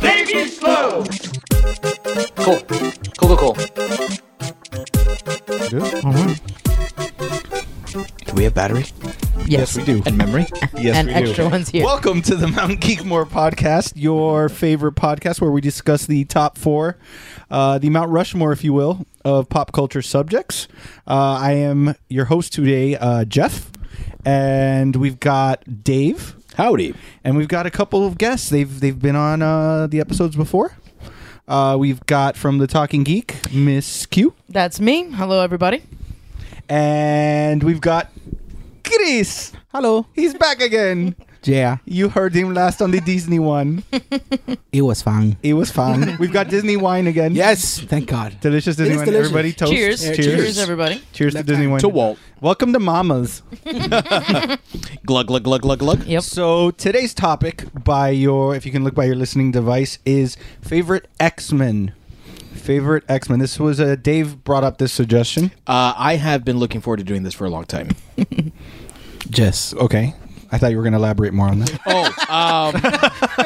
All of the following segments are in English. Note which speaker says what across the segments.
Speaker 1: They be slow.
Speaker 2: Cool. Cool, cool, cool.
Speaker 3: Do we have battery?
Speaker 4: Yes,
Speaker 3: we do.
Speaker 4: And memory.
Speaker 3: Yes,
Speaker 4: and
Speaker 3: we do.
Speaker 4: extra ones here.
Speaker 3: Welcome to the Mount Geekmore podcast, your favorite podcast where we discuss the top four, uh, the Mount Rushmore, if you will, of pop culture subjects. Uh, I am your host today, uh, Jeff, and we've got Dave,
Speaker 5: Howdy.
Speaker 3: and we've got a couple of guests. They've they've been on uh, the episodes before. Uh, we've got from the Talking Geek, Miss Q,
Speaker 4: That's me. Hello, everybody.
Speaker 3: and we've got Chris.
Speaker 6: Hello.
Speaker 3: He's back again.
Speaker 6: Yeah,
Speaker 3: You heard him last on the Disney one.
Speaker 6: it was fun.
Speaker 3: It was fun. We've got Disney wine again.
Speaker 6: Yes, thank God.
Speaker 3: Delicious Disney
Speaker 6: is
Speaker 3: wine.
Speaker 6: delicious.
Speaker 3: Everybody toast.
Speaker 4: Cheers.
Speaker 3: Cheers.
Speaker 4: Cheers. everybody.
Speaker 3: Cheers to Disney wine.
Speaker 2: To Walt.
Speaker 3: Welcome to Mamas.
Speaker 2: Glug, glug, glug, glug, glug.
Speaker 4: Yep.
Speaker 3: So today's topic by your if you can look by your listening device is favorite X-Men. Favorite X-Men. This was a Dave brought up this suggestion.
Speaker 2: Uh, I have been looking forward to doing this for a long time.
Speaker 6: Jess.
Speaker 3: Okay. I thought you were going to elaborate more on that.
Speaker 2: Oh,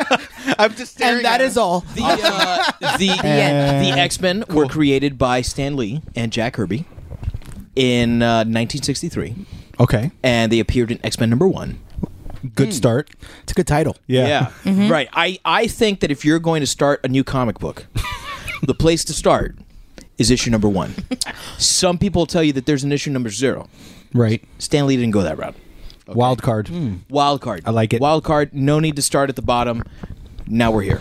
Speaker 2: um,
Speaker 3: I'm just staring.
Speaker 6: And that is all.
Speaker 2: the, uh, the,
Speaker 3: And-
Speaker 2: the X-Men were created by Stan Lee and Jack Kirby in uh, 1963,
Speaker 3: Okay.
Speaker 2: and they appeared in X-Men number one. Hmm. Mm-hmm.
Speaker 3: Good start.
Speaker 6: It's a good title.
Speaker 3: Yeah.
Speaker 2: Right. I, I think that if you're going to start a new comic book, the place to start is issue number one. Some people tell you that there's an issue number zero.
Speaker 3: Right.
Speaker 2: Stan Lee didn't go that route.
Speaker 3: Wild card.
Speaker 2: Wild card. I
Speaker 3: like it.
Speaker 2: Wild card. No need to start at the bottom. Now we're here.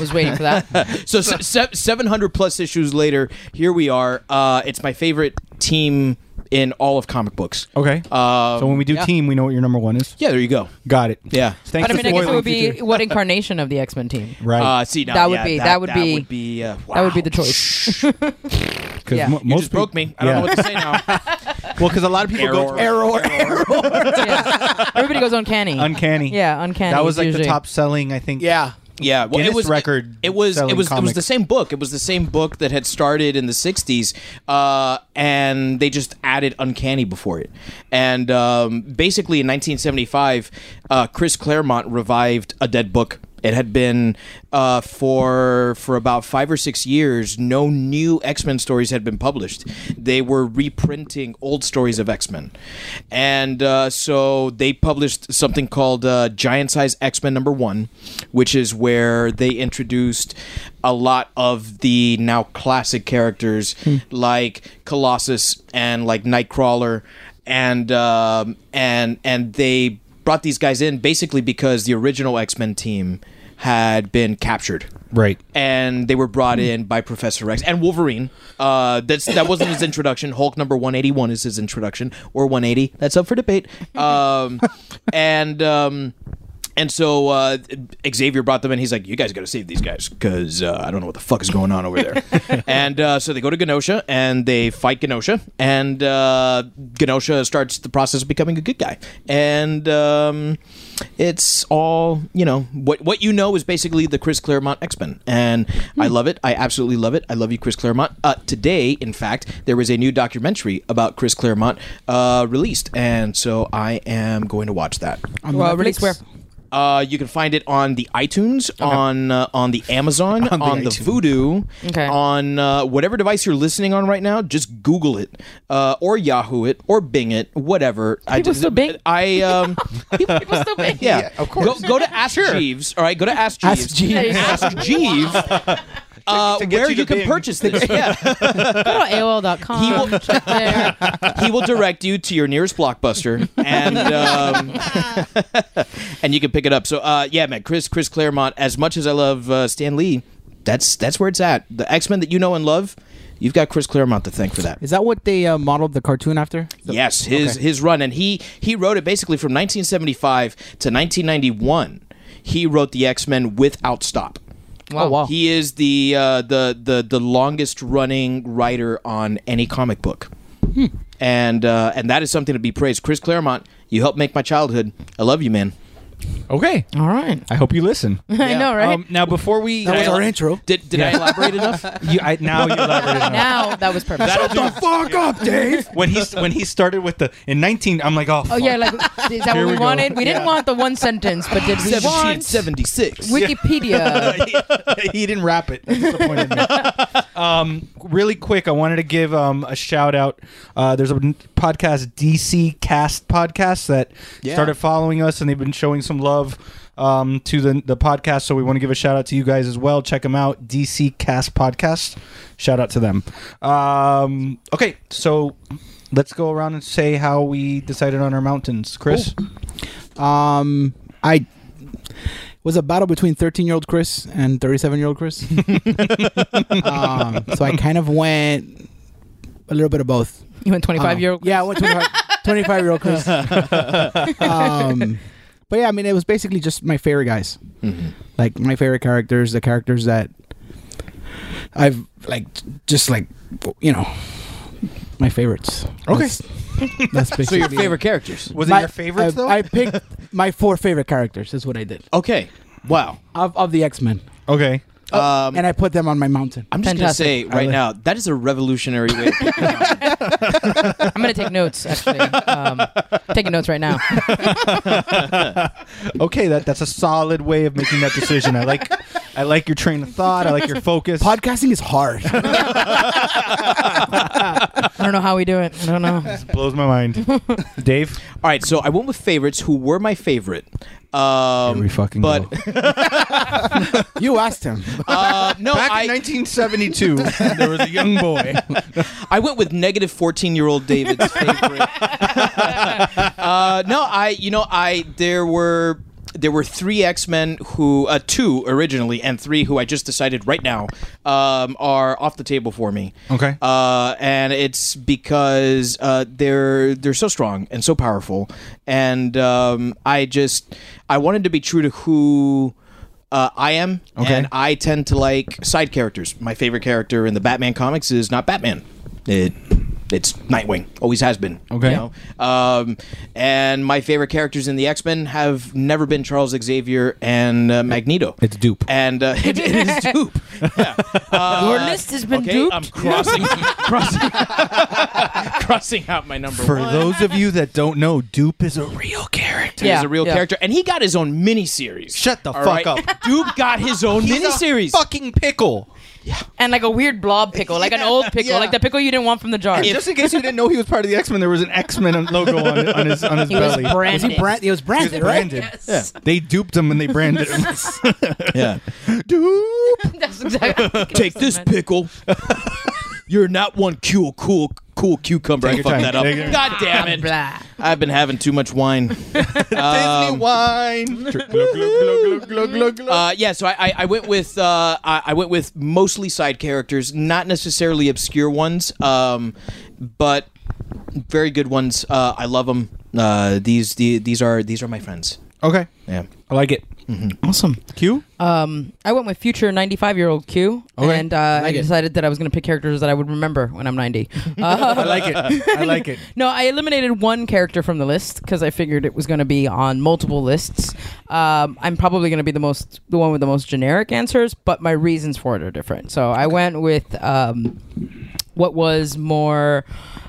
Speaker 4: Was waiting for that.
Speaker 2: So se- se- 700 plus issues later, here we are. Uh, it's my favorite team in all of comic books.
Speaker 3: Okay.
Speaker 2: Um,
Speaker 3: so when we do
Speaker 2: yeah.
Speaker 3: team, we know what your number 1 is.
Speaker 2: Yeah, there you go.
Speaker 3: Got it.
Speaker 2: Yeah.
Speaker 3: Thanks
Speaker 4: but
Speaker 3: for
Speaker 4: I mean, I guess it
Speaker 3: spoiling
Speaker 4: would be
Speaker 3: future-
Speaker 4: what incarnation of the X Men team.
Speaker 3: right.
Speaker 2: Uh, see, now,
Speaker 4: That would
Speaker 2: yeah,
Speaker 4: be-
Speaker 2: That,
Speaker 4: that would be-
Speaker 2: Would be uh,
Speaker 4: That would be the
Speaker 2: wow.
Speaker 4: choice.
Speaker 3: Because
Speaker 4: yeah.
Speaker 3: mo-
Speaker 4: You
Speaker 2: You
Speaker 3: most
Speaker 2: just broke
Speaker 3: peop-
Speaker 2: me. I don't
Speaker 3: yeah.
Speaker 2: know what to say now.
Speaker 3: Well, because a lot of people go
Speaker 2: Error.
Speaker 3: through error,
Speaker 4: Yeah. Everybody goes uncanny.
Speaker 3: uncanny.
Speaker 4: Yeah, uncanny.
Speaker 3: That was like
Speaker 4: usually.
Speaker 3: the top selling, I think.
Speaker 6: Yeah.
Speaker 2: Yeah, well,
Speaker 3: Guinness
Speaker 2: it was
Speaker 3: record
Speaker 2: It, was it
Speaker 3: selling
Speaker 2: was it was
Speaker 3: comic.
Speaker 2: the same book. It was the same book that had started in the '60s, uh, and they just added Uncanny before it. And um, basically, in 1975, uh, Chris Claremont revived a dead book. It had been uh, for for about five or six years. No new X Men stories had been published. They were reprinting old stories of X Men, and uh, so they published something called uh, Giant Size X Men Number One, which is where they introduced a lot of the now classic characters like Colossus and like Nightcrawler, and um, and and they brought these guys in basically because the original X Men team had been captured
Speaker 3: Right.
Speaker 2: and they were brought in by Professor Rex and Wolverine. Uh, that's that wasn't his introduction. Hulk number one eighty one is his introduction, or one eighty. That's up for debate. Um, and um, and so uh, Xavier brought them in. He's like, "You guys got to save these guys because uh, I don't know what the fuck is going on over there." and uh, so they go to Genosha and they fight Genosha, and uh, Genosha starts the process of becoming a good guy. And um, it's all you know. What what you know is basically the Chris Claremont X Men, and I love it. I absolutely love it. I love you, Chris Claremont. Uh, today, in fact, there was a new documentary about Chris Claremont uh, released, and so I am going to watch that.
Speaker 6: On
Speaker 4: Well,
Speaker 6: Netflix.
Speaker 4: release where?
Speaker 2: Uh, you can find it on the iTunes, on uh, on the Amazon, on the, Voodoo,
Speaker 4: Okay.
Speaker 2: on uh, whatever device you're listening on right now. Just Google it, uh, or Yahoo it, or Bing it, whatever. I
Speaker 4: People
Speaker 2: just-
Speaker 4: still Bing?
Speaker 2: I um, people,
Speaker 4: People still make
Speaker 2: yeah, of course. Go, go to Ask Jeeves. All right, go to Ask Jeeves.
Speaker 6: Ask Jeeves.
Speaker 2: Ask Jeeves. Uh,
Speaker 3: To get
Speaker 2: where
Speaker 3: you
Speaker 2: you,
Speaker 3: to
Speaker 2: can
Speaker 3: Bing.
Speaker 2: purchase this. Yeah.
Speaker 4: Go to AOL.com.
Speaker 2: He will-
Speaker 4: check there.
Speaker 2: he will direct you to your nearest blockbuster, and um, and you can pick it up. So uh, yeah, man, Chris Chris Claremont. As much as I love uh, Stan Lee, that's that's where it's at. The X Men that you know and love, you've got Chris Claremont to thank for that.
Speaker 6: Is that what they uh, modeled the cartoon after?
Speaker 2: Yes, his his run, and he he wrote it basically from 1975 to 1991. He wrote the X Men without stop.
Speaker 3: Oh,
Speaker 4: Wow. wow.
Speaker 2: He is the uh, the the the longest running writer on any comic book, and uh, and that is something to be praised. Chris Claremont, you helped make my childhood. I love you, man.
Speaker 3: Okay.
Speaker 4: All right.
Speaker 3: I hope you listen.
Speaker 4: I know, right?
Speaker 3: Um, now, before we
Speaker 6: That was our intro.
Speaker 2: Did did I elaborate enough?
Speaker 3: you, I, now you elaborate on that.
Speaker 4: now that was perfect.
Speaker 3: Shut the fuck up, Dave. When he when he started with the in 19, I'm like, oh,
Speaker 4: oh yeah, like is that
Speaker 3: Here
Speaker 4: what we,
Speaker 3: we go.
Speaker 4: wanted? We didn't want the one sentence, but did we want
Speaker 2: Seventy six.
Speaker 4: Wikipedia?
Speaker 3: he didn't wrap it. That disappointed me. um, really quick, I wanted to give um, a shout out. Uh, there's a n- podcast, DC Cast Podcast, that started following us, and they've been showing some love um, to the the podcast. So we want to give a shout out to you guys as well. Check them out, DC Cast Podcast. Shout out to them. Um, okay, so. Let's go around and say how we decided on our mountains, Chris.
Speaker 6: Oh, Um, I it was a battle between 13 year old Chris and 37 year old Chris. um, so I kind of went a little bit of both. Um,
Speaker 4: you went twenty
Speaker 3: Uh,
Speaker 4: five year old.
Speaker 6: Yeah, I went 25, 25 year old Chris. um, but yeah, I mean, it was basically just my favorite guys,
Speaker 2: Mm-hmm.
Speaker 6: like my favorite characters, the characters that I've like just like you know my favorites.
Speaker 3: Okay.
Speaker 6: That's, that's basically
Speaker 2: So your favorite characters.
Speaker 3: Was
Speaker 6: My-
Speaker 3: it your favorites
Speaker 6: I,
Speaker 3: though?
Speaker 6: I picked my four favorite characters. Is what I did
Speaker 2: Okay. Wow.
Speaker 6: of of the X Men,
Speaker 3: okay.
Speaker 2: Um,
Speaker 6: and I put them on my mountain.
Speaker 2: I'm just gonna say
Speaker 4: Fantastic.
Speaker 2: right now that is a revolutionary way. of putting it.
Speaker 4: I'm gonna take notes. Actually, um, taking notes right now.
Speaker 3: Okay, that that's a solid way of making that decision. I like I like your train of thought. I like your focus.
Speaker 6: Podcasting is hard.
Speaker 4: I don't know how we do it. I don't know.
Speaker 3: blows my mind. Dave,
Speaker 2: All right, so I went with favorites who were my favorite. Um,
Speaker 3: Here we fucking
Speaker 2: but
Speaker 6: you asked him.
Speaker 2: uh, no,
Speaker 3: back
Speaker 2: I,
Speaker 3: in 1972, there was a young boy.
Speaker 2: I went with negative 14 year old David's favorite. uh, no, I, you know, I, there were. There were three X Men who, uh, two originally, and three who I just decided right now um, are off the table for me.
Speaker 3: Okay.
Speaker 2: uh, and it's because uh, they're they're so strong and so powerful, and um, I just I wanted to be true to who. Uh, I am,
Speaker 3: Okay.
Speaker 2: and I tend to like side characters. My favorite character in the Batman comics is not Batman; it it's Nightwing. Always has been.
Speaker 3: Okay.
Speaker 2: you know? Um, and my favorite characters in the X Men have never been Charles Xavier and uh, Magneto.
Speaker 3: It's dupe.
Speaker 2: and uh, it, it is dupe. Yeah. Uh,
Speaker 4: Your list has been
Speaker 2: okay, um,
Speaker 4: duped.
Speaker 2: I'm crossing, crossing, crossing out my number
Speaker 3: For
Speaker 2: one.
Speaker 3: those of you that don't know, Dupe is a real character.
Speaker 2: He's
Speaker 4: Yeah,
Speaker 2: a real
Speaker 4: yeah.
Speaker 2: character, and he got his own miniseries.
Speaker 3: Shut the
Speaker 2: All
Speaker 3: fuck
Speaker 2: right?
Speaker 3: up.
Speaker 2: Dupe got his own miniseries.
Speaker 3: fucking pickle.
Speaker 4: and like a weird blob pickle, like an old pickle,
Speaker 3: yeah.
Speaker 4: like the pickle you didn't want from the jar.
Speaker 3: Just in case you didn't know he was part of the X Men, there was an X Men logo on, on his on his
Speaker 4: he was
Speaker 3: belly.
Speaker 4: branded.
Speaker 6: Was he brand? It was
Speaker 3: He was
Speaker 6: branded, right?
Speaker 3: branded. Yeah. They duped him and they branded him.
Speaker 2: Yeah.
Speaker 3: Dupe.
Speaker 4: That's exactly.
Speaker 2: Take this pickle. You're not one cool, cool, cool cucumber.
Speaker 3: Take
Speaker 2: I
Speaker 3: your
Speaker 2: fucked
Speaker 3: time.
Speaker 2: that up.
Speaker 3: Take your-
Speaker 2: God damn it!
Speaker 4: Blah.
Speaker 2: I've been having too much wine.
Speaker 3: Disney wine. Glug, glug, glug, glug, glug, glug, glug.
Speaker 2: Uh, yeah, so I, I, I went with uh, I, I went with mostly side characters, not necessarily obscure ones, um, but very good ones. Uh, I love them. Uh, these the, these are these are my friends.
Speaker 3: Okay,
Speaker 2: Yeah.
Speaker 3: I like it.
Speaker 4: Awesome.
Speaker 3: Q.
Speaker 4: Um, I went with future 95 year old Q,
Speaker 3: Okay.
Speaker 4: and uh,
Speaker 6: Like
Speaker 4: I
Speaker 6: it.
Speaker 4: decided that I was going to pick characters that I would remember when I'm 90. Uh,
Speaker 3: I like it. I like it.
Speaker 4: no, I eliminated one character from the list because I figured it was going to be on multiple lists. Um, I'm probably going to be the most, the one with the most generic answers, but my reasons for it are different. So I went with um, what was more,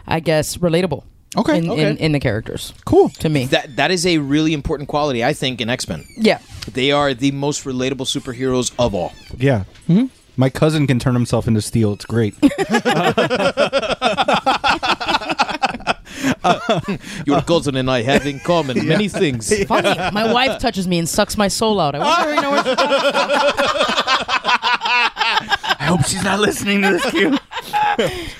Speaker 4: I guess, relatable.
Speaker 3: Okay,
Speaker 4: in,
Speaker 3: okay.
Speaker 4: In, in the characters.
Speaker 3: Cool.
Speaker 4: to me.
Speaker 2: That that is a really important quality, I think, in X Men.
Speaker 4: yeah.
Speaker 2: They are the most relatable superheroes of all.
Speaker 3: Yeah. My cousin can turn himself into steel. It's great.
Speaker 2: Your cousin and I have in common many things.
Speaker 4: Funny, my wife touches me and sucks my soul out. I wonder, you know, what-
Speaker 3: I hope she's not listening to this. Q.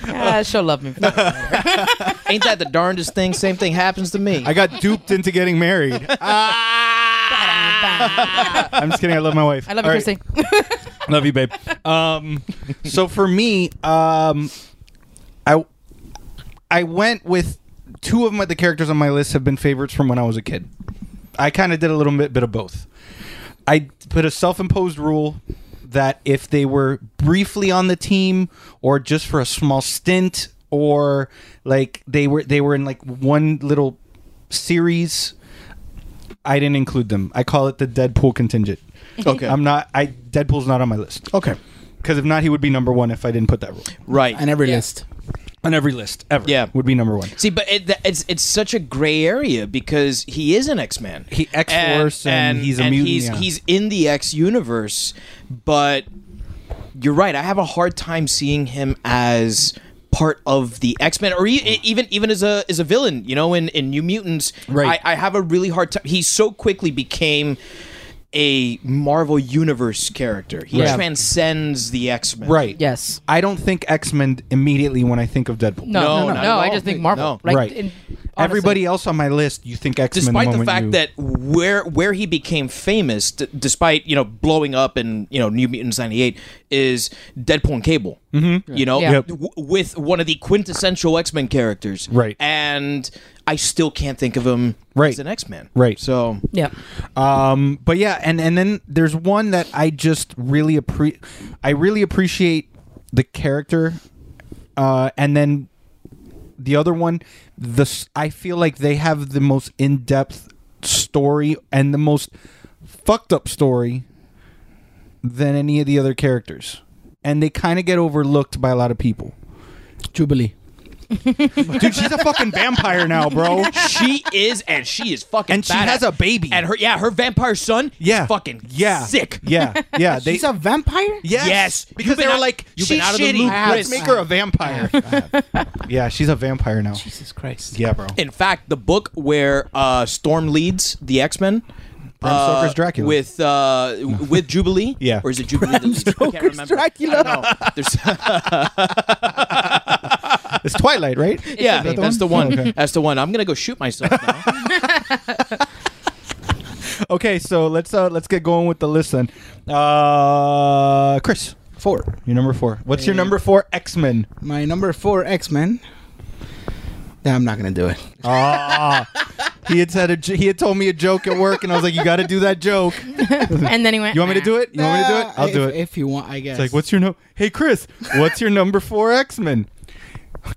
Speaker 4: Ah, she'll love me. for that.
Speaker 2: Ain't that the darndest thing? Same thing happens to me.
Speaker 3: I got duped into getting married. I'm just kidding. I love my wife.
Speaker 4: I love you,
Speaker 3: All right.
Speaker 4: Christy.
Speaker 3: Love you, babe. Um, so for me, um, I I went with two of my, the characters on my list have been favorites from when I was a kid. I kind of did a little bit, bit of both. I put a self-imposed rule that if they were briefly on the team or just for a small stint or like they were they were in like one little series I didn't include them. I call it the Deadpool contingent.
Speaker 2: Okay.
Speaker 3: I'm not I Deadpool's not on my list.
Speaker 6: Okay.
Speaker 3: Cuz if not he would be number 1 if I didn't put that rule.
Speaker 2: right.
Speaker 6: On every list.
Speaker 3: On every list ever.
Speaker 2: Yeah.
Speaker 3: Would be number 1.
Speaker 2: See, but it, that- it's it's such a gray area because he is an X Man.
Speaker 3: He- X-Force and he's a mutant,
Speaker 2: He's,
Speaker 3: yeah.
Speaker 2: he's in the X universe, but you're right. I have a hard time seeing him as part of the X Men, or e- even even as a as a villain. You know, in in New Mutants,
Speaker 3: Right.
Speaker 2: I, I have a really hard time. He so quickly became. A Marvel Universe character. He
Speaker 4: Right.
Speaker 2: transcends the X Men.
Speaker 3: Right.
Speaker 4: Yes.
Speaker 3: I don't think X-Men immediately when I think of Deadpool.
Speaker 4: No, no,
Speaker 2: No, not
Speaker 4: no. no,
Speaker 2: at
Speaker 4: I
Speaker 2: all.
Speaker 4: just think Marvel.
Speaker 2: No.
Speaker 4: Like,
Speaker 3: right.
Speaker 4: in-
Speaker 3: Everybody
Speaker 4: honestly.
Speaker 3: else on my list, you think X-Men
Speaker 2: despite the,
Speaker 3: moment
Speaker 2: fact
Speaker 3: you-
Speaker 2: that where where he became famous, d- despite you know blowing up in you know New Mutants '98, is Deadpool and Cable. Mm-hmm. You know,
Speaker 4: Yeah. Yep.
Speaker 2: w- with one of the quintessential X Men characters,
Speaker 3: Right.
Speaker 2: And I still can't think of him
Speaker 3: Right.
Speaker 2: as an X Man,
Speaker 3: Right.
Speaker 2: So
Speaker 4: Yeah.
Speaker 3: Um, but yeah, and and then there's one that I just really appre- I really appreciate the character, uh, and then the other one, the s- I feel like they have the most in depth story and the most fucked up story than any of the other characters, and they kind of get overlooked by a lot of people.
Speaker 6: Jubilee.
Speaker 3: Dude, she's a fucking vampire now, bro.
Speaker 2: she is, and she is fucking,
Speaker 3: And she has
Speaker 2: badass.
Speaker 3: a baby.
Speaker 2: and her yeah, her vampire son,
Speaker 3: Yeah,
Speaker 2: is fucking
Speaker 3: yeah,
Speaker 2: sick.
Speaker 3: Yeah, yeah. They,
Speaker 6: He's a vampire?
Speaker 3: Yes,
Speaker 2: Yes,
Speaker 3: because
Speaker 2: you've
Speaker 3: they
Speaker 2: been
Speaker 3: were
Speaker 2: out-
Speaker 3: like,
Speaker 2: you've
Speaker 3: she's
Speaker 2: been out of the
Speaker 3: shitty.
Speaker 2: loop,
Speaker 3: Let's
Speaker 2: Chris."
Speaker 3: make her a vampire. yeah, she's a vampire now.
Speaker 6: Jesus Christ.
Speaker 3: Yeah, bro.
Speaker 2: In fact, the book where uh, Storm leads the X Men.
Speaker 3: Bram Stoker's Dracula.
Speaker 2: with uh, w- with Jubilee,
Speaker 3: Yeah.
Speaker 2: or is it Jubilee? that leads? I can't
Speaker 6: Stoker's
Speaker 2: remember.
Speaker 6: Dracula.
Speaker 2: I don't know. There's-
Speaker 3: It's Twilight, right?
Speaker 2: yeah,
Speaker 4: Is that the
Speaker 2: that's
Speaker 3: one?
Speaker 2: the one.
Speaker 3: Oh, okay.
Speaker 2: That's the one. I'm gonna go shoot myself now.
Speaker 3: Okay, so let's uh let's get going with the list then. Uh, Chris,
Speaker 6: Four.
Speaker 3: your number four. What's your number four X Men?
Speaker 6: My number four X Men. Nah, I'm not gonna do it.
Speaker 3: He had said a, j- he had told me a joke at work, and I was like, "You got to do that joke." You
Speaker 4: And then he went.
Speaker 3: want me to do it? You want me to do it? I'll
Speaker 6: if,
Speaker 3: do it.
Speaker 6: if you want. I guess.
Speaker 3: It's like, what's your no? Hey, Chris, what's your number four X Men?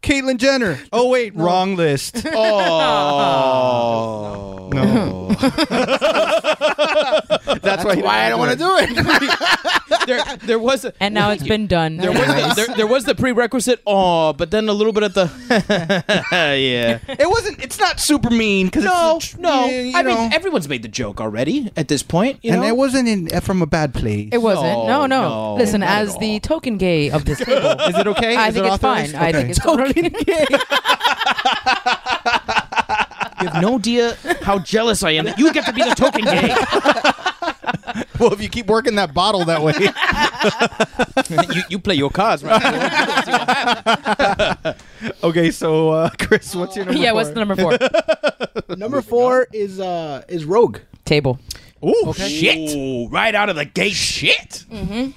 Speaker 3: Caitlyn Jenner. Oh wait, wrong list.
Speaker 2: oh,
Speaker 3: No. That's, why, he
Speaker 6: Why I don't want to
Speaker 3: it.
Speaker 6: do it.
Speaker 2: there, there was a,
Speaker 4: And now it's been done.
Speaker 2: there was the, there, there was the prerequisite. Oh, but then a little bit at the yeah.
Speaker 3: It wasn't. It's not super mean because
Speaker 2: No,
Speaker 3: it's,
Speaker 2: no.
Speaker 3: yeah, you
Speaker 2: I mean,
Speaker 3: know.
Speaker 2: everyone's made the joke already at this point. You
Speaker 3: and
Speaker 2: know?
Speaker 3: it wasn't in, uh, from a bad place.
Speaker 4: It wasn't.
Speaker 2: No,
Speaker 4: No, no.
Speaker 2: no,
Speaker 4: Listen,
Speaker 2: not at
Speaker 4: as the
Speaker 2: all.
Speaker 4: token gay of this table,
Speaker 3: Is it okay?
Speaker 4: I
Speaker 3: Is
Speaker 4: think
Speaker 3: it
Speaker 4: it's
Speaker 3: authorized?
Speaker 4: fine. I
Speaker 3: Okay.
Speaker 4: think it's token gay.
Speaker 2: You have no idea how jealous I am that you get to be the token gay.
Speaker 3: well. If you keep working that bottle that way,
Speaker 2: you, you play your cards right.
Speaker 3: okay. So, uh, Chris, what's your number?
Speaker 4: yeah, what's the number four?
Speaker 6: number four is uh is Rogue.
Speaker 4: Table.
Speaker 3: Oh
Speaker 2: Shit! right out of the gate, shit.
Speaker 4: Table.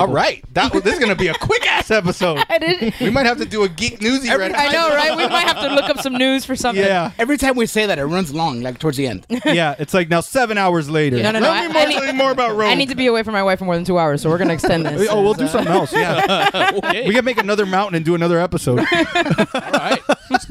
Speaker 3: All right, that was, this is gonna be a quick ass episode.
Speaker 4: I, did,
Speaker 3: We might have to do a geek newsy. right
Speaker 4: I know, right? We might have to look up some news for something.
Speaker 3: Yeah,
Speaker 6: Every time we say that, it runs long, like towards the end.
Speaker 3: yeah. It's like now seven hours later.
Speaker 4: No, no, no.
Speaker 3: Let
Speaker 4: I-
Speaker 3: me
Speaker 4: I
Speaker 3: more,
Speaker 4: need-
Speaker 3: tell you more about Rome.
Speaker 4: I need to be away from my wife for more than two hours, so we're gonna extend this.
Speaker 3: Oh, we'll do something else. Yeah, we can make another mountain and do another episode.
Speaker 2: All right. Let's,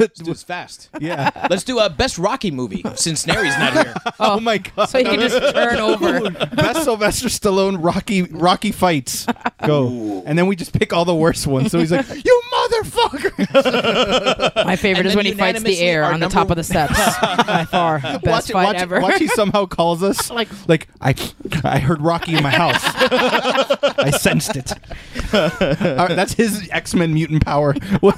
Speaker 2: let's do this fast.
Speaker 3: Yeah.
Speaker 2: Let's do a best Rocky movie since Neri's not here.
Speaker 3: Oh, my god.
Speaker 4: so you can just turn over.
Speaker 3: Best Sylvester Stallone Rocky Rocky fights. Go. And then we just pick all the worst ones. So he's like, "You motherfucker."
Speaker 4: My favorite
Speaker 2: And
Speaker 4: is
Speaker 2: then
Speaker 4: when he fights the
Speaker 2: unanimously
Speaker 4: air
Speaker 2: our
Speaker 4: on the
Speaker 2: number-
Speaker 4: top of the steps. By far, best
Speaker 3: watch it,
Speaker 4: fight
Speaker 3: watch
Speaker 4: ever.
Speaker 3: It, watch he somehow calls us like, like I I heard Rocky in my house. I sensed it. All right, that's his X-Men mutant power. What,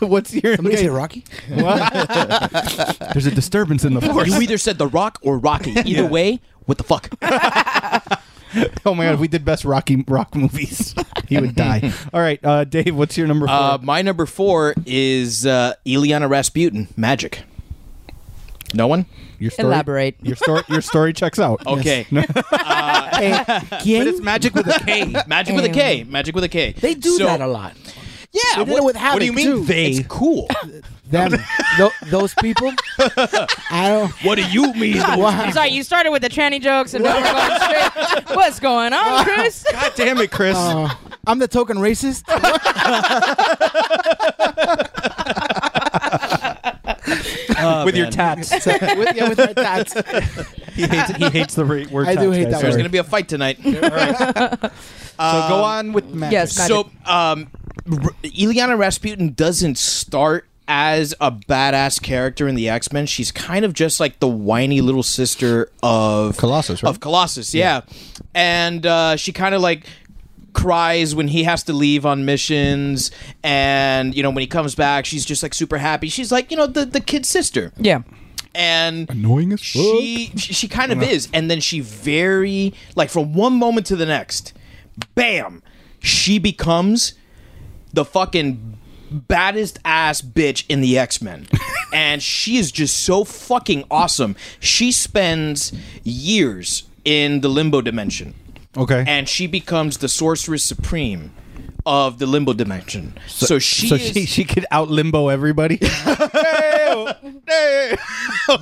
Speaker 3: what's your
Speaker 6: Somebody say Rocky.
Speaker 3: What? There's a disturbance in the force.
Speaker 2: You either said The Rock or Rocky. Either way, what the fuck?
Speaker 3: Oh my god, if we did best Rocky rock movies, he would die. All right, uh, Dave, what's your number 4?
Speaker 2: Uh, my number four is uh, Ileana Rasputin, Magic. No one?
Speaker 3: your story,
Speaker 4: Elaborate.
Speaker 3: Your story your story checks out.
Speaker 2: Okay.
Speaker 3: But it's magic with a K.
Speaker 2: Magic with a K. Magic with a K.
Speaker 6: They do
Speaker 2: So-
Speaker 6: that a lot.
Speaker 2: Yeah.
Speaker 6: They did it with
Speaker 2: what do you mean
Speaker 6: Havoc, too.
Speaker 3: They.
Speaker 2: It's cool.
Speaker 6: them, tho- those people. I don't.
Speaker 2: What do you mean?
Speaker 4: I'm sorry, you started with the tranny jokes and now we're going straight. What's going on, Chris?
Speaker 3: God damn it, Chris.
Speaker 6: Uh, I'm the token racist.
Speaker 2: Uh,
Speaker 3: with your tats.
Speaker 6: So, with, yeah, with my tats.
Speaker 3: he, hates, he hates the ra- word
Speaker 6: I do
Speaker 3: tats, guys.
Speaker 6: hate that
Speaker 2: There's
Speaker 6: word.
Speaker 2: going to be a fight tonight. Um,
Speaker 3: So go on with Matt.
Speaker 4: Yes, Matt.
Speaker 2: so, um, R- Ileana Rasputin doesn't start as a badass character in the X Men. She's kind of just like the whiny little sister of
Speaker 7: Colossus, right?
Speaker 2: Of Colossus, yeah. And uh, she kind of like cries when he has to leave on missions and you know when he comes back she's just like super happy she's like you know the the kid sister
Speaker 4: Yeah.
Speaker 2: and
Speaker 7: Annoying as fuck.
Speaker 2: she she she kind of is and then she very like from one moment to the next bam she becomes the fucking baddest ass bitch in the x-men and she is just so fucking awesome she spends years in the limbo dimension
Speaker 3: Okay.
Speaker 2: and she becomes the sorceress supreme of the limbo dimension so, she
Speaker 3: so
Speaker 2: is,
Speaker 3: she, she could out limbo everybody.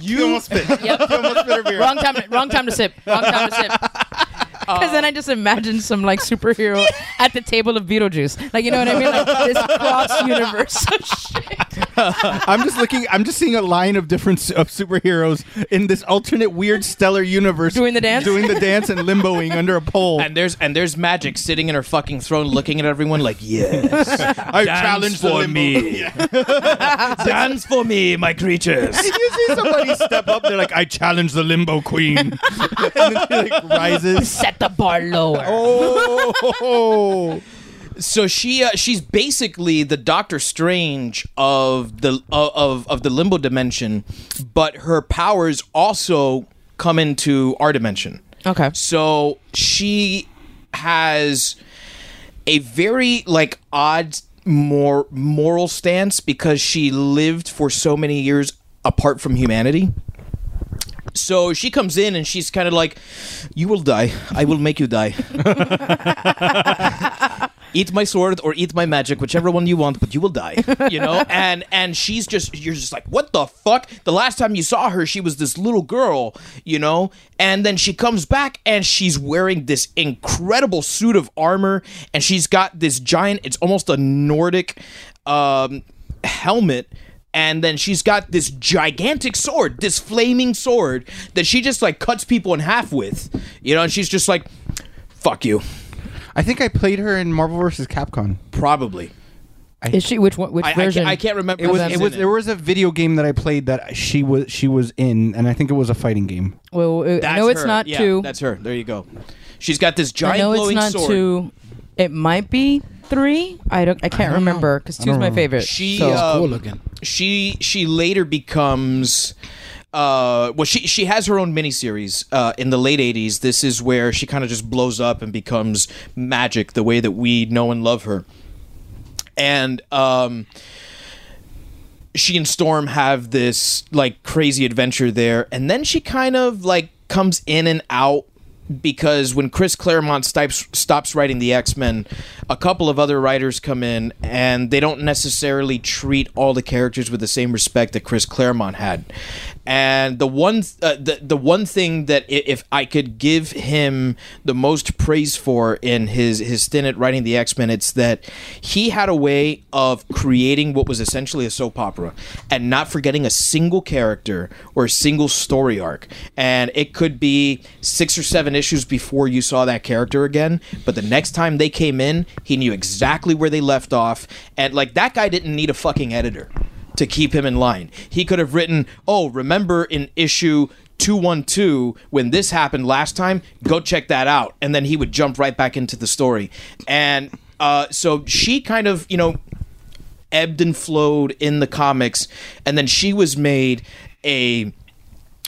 Speaker 2: you almost
Speaker 4: Wrong time. To, wrong time to sip. Wrong time to sip. Because
Speaker 2: Oh.
Speaker 4: then I just imagine some like superhero at the table of Beetlejuice, like you know what I mean, like this cross universe of shit.
Speaker 3: I'm just looking. I'm just seeing a line of different su- of superheroes in this alternate weird stellar universe
Speaker 4: Doing the dance?
Speaker 3: doing the dance, and limboing under a pole.
Speaker 2: and there's and there's magic sitting in her fucking throne, looking at everyone like, yes,
Speaker 3: I challenge the limbo.
Speaker 2: dance for me, my creatures.
Speaker 3: You see somebody step up, they're like, "I challenge the limbo queen," and then she like rises.
Speaker 4: Set the bar lower.
Speaker 3: Oh,
Speaker 2: So she uh, she's basically the Doctor Strange of the of- of of the limbo dimension, but her powers also come into our dimension.
Speaker 4: Okay.
Speaker 2: So she has a very like odd more moral stance because she lived for so many years apart from humanity. So she comes in and she's kind of like, "You will die. I will make you die. eat my sword or eat my magic, whichever one you want, but you will die." You know, and and she's just you're just like, "What the fuck?" The last time you saw her, she was this little girl, you know, and then she comes back and she's wearing this incredible suit of armor and she's got this giant. It's almost a Nordic um, helmet and then she's got this gigantic sword, this flaming sword that she just like cuts people in half with, you know. And she's just like, "Fuck you,"
Speaker 3: I think I played her in Marvel vs. Capcom.
Speaker 2: probably.
Speaker 4: Is she which one? Which
Speaker 2: Oh. I, I,
Speaker 4: version?
Speaker 2: can't, I can't remember.
Speaker 3: It was.
Speaker 2: who's
Speaker 3: It
Speaker 2: in
Speaker 3: was. There was a video game that I played that she was. She was in, and I think it was a fighting game.
Speaker 4: Well, uh, I
Speaker 2: That's
Speaker 4: know it's
Speaker 2: her.
Speaker 4: not
Speaker 2: yeah,
Speaker 4: two.
Speaker 2: That's her. There you go. She's got this
Speaker 4: I
Speaker 2: giant
Speaker 4: know it's
Speaker 2: glowing
Speaker 4: not
Speaker 2: sword.
Speaker 4: two. It might be three. I don't. I can't remember because two's my favorite.
Speaker 2: She
Speaker 4: So-
Speaker 2: um,
Speaker 6: cool looking.
Speaker 2: She she later becomes. Uh, well, she she has her own miniseries uh, in the late '80s. This is where she kind of just blows up and becomes magic, the way that we know and love her. And um, she and Storm have this like crazy adventure there, and then she kind of like comes in and out because when Chris Claremont stops stops writing the X Men, a couple of other writers come in, and they don't necessarily treat all the characters with the same respect that Chris Claremont had. And the one uh, the the one thing that i- if I could give him the most praise for in his his stint at writing the X Men, it's that he had a way of creating what was essentially a soap opera and not forgetting a single character or a single story arc. And it could be six or seven issues before you saw that character again, but the next time they came in, he knew exactly where they left off. And like that guy didn't need a fucking editor to keep him in line. He could have written, "Oh, remember in issue 212 when this happened last time, go check that out." And then he would jump right back into the story. And uh, so she kind of, you know, ebbed and flowed in the comics and then she was made a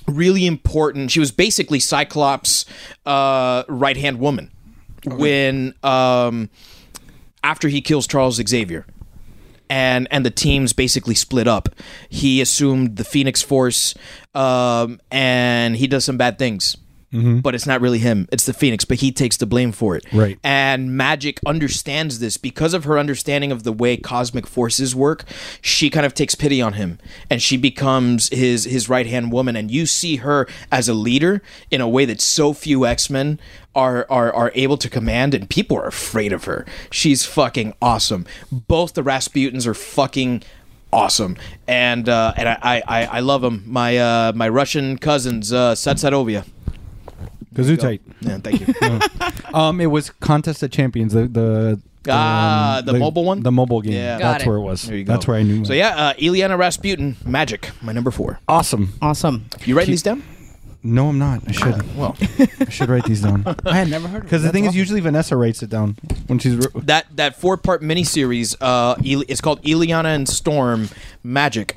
Speaker 2: really important she was basically cyclops uh, right hand woman when um, after he kills charles xavier and and the teams basically split up he assumed the phoenix force um, and he does some bad things but it's not really him. It's the Phoenix, but he takes the blame for it.
Speaker 3: Right.
Speaker 2: And Magic understands this because of her understanding of the way cosmic forces work. She kind of takes pity on him and she becomes his his right hand woman. And you see her as a leader in a way that so few X Men are, are are able to command, and people are afraid of her. She's fucking awesome. Both the Rasputins are fucking awesome and uh and i i i love them my uh my russian cousins uh satsarovia
Speaker 3: Kazoo tight.
Speaker 2: yeah thank you
Speaker 3: Um, it was Contest of Champions, the the
Speaker 2: Ah,
Speaker 3: um,
Speaker 2: the mobile one?
Speaker 3: the mobile game.
Speaker 2: Yeah. Got
Speaker 3: that's
Speaker 4: it.
Speaker 3: where it was.
Speaker 2: There you go.
Speaker 3: That's where I knew.
Speaker 2: So yeah, uh, Ileana Rasputin, Magic, my number four.
Speaker 3: awesome.
Speaker 4: Awesome.
Speaker 2: You writing these down?
Speaker 3: No, I'm not. I should.
Speaker 2: Ah, Well,
Speaker 3: I should write these down.
Speaker 6: I had never heard of
Speaker 3: Because the thing is, usually Vanessa writes it down when she's. re-
Speaker 2: that that four part miniseries, uh, Il- it's called Ileana and Storm, Magic.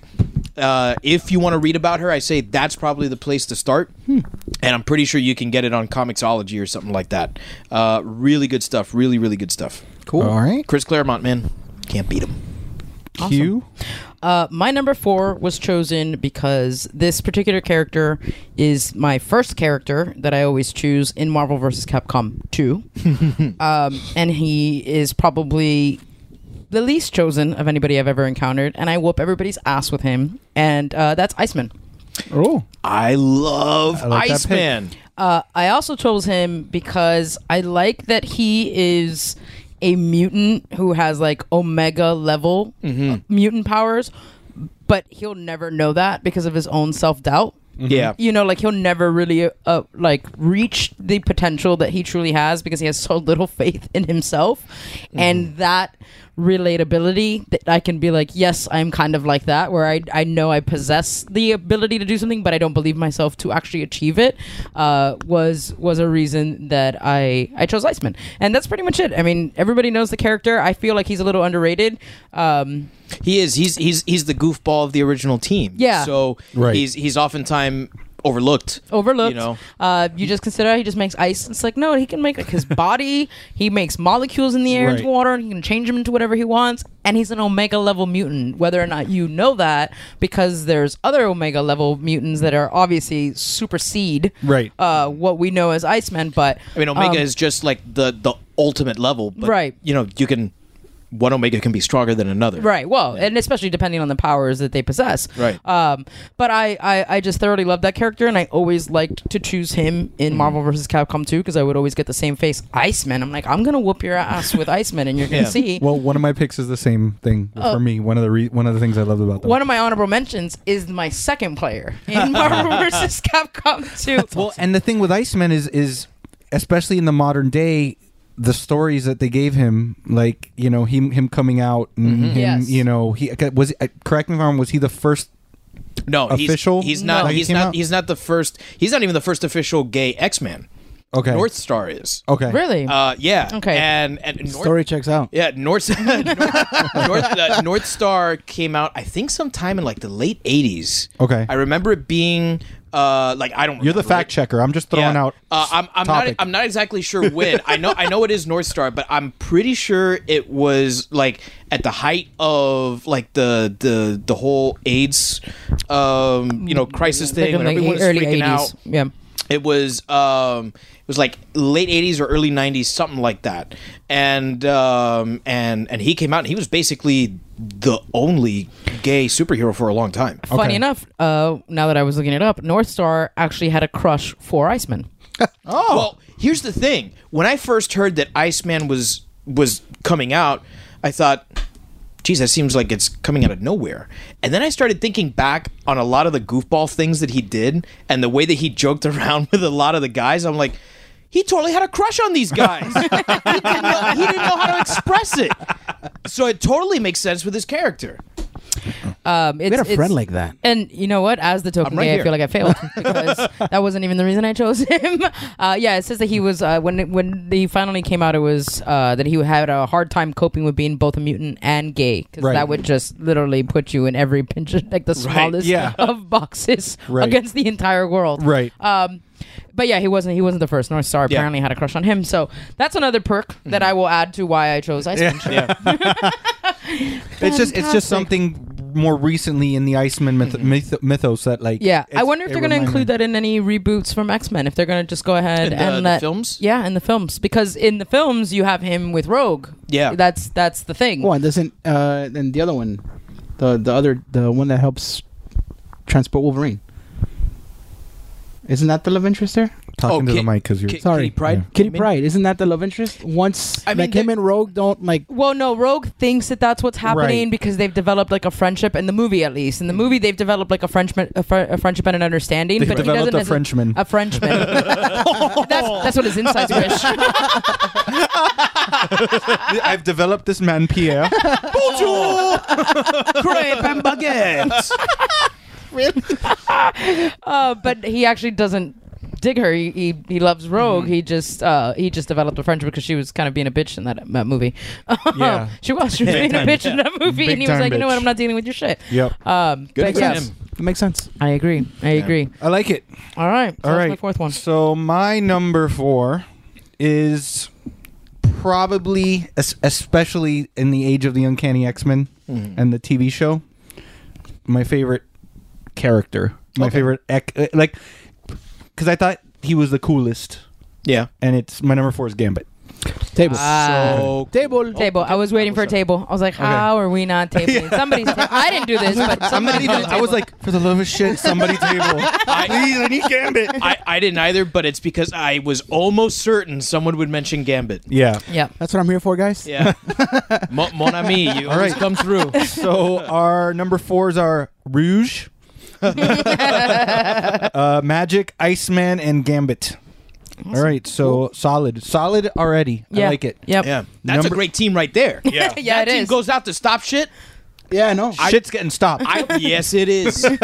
Speaker 2: Uh, if you want to read about her, I say that's probably the place to start.
Speaker 3: Hmm.
Speaker 2: And I'm pretty sure you can get it on Comixology or something like that. Uh, really good stuff. Really, really good stuff.
Speaker 6: cool. All right.
Speaker 2: Chris Claremont, man, can't beat him.
Speaker 3: Q.
Speaker 4: Uh, my number four was chosen because this particular character is my first character that I always choose in Marvel vs. Capcom 2. um, and he is probably the least chosen of anybody I've ever encountered. And I whoop everybody's ass with him. And uh, that's Iceman.
Speaker 3: Oh,
Speaker 2: I love
Speaker 3: like that pick.
Speaker 2: Iceman.
Speaker 4: Uh, I also chose him because I like that he is a mutant who has like omega level uh, mutant powers, but he'll never know that because of his own self doubt.
Speaker 3: Mm-hmm.
Speaker 2: Yeah.
Speaker 4: You know, like he'll never really uh, like reach the potential that he truly has because he has so little faith in himself, and that relatability that I can be like, yes, I'm kind of like that, where I I know I possess the ability to do something, but I don't believe myself to actually achieve it. Uh, was was a reason that I I chose Iceman, and that's pretty much it. I mean, everybody knows the character. I feel like he's a little underrated. Um,
Speaker 2: He is. He's he's he's the goofball of the original team.
Speaker 4: Yeah.
Speaker 2: So
Speaker 3: Right.
Speaker 2: he's he's oftentimes overlooked.
Speaker 4: overlooked.
Speaker 2: You know.
Speaker 4: uh, you just consider he just makes ice. It's like no, he can make like his body. He makes molecules in the air into
Speaker 3: Right.
Speaker 4: water, and he can change them into whatever he wants. And he's an omega level mutant, whether or not you know that, because there's other omega level mutants that are obviously supersede
Speaker 3: Right.
Speaker 4: uh, what we know as Iceman. But
Speaker 2: I mean, Omega
Speaker 4: um,
Speaker 2: is just like the the ultimate level. But,
Speaker 4: Right.
Speaker 2: You know, you can one Omega can be stronger than another.
Speaker 4: Right. Well, and especially depending on the powers that they possess.
Speaker 2: Right.
Speaker 4: Um, but I, I, I just thoroughly loved that character, and I always liked to choose him in
Speaker 2: Mm.
Speaker 4: Marvel vs. Capcom 2 because I would always get the same face, Iceman. I'm like, I'm gonna whoop your ass with Iceman, and you're gonna
Speaker 2: Yeah.
Speaker 4: see.
Speaker 3: Well, one of my picks is the same thing
Speaker 2: Oh.
Speaker 3: for me. One of the re- one of the things I loved about them.
Speaker 4: one of my honorable mentions is my second player in Marvel vs. Capcom 2.
Speaker 3: well, and the thing with Iceman is is especially in the modern day, the stories that they gave him, like you know him him coming out and
Speaker 2: Mm-hmm.
Speaker 3: him,
Speaker 4: Yes.
Speaker 3: you know he was uh, correct me if I'm wrong, was he the first
Speaker 2: No. he's-
Speaker 3: Official?
Speaker 2: He's, not.
Speaker 3: No.
Speaker 2: He's
Speaker 3: He came
Speaker 2: not.
Speaker 3: out?
Speaker 2: He's not the first. He's not even the first official gay X Man.
Speaker 3: okay
Speaker 2: North Star is.
Speaker 3: okay
Speaker 4: really?
Speaker 2: Uh, yeah.
Speaker 4: Okay.
Speaker 2: And and North,
Speaker 6: Story checks out.
Speaker 2: Yeah, North North, North, uh, North Star came out I think sometime in like the late '80s.
Speaker 3: Okay.
Speaker 2: I remember it being uh like I don't.
Speaker 3: You're the
Speaker 2: remember
Speaker 3: fact
Speaker 2: it.
Speaker 3: checker. I'm just throwing out.
Speaker 2: Uh, I'm, I'm not.
Speaker 3: topic.
Speaker 2: I'm not exactly sure when. I know. I know it is North Star, but I'm pretty sure it was like at the height of like the the the whole AIDS, um, you know, crisis
Speaker 4: Like
Speaker 2: thing. when
Speaker 4: in the
Speaker 2: everyone was
Speaker 4: early
Speaker 2: freaking
Speaker 4: 80s.
Speaker 2: out.
Speaker 4: Yeah.
Speaker 2: It was um, it was like late '80s or early '90s, something like that. And um, and and he came out and he was basically the only gay superhero for a long time.
Speaker 4: Funny enough, uh, now that I was looking it up, North Star actually had a crush for Iceman.
Speaker 2: Oh. Well, here's the thing. When I first heard that Iceman was was coming out, I thought, geez, that seems like it's coming out of nowhere. And then I started thinking back on a lot of the goofball things that he did and the way that he joked around with a lot of the guys. I'm like, he totally had a crush on these guys. he, didn't know, he didn't know how to express it. So it totally makes sense with his character.
Speaker 4: Um, it's,
Speaker 6: We had a
Speaker 4: it's-
Speaker 6: friend like that.
Speaker 4: And you know what? As the token
Speaker 2: I'm right
Speaker 4: gay,
Speaker 2: here.
Speaker 4: I feel like I failed because that wasn't even the reason I chose him. Uh, yeah, it says that he was uh, when when he finally came out. It was uh, that he had a hard time coping with being both a mutant and gay because
Speaker 3: Right.
Speaker 4: that would just literally put you in every pinch, like the smallest
Speaker 3: yeah.
Speaker 4: of boxes
Speaker 3: Right.
Speaker 4: against the entire world.
Speaker 3: Right.
Speaker 4: Um, but yeah, he wasn't. He wasn't the first. North Star
Speaker 2: Yeah.
Speaker 4: apparently had a crush on him. So that's another perk that I will add to why I chose Iceman.
Speaker 3: it's just it's just something more recently in the Iceman myth-
Speaker 2: Mm-hmm.
Speaker 3: myth- mythos that like
Speaker 4: Yeah, I
Speaker 3: it's
Speaker 4: wonder if
Speaker 3: a
Speaker 4: they're going to
Speaker 3: reminder.
Speaker 4: include that in any reboots from X Men. If they're going to just go ahead
Speaker 2: In the-
Speaker 4: and
Speaker 2: the
Speaker 4: let
Speaker 2: films?
Speaker 4: yeah, in the films, because in the films you have him with Rogue.
Speaker 2: Yeah.
Speaker 4: that's that's the thing.
Speaker 6: Well, and doesn't uh, and the other one, the the other the one that helps transport Wolverine. Isn't that the love interest there?
Speaker 3: talking to
Speaker 2: Ki-
Speaker 3: the mic because you're
Speaker 2: Ki-
Speaker 6: Sorry.
Speaker 2: Kitty Pride.
Speaker 6: Kitty
Speaker 2: I mean-
Speaker 6: Pride, isn't that the love interest? Once
Speaker 2: I
Speaker 6: I
Speaker 2: mean,
Speaker 6: mean, like him
Speaker 2: they-
Speaker 6: and Rogue don't like.
Speaker 4: Well, no, Rogue thinks that that's what's happening
Speaker 3: Right.
Speaker 4: because they've developed like a friendship in the movie, at least. In the movie, they've developed like a Frenchman, a, fr- a friendship and an understanding.
Speaker 3: They've
Speaker 4: but he
Speaker 3: developed
Speaker 4: doesn't
Speaker 3: a
Speaker 4: necess-
Speaker 3: Frenchman.
Speaker 4: A Frenchman. that's, that's what his insides wish.
Speaker 3: I've developed this man Pierre. Bonjour, crepe and baguette.
Speaker 4: Uh, but he actually doesn't dig her. He he, he loves Rogue.
Speaker 3: Mm-hmm.
Speaker 4: He just uh, he just developed a friendship because she was kind of being a bitch in that, that movie.
Speaker 3: Yeah.
Speaker 4: she was. She was being
Speaker 3: time.
Speaker 4: a bitch in that movie,
Speaker 3: Big
Speaker 4: and he was
Speaker 3: time
Speaker 4: like, you know what?
Speaker 3: bitch.
Speaker 4: I'm not dealing with your shit.
Speaker 3: Yep.
Speaker 4: Um,
Speaker 2: Good
Speaker 4: but
Speaker 2: for
Speaker 4: yes,
Speaker 2: him.
Speaker 6: It makes sense.
Speaker 4: I agree. I agree.
Speaker 3: I like it.
Speaker 4: All right. So
Speaker 3: All
Speaker 4: that's
Speaker 3: right.
Speaker 4: my fourth one.
Speaker 3: So my number four is probably, es- especially in the age of the Uncanny X Men and the TV show, my favorite character. My favorite, ec- uh, like, because I thought he was the coolest,
Speaker 2: Yeah.
Speaker 3: and it's my number four is Gambit.
Speaker 6: Table.
Speaker 2: So
Speaker 6: Table.
Speaker 3: Oh.
Speaker 4: Table. I was waiting for a table. I was like, "How are we not tabling? Somebody's. Ta- I didn't do this, but
Speaker 3: I'm not
Speaker 4: somebody's
Speaker 3: even.
Speaker 4: on
Speaker 3: I was
Speaker 4: table.
Speaker 3: like, for the love of shit, somebody table. Please, I need Gambit.
Speaker 2: I, I didn't either, but it's because I was almost certain someone would mention Gambit.
Speaker 3: Yeah.
Speaker 4: "Yeah."
Speaker 6: That's what I'm here for, guys.
Speaker 2: Yeah. Mo- mon ami, you always
Speaker 3: right.
Speaker 2: come through.
Speaker 3: So our number fours are Rouge, uh, Magic, Iceman, and Gambit. All right, so solid, solid already.
Speaker 4: Yeah.
Speaker 3: I like it.
Speaker 4: Yep.
Speaker 2: Yeah. That's
Speaker 3: Number-
Speaker 2: a great team right there. Yeah.
Speaker 4: Yeah,
Speaker 2: that
Speaker 4: it
Speaker 2: team
Speaker 4: is.
Speaker 2: goes out to stop shit.
Speaker 6: Yeah, no.
Speaker 3: Shit's getting stopped.
Speaker 2: I, yes, it is.
Speaker 3: All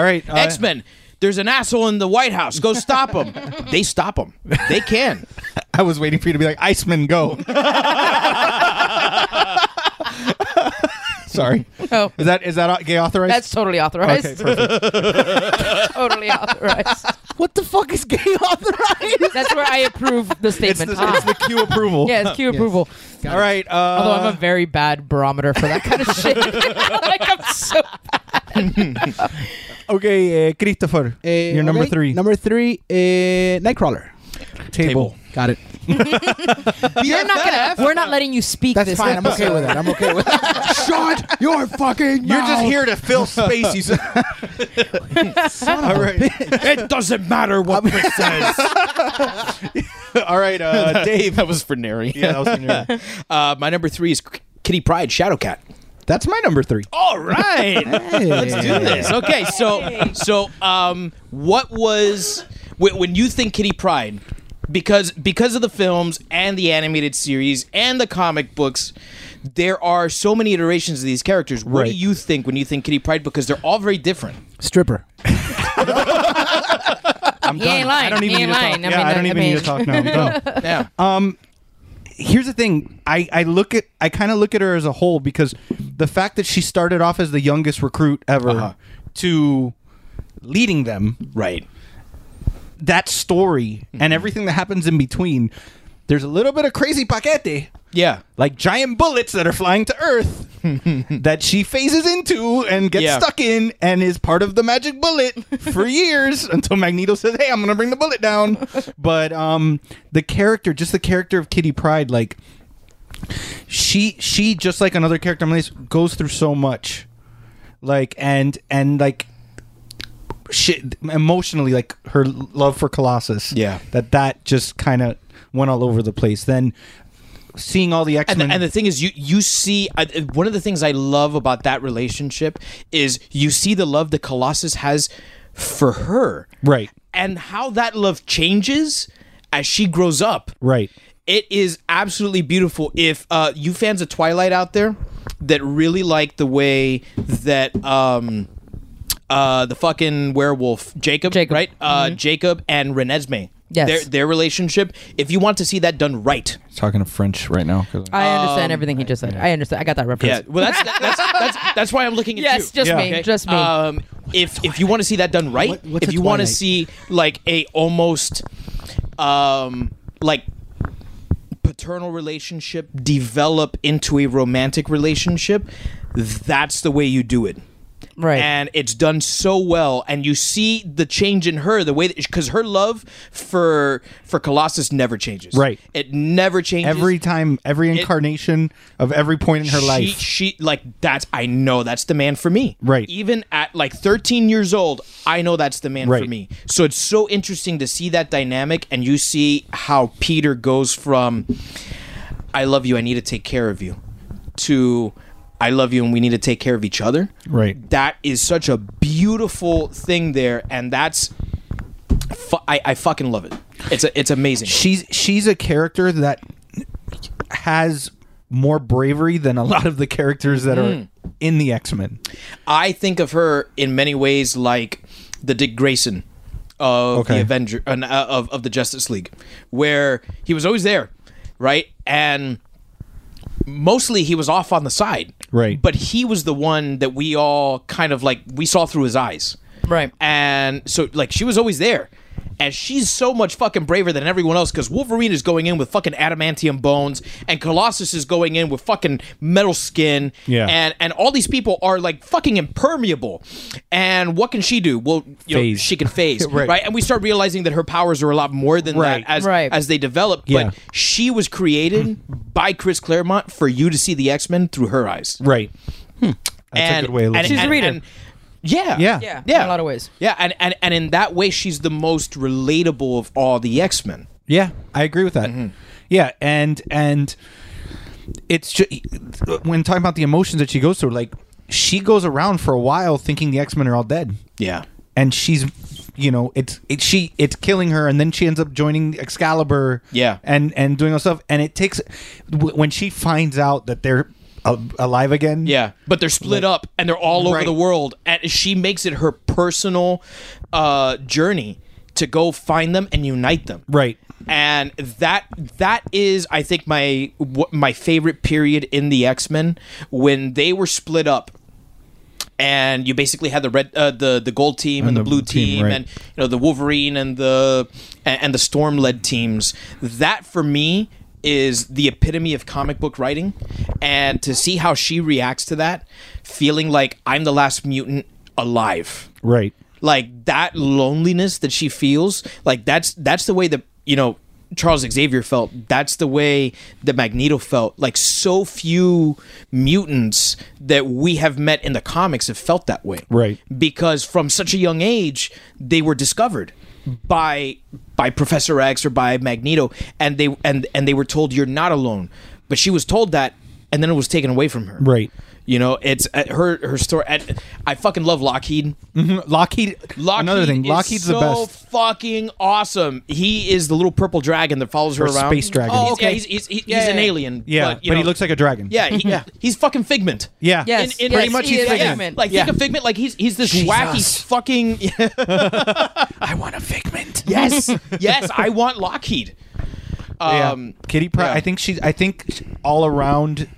Speaker 3: right, uh,
Speaker 2: X Men. There's an asshole in the White House. Go stop him. They stop him. They can.
Speaker 3: I was waiting for you to be like Iceman, go. Sorry,
Speaker 4: Oh,
Speaker 3: is that is that gay authorized?
Speaker 4: that's totally authorized.
Speaker 3: okay, perfect.
Speaker 4: totally authorized.
Speaker 6: What the fuck is gay authorized?
Speaker 4: That's where I approve the
Speaker 3: It's the,
Speaker 4: statement. Ah.
Speaker 3: it's the Q approval.
Speaker 4: Yeah, it's cue approval.
Speaker 3: All right. Uh,
Speaker 4: Although I'm a very bad barometer for that kind of shit. like I'm so
Speaker 3: okay, uh, Christopher,
Speaker 6: Eh,
Speaker 3: you're number
Speaker 6: okay.
Speaker 3: three.
Speaker 6: Number three, uh, Nightcrawler.
Speaker 3: table.
Speaker 6: Got it.
Speaker 4: You're not gonna. We're not letting you speak.
Speaker 6: That's
Speaker 4: this
Speaker 6: fine. I'm okay with that. I'm okay with that. Shut your fucking
Speaker 3: You're just here to fill space. You said. All right.
Speaker 2: It doesn't matter what Rick says.
Speaker 3: All right, uh, Dave.
Speaker 2: that was for Neri.
Speaker 3: Yeah, that was in your-
Speaker 2: Uh, my number three is Kitty Pride, Shadowcat.
Speaker 3: That's my number three.
Speaker 2: All right. Let's do this. Okay, so so um, what was wh- when you think Kitty Pride? Because because of the films and the animated series and the comic books, there are so many iterations of these characters. What do
Speaker 3: Right.
Speaker 2: you think when you think Kitty Pride? Because they're all very different.
Speaker 6: Stripper.
Speaker 3: I'm
Speaker 4: He ain't lying.
Speaker 3: I don't even
Speaker 4: He
Speaker 3: need to
Speaker 4: ain't
Speaker 3: talk.
Speaker 4: lying. I
Speaker 3: yeah,
Speaker 4: mean,
Speaker 3: I don't
Speaker 4: I
Speaker 3: even need to
Speaker 4: mean-
Speaker 3: talk now. I'm done.
Speaker 2: Yeah.
Speaker 3: Um, Here's the thing. I, I look at I kind of look at her as a whole because the fact that she started off as the youngest recruit ever
Speaker 4: Uh-huh.
Speaker 3: to leading them,
Speaker 2: right.
Speaker 3: that story
Speaker 4: Mm-hmm.
Speaker 3: and everything that happens in between. There's a little bit of crazy paquete,
Speaker 2: Yeah.
Speaker 3: like giant bullets that are flying to Earth, that she phases into and gets
Speaker 2: Yeah.
Speaker 3: stuck in, and is part of the magic bullet for years until Magneto says, "Hey, I'm gonna bring the bullet down." But um, the character, just the character of Kitty Pride, like she she just like another character on the list goes through so much, like and and like shit emotionally like her love for colossus
Speaker 2: Yeah.
Speaker 3: that that just kind of went all over the place then seeing all the
Speaker 2: And
Speaker 3: X-Men
Speaker 2: the, and the thing is, you you see I, uh, one of the things I love about that relationship is you see the love that Colossus has for her,
Speaker 3: Right.
Speaker 2: And how that love changes as she grows up,
Speaker 3: Right.
Speaker 2: It is absolutely beautiful. If uh, you fans of Twilight out there that really like the way that um, uh, the fucking werewolf Jacob,
Speaker 4: Jacob. Mm-hmm.
Speaker 2: right? Uh, Jacob and Renesmee.
Speaker 4: Yes.
Speaker 2: Their, their relationship. If you want to see that done right,
Speaker 3: talking to French right now.
Speaker 4: I
Speaker 3: Um,
Speaker 4: understand everything he just said. I understand. I got that
Speaker 2: yeah.
Speaker 4: reference.
Speaker 2: Well, that's that's that's, that's why I'm looking at you.
Speaker 4: Yes, just
Speaker 3: Yeah.
Speaker 4: me.
Speaker 3: Okay.
Speaker 4: Just me.
Speaker 2: Um, if if you want to see that done right,
Speaker 6: What- what's
Speaker 2: if
Speaker 6: a
Speaker 2: you want to
Speaker 6: Twilight?
Speaker 2: see like a almost um like internal relationship develop into a romantic relationship, that's the way you do it.
Speaker 4: Right.
Speaker 2: And it's done so well and you see the change in her the way that cuz her love for for Colossus never changes.
Speaker 3: Right.
Speaker 2: It never changes.
Speaker 3: every time, every incarnation of every point in her
Speaker 2: she,
Speaker 3: life.
Speaker 2: She like that's I know that's the man for me.
Speaker 3: Right.
Speaker 2: Even at like 13 years old, I know that's the man for
Speaker 3: Right.
Speaker 2: me. So it's so interesting to see that dynamic and you see how Peter goes from I love you, I need to take care of you to I love you and we need to take care of each other.
Speaker 3: Right.
Speaker 2: That is such a beautiful thing there and that's fu- I, I fucking love it. It's a, it's amazing.
Speaker 3: she's she's a character that has more bravery than a lot of the characters that
Speaker 2: Mm-hmm.
Speaker 3: are in the X Men.
Speaker 2: I think of her in many ways like the Dick Grayson of
Speaker 3: Okay.
Speaker 2: the Avenger uh, of of the Justice League, where he was always there, right? And mostly he was off on the side,
Speaker 3: Right.
Speaker 2: But he was the one that we all kind of like we saw through his eyes,
Speaker 4: Right.
Speaker 2: And so like she was always there. And she's so much fucking braver than everyone else because Wolverine is going in with fucking adamantium bones, and Colossus is going in with fucking metal skin,
Speaker 3: Yeah.
Speaker 2: and and all these people are like fucking impermeable. And what can she do? Well, you know,
Speaker 3: Phase.
Speaker 2: she can phase,
Speaker 3: Right.
Speaker 2: right. And we start realizing that her powers are a lot more than
Speaker 3: Right.
Speaker 2: that as
Speaker 4: Right.
Speaker 2: as they develop.
Speaker 3: Yeah.
Speaker 2: But she was created by Chris Claremont for you to see the X Men through her eyes.
Speaker 3: Right. That's a
Speaker 2: and,
Speaker 3: good way of
Speaker 2: and,
Speaker 3: looking at
Speaker 4: She's
Speaker 2: and-
Speaker 4: a reader.
Speaker 2: and- yeah.
Speaker 3: Yeah.
Speaker 4: yeah,
Speaker 2: Yeah.
Speaker 4: in a lot of ways.
Speaker 2: Yeah, and, and, and in that way, she's the most relatable of all the X Men.
Speaker 3: Yeah, I agree with
Speaker 2: Mm-hmm.
Speaker 3: that. Yeah, and and it's just when talking about the emotions that she goes through, like she goes around for a while thinking the X Men are all dead.
Speaker 2: Yeah.
Speaker 3: and she's you know it's it, she it's killing her and then she ends up joining excalibur
Speaker 2: Yeah.
Speaker 3: and and doing all stuff and it takes w- when she finds out that they're a- alive again
Speaker 2: Yeah, but they're split up and they're all over
Speaker 3: Right.
Speaker 2: the world. And she makes it her personal uh, journey to go find them and unite them.
Speaker 3: right
Speaker 2: And that that is, I think, my what, my favorite period in the X Men when they were split up. And you basically had the red, uh, the the gold team and, the, blue team,
Speaker 3: right.
Speaker 2: and you know the Wolverine and the and, and the Storm led teams. That for me is the epitome of comic book writing, and to see how she reacts to that, feeling like I'm the last mutant alive
Speaker 3: right
Speaker 2: like that loneliness that she feels like that's that's the way that you know charles xavier felt that's the way that magneto felt like so few mutants that we have met in the comics have felt that way
Speaker 3: Right.
Speaker 2: because from such a young age they were discovered by by professor x or by magneto and they and and they were told you're not alone but she was told that and then it was taken away from her
Speaker 3: Right.
Speaker 2: you know it's uh, her her story and i fucking love lockheed
Speaker 3: lockheed,
Speaker 2: Lockheed
Speaker 3: another thing
Speaker 2: is
Speaker 3: lockheed's
Speaker 2: so
Speaker 3: the best
Speaker 2: Fucking awesome! He is the little purple dragon that follows her
Speaker 3: Or
Speaker 2: around.
Speaker 3: space dragon.
Speaker 2: Oh,
Speaker 3: He's
Speaker 2: okay.
Speaker 4: gay.
Speaker 2: He's, he's, he's,
Speaker 4: Yeah,
Speaker 2: an
Speaker 4: yeah, yeah.
Speaker 2: alien.
Speaker 3: yeah but,
Speaker 2: but, you know,
Speaker 3: he looks like a dragon
Speaker 2: yeah, he, yeah. He's fucking Figment.
Speaker 3: yeah
Speaker 4: Yes.
Speaker 2: In- in-
Speaker 4: yes,
Speaker 2: pretty much
Speaker 4: he
Speaker 2: he's
Speaker 4: is
Speaker 2: like,
Speaker 4: Figment.
Speaker 2: like
Speaker 3: Yeah.
Speaker 2: think of Figment, like he's he's this wacky fucking
Speaker 3: i want a figment
Speaker 2: yes yes I want Lockheed. Um,
Speaker 3: yeah kitty Pryde.
Speaker 2: yeah.
Speaker 3: i think she's i think all around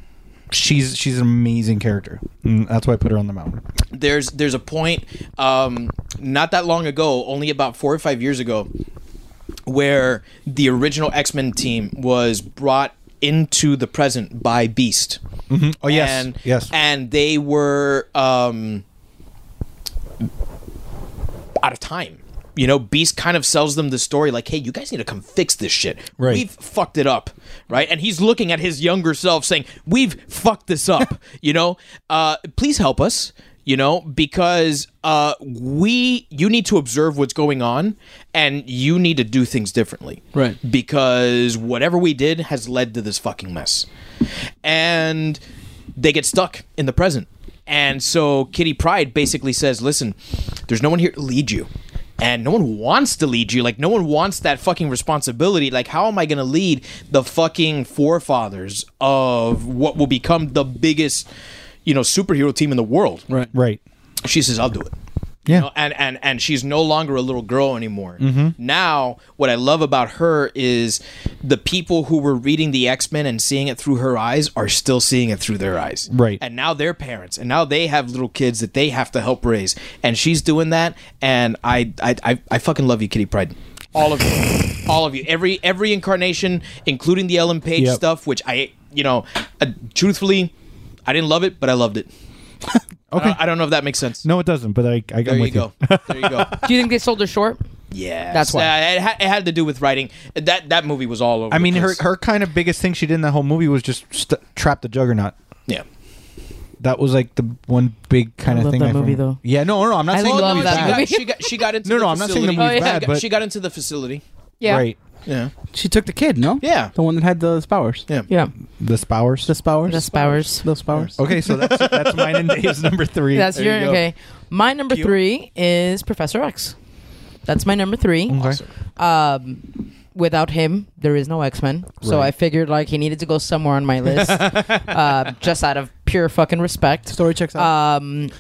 Speaker 3: she's she's an amazing character Mm, that's why i put her on the mountain
Speaker 2: there's there's a point um, not that long ago, only about four or five years ago, where the original X Men team was brought into the present by Beast.
Speaker 3: oh yes
Speaker 2: and,
Speaker 3: yes
Speaker 2: and they were um, out of time. You know, Beast kind of sells them the story like, "Hey, you guys need to come fix this shit.
Speaker 3: Right.
Speaker 2: We've fucked it up, right?" And he's looking at his younger self, saying, "We've fucked this up. you know, uh, please help us. You know, because uh, we, you need to observe what's going on, and you need to do things differently,
Speaker 6: Right.
Speaker 2: Because whatever we did has led to this fucking mess." and they get stuck in the present. And so Kitty Pride basically says, "Listen, there's no one here to lead you." And no one wants to lead you. Like no one wants that fucking responsibility. Like how am I going to lead the fucking forefathers of what will become the biggest, you know, superhero team in the world?
Speaker 6: Right.
Speaker 3: right
Speaker 2: She says, "I'll do it."
Speaker 3: yeah Mm-hmm.
Speaker 2: know, and and and she's no longer a little girl anymore. Now, what I love about her is the people who were reading the X Men and seeing it through her eyes are still seeing it through their eyes.
Speaker 3: Right.
Speaker 2: And now they're parents, and now they have little kids that they have to help raise, and she's doing that. And I I I, I fucking love you, Kitty Pride. all of you, all of you, every every incarnation, including the Ellen Page
Speaker 3: Yep.
Speaker 2: stuff, which I, you know, uh, truthfully, I didn't love it, but I loved it. okay, I don't, I don't know if that makes sense.
Speaker 3: No, it doesn't. But I, I
Speaker 2: there
Speaker 3: am
Speaker 2: you
Speaker 3: with
Speaker 2: go. there you go.
Speaker 4: Do you think they sold her short?
Speaker 2: Yeah,
Speaker 4: That's why.
Speaker 2: it, ha- it had to do with writing. That that movie was all over.
Speaker 3: I
Speaker 2: the
Speaker 3: mean, her
Speaker 2: place.
Speaker 3: her kind of biggest thing she did in that whole movie was just st- trap the juggernaut.
Speaker 2: yeah.
Speaker 3: That was like the one big kind of
Speaker 4: love
Speaker 3: thing.
Speaker 4: that
Speaker 3: I
Speaker 4: movie,
Speaker 3: found-
Speaker 4: though.
Speaker 3: Yeah, no, no, I'm not
Speaker 4: I
Speaker 3: saying
Speaker 4: love
Speaker 3: the movie's
Speaker 4: that
Speaker 2: she,
Speaker 3: bad.
Speaker 4: movie.
Speaker 2: got, she got she got into
Speaker 3: No,
Speaker 2: the
Speaker 3: no, I'm not saying
Speaker 2: facility.
Speaker 3: the movie's
Speaker 4: Oh, yeah.
Speaker 3: bad, but
Speaker 2: she got into the facility.
Speaker 4: Yeah.
Speaker 3: right,
Speaker 2: Yeah,
Speaker 6: She took the kid, no?
Speaker 2: Yeah.
Speaker 6: The one that had those powers.
Speaker 2: yeah.
Speaker 4: Yeah.
Speaker 3: the spowers.
Speaker 6: Those powers.
Speaker 4: That's Bowers.
Speaker 6: Those powers.
Speaker 3: Okay, so that's that's mine and Dave's number three.
Speaker 4: That's
Speaker 3: There you
Speaker 4: your
Speaker 3: go.
Speaker 4: okay. My number three is Professor X. That's my number three.
Speaker 3: Okay.
Speaker 4: Um, without him, there is no X Men. So
Speaker 3: Right.
Speaker 4: I figured like he needed to go somewhere on my list, uh, just out of pure fucking respect.
Speaker 6: Story checks out.
Speaker 4: Um,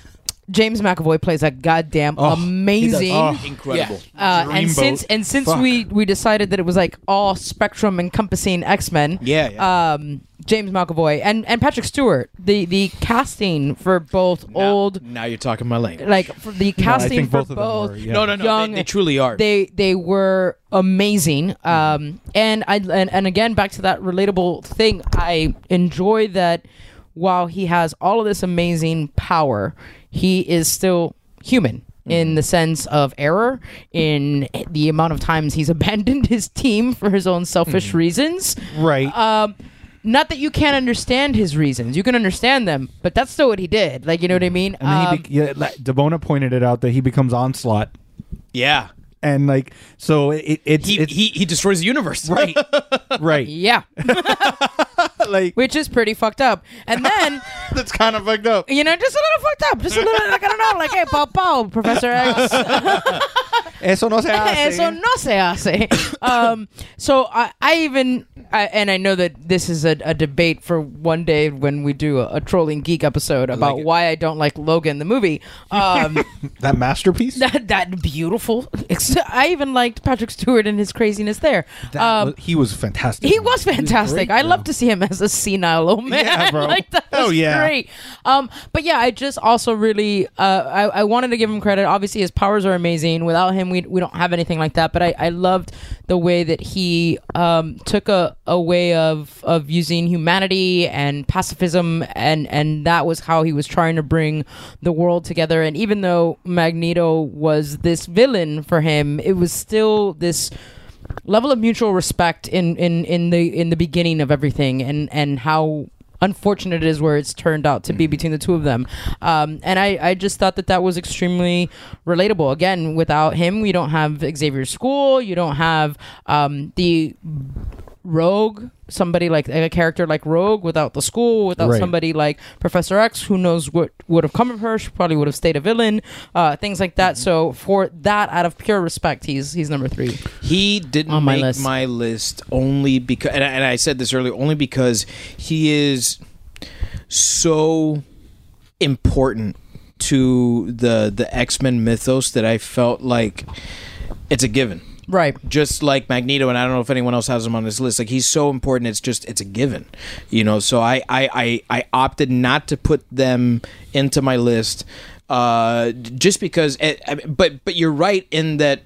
Speaker 4: James McAvoy plays a goddamn
Speaker 3: Oh, he does.
Speaker 4: amazing.
Speaker 3: Oh.
Speaker 2: Incredible.
Speaker 4: Uh, and
Speaker 3: Dreamboat.
Speaker 4: since and since
Speaker 3: Fuck.
Speaker 4: we we decided that it was like all spectrum encompassing X Men,
Speaker 2: Yeah, yeah.
Speaker 4: Um, James McAvoy and and Patrick Stewart, the the casting for both
Speaker 2: Now-
Speaker 4: old
Speaker 2: Now you're talking my language.
Speaker 4: like for the
Speaker 3: No, I
Speaker 4: casting
Speaker 3: think
Speaker 4: for
Speaker 3: both of them
Speaker 4: both.
Speaker 3: were, yeah.
Speaker 2: no, no, no.
Speaker 4: young-
Speaker 2: They, they truly are.
Speaker 4: They they were amazing. Um, and I and, and again back to that relatable thing. I enjoy that while he has all of this amazing power, he is still human.
Speaker 2: Mm-hmm.
Speaker 4: In the sense of error, in the amount of times he's abandoned his team for his own selfish
Speaker 2: Mm-hmm.
Speaker 4: reasons,
Speaker 3: Right.
Speaker 4: um, not that you can't understand his reasons, you can understand them, but that's still what he did. Like you know what I
Speaker 2: Mm-hmm.
Speaker 4: mean?
Speaker 3: and then
Speaker 4: Um,
Speaker 3: he be- yeah, like, Debona pointed it out that he becomes onslaught,
Speaker 2: yeah.
Speaker 3: and like so it, it's
Speaker 2: He,
Speaker 3: it's
Speaker 2: he he destroys the universe.
Speaker 3: right, right,
Speaker 4: yeah,
Speaker 3: like
Speaker 4: which is pretty fucked up. And then
Speaker 3: that's kind of fucked up.
Speaker 4: You know, just a little fucked up. Just a little, like, I don't know, like, hey, Paul, Paul, Professor X.
Speaker 3: Eso no se hace.
Speaker 4: Eso no se hace. Um, so I, I even, I, and I know that this is a, a debate for one day when we do a, a Trolling Geek episode about
Speaker 2: it.
Speaker 4: why I don't like Logan the movie. Um,
Speaker 3: that masterpiece.
Speaker 4: that, that beautiful. I even liked Patrick Stewart and his craziness there.
Speaker 3: That
Speaker 4: Um,
Speaker 3: was- he was fantastic.
Speaker 4: He was fantastic. I love to see him as a senile old man.
Speaker 3: Yeah, bro.
Speaker 4: like that
Speaker 3: Hell
Speaker 4: was
Speaker 3: yeah.
Speaker 4: great. Um, but yeah, I just also really uh, I, I wanted to give him credit. Obviously, his powers are amazing. Without him, we, we don't have anything like that. But I, I loved the way that he um, took a, a way of of using humanity and pacifism, and and that was how he was trying to bring the world together. And even though Magneto was this villain for him, it was still this level of mutual respect in in in the in the beginning of everything and and how unfortunate it is where it's turned out to be between the two of them um, and I, I just thought that that was extremely relatable again without him we don't have xavier school you don't have um, the rogue somebody like a character like rogue without the school without
Speaker 3: Right.
Speaker 4: somebody like professor x who knows what would have come of her she probably would have stayed a villain uh, things like that so for that out of pure respect he's he's number three
Speaker 2: He didn't
Speaker 4: On my
Speaker 2: make
Speaker 4: list.
Speaker 2: my list only because, and I, and I said this earlier, only because he is so important to the the X Men mythos that I felt like it's a given.
Speaker 4: right
Speaker 2: Just like Magneto, and I don't know if anyone else has him on this list. Like he's so important, it's just it's a given, you know. So I I I, I opted not to put them into my list, uh, just because. It, I- but but you're right in that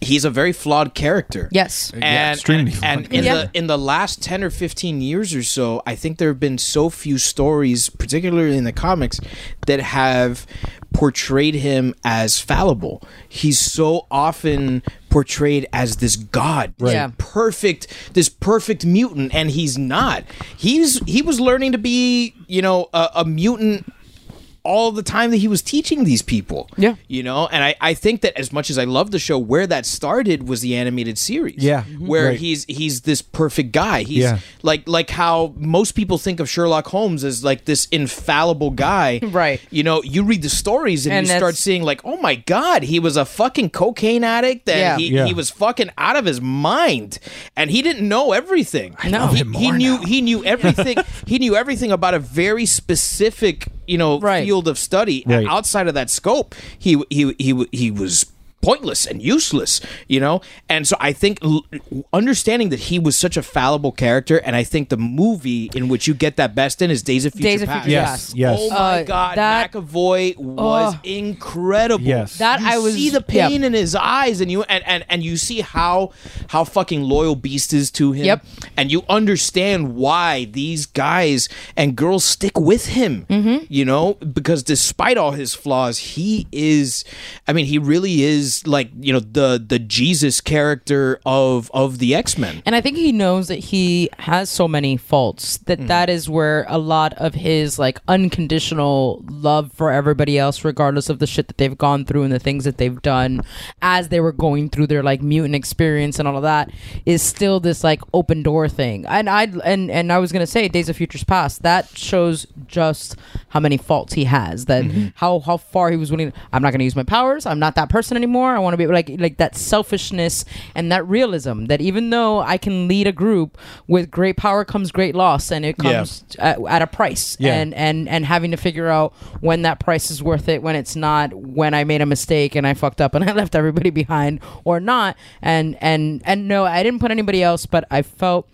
Speaker 2: he's a very flawed character.
Speaker 4: Yes.
Speaker 2: and
Speaker 3: extremely
Speaker 2: and-
Speaker 3: flawed
Speaker 2: and in
Speaker 4: character.
Speaker 2: the in the last ten or fifteen years or so, I think there have been so few stories, particularly in the comics, that have portrayed him as fallible. He's so often portrayed as this god, this
Speaker 4: Yeah.
Speaker 2: perfect, this perfect mutant, and he's not. He's he was learning to be, you know, a, a mutant all the time that he was teaching these people.
Speaker 4: Yeah.
Speaker 2: You know, and I, I think that as much as I love the show, where that started was the animated series.
Speaker 3: Yeah.
Speaker 2: Where
Speaker 3: Right.
Speaker 2: he's he's this perfect guy. He's
Speaker 3: Yeah.
Speaker 2: like like how most people think of Sherlock Holmes as like this infallible guy.
Speaker 4: Right.
Speaker 2: You know, you read the stories and,
Speaker 4: And
Speaker 2: you start
Speaker 4: that's-
Speaker 2: seeing like, oh my God, he was a fucking cocaine addict and
Speaker 4: Yeah.
Speaker 2: he,
Speaker 3: Yeah.
Speaker 2: he was fucking out of his mind. And he didn't know everything.
Speaker 4: know
Speaker 2: he,
Speaker 4: him
Speaker 2: he
Speaker 3: more
Speaker 2: knew
Speaker 3: now.
Speaker 2: he knew everything he knew everything about a very specific, you know,
Speaker 4: Right.
Speaker 2: field of study
Speaker 3: Right.
Speaker 2: outside of that scope he he he he was pointless and useless, you know? And so I think l- understanding that he was such a fallible character, and I think the movie in which you get that best in is Days of Future
Speaker 4: Days of
Speaker 2: Past.
Speaker 4: Future
Speaker 3: Yes,
Speaker 4: Past.
Speaker 3: yes.
Speaker 2: Oh my
Speaker 4: Uh,
Speaker 2: God,
Speaker 4: that-
Speaker 2: McAvoy was
Speaker 4: Oh.
Speaker 2: incredible.
Speaker 3: Yes.
Speaker 4: That
Speaker 2: You
Speaker 4: I was-
Speaker 2: see the
Speaker 4: yeah.
Speaker 2: pain in his eyes, and you and, and and you see how how fucking loyal Beast is to him.
Speaker 4: Yep.
Speaker 2: And you understand why these guys and girls stick with him. Mm-hmm. You know, because despite all his flaws, he is. I mean, he really is like you know the the Jesus character of of the X Men.
Speaker 4: And I think he knows that he has so many faults that that is where a lot of his like unconditional love for everybody else, regardless of the shit that they've gone through and the things that they've done as they were going through their like mutant experience and all of that, is still this like open door thing. And I and and I was gonna say Days of Futures Past that shows just how many faults he has, that how how far he was willing. I'm not gonna use my powers. I'm not that person anymore. I want to be like like that selfishness and that realism that even though I can lead a group with great power comes great loss and it comes at, uh, at a price
Speaker 3: Yeah.
Speaker 4: and and and having to figure out when that price is worth it when it's not when I made a mistake and I fucked up and I left everybody behind or not and and and no I didn't put anybody else but I felt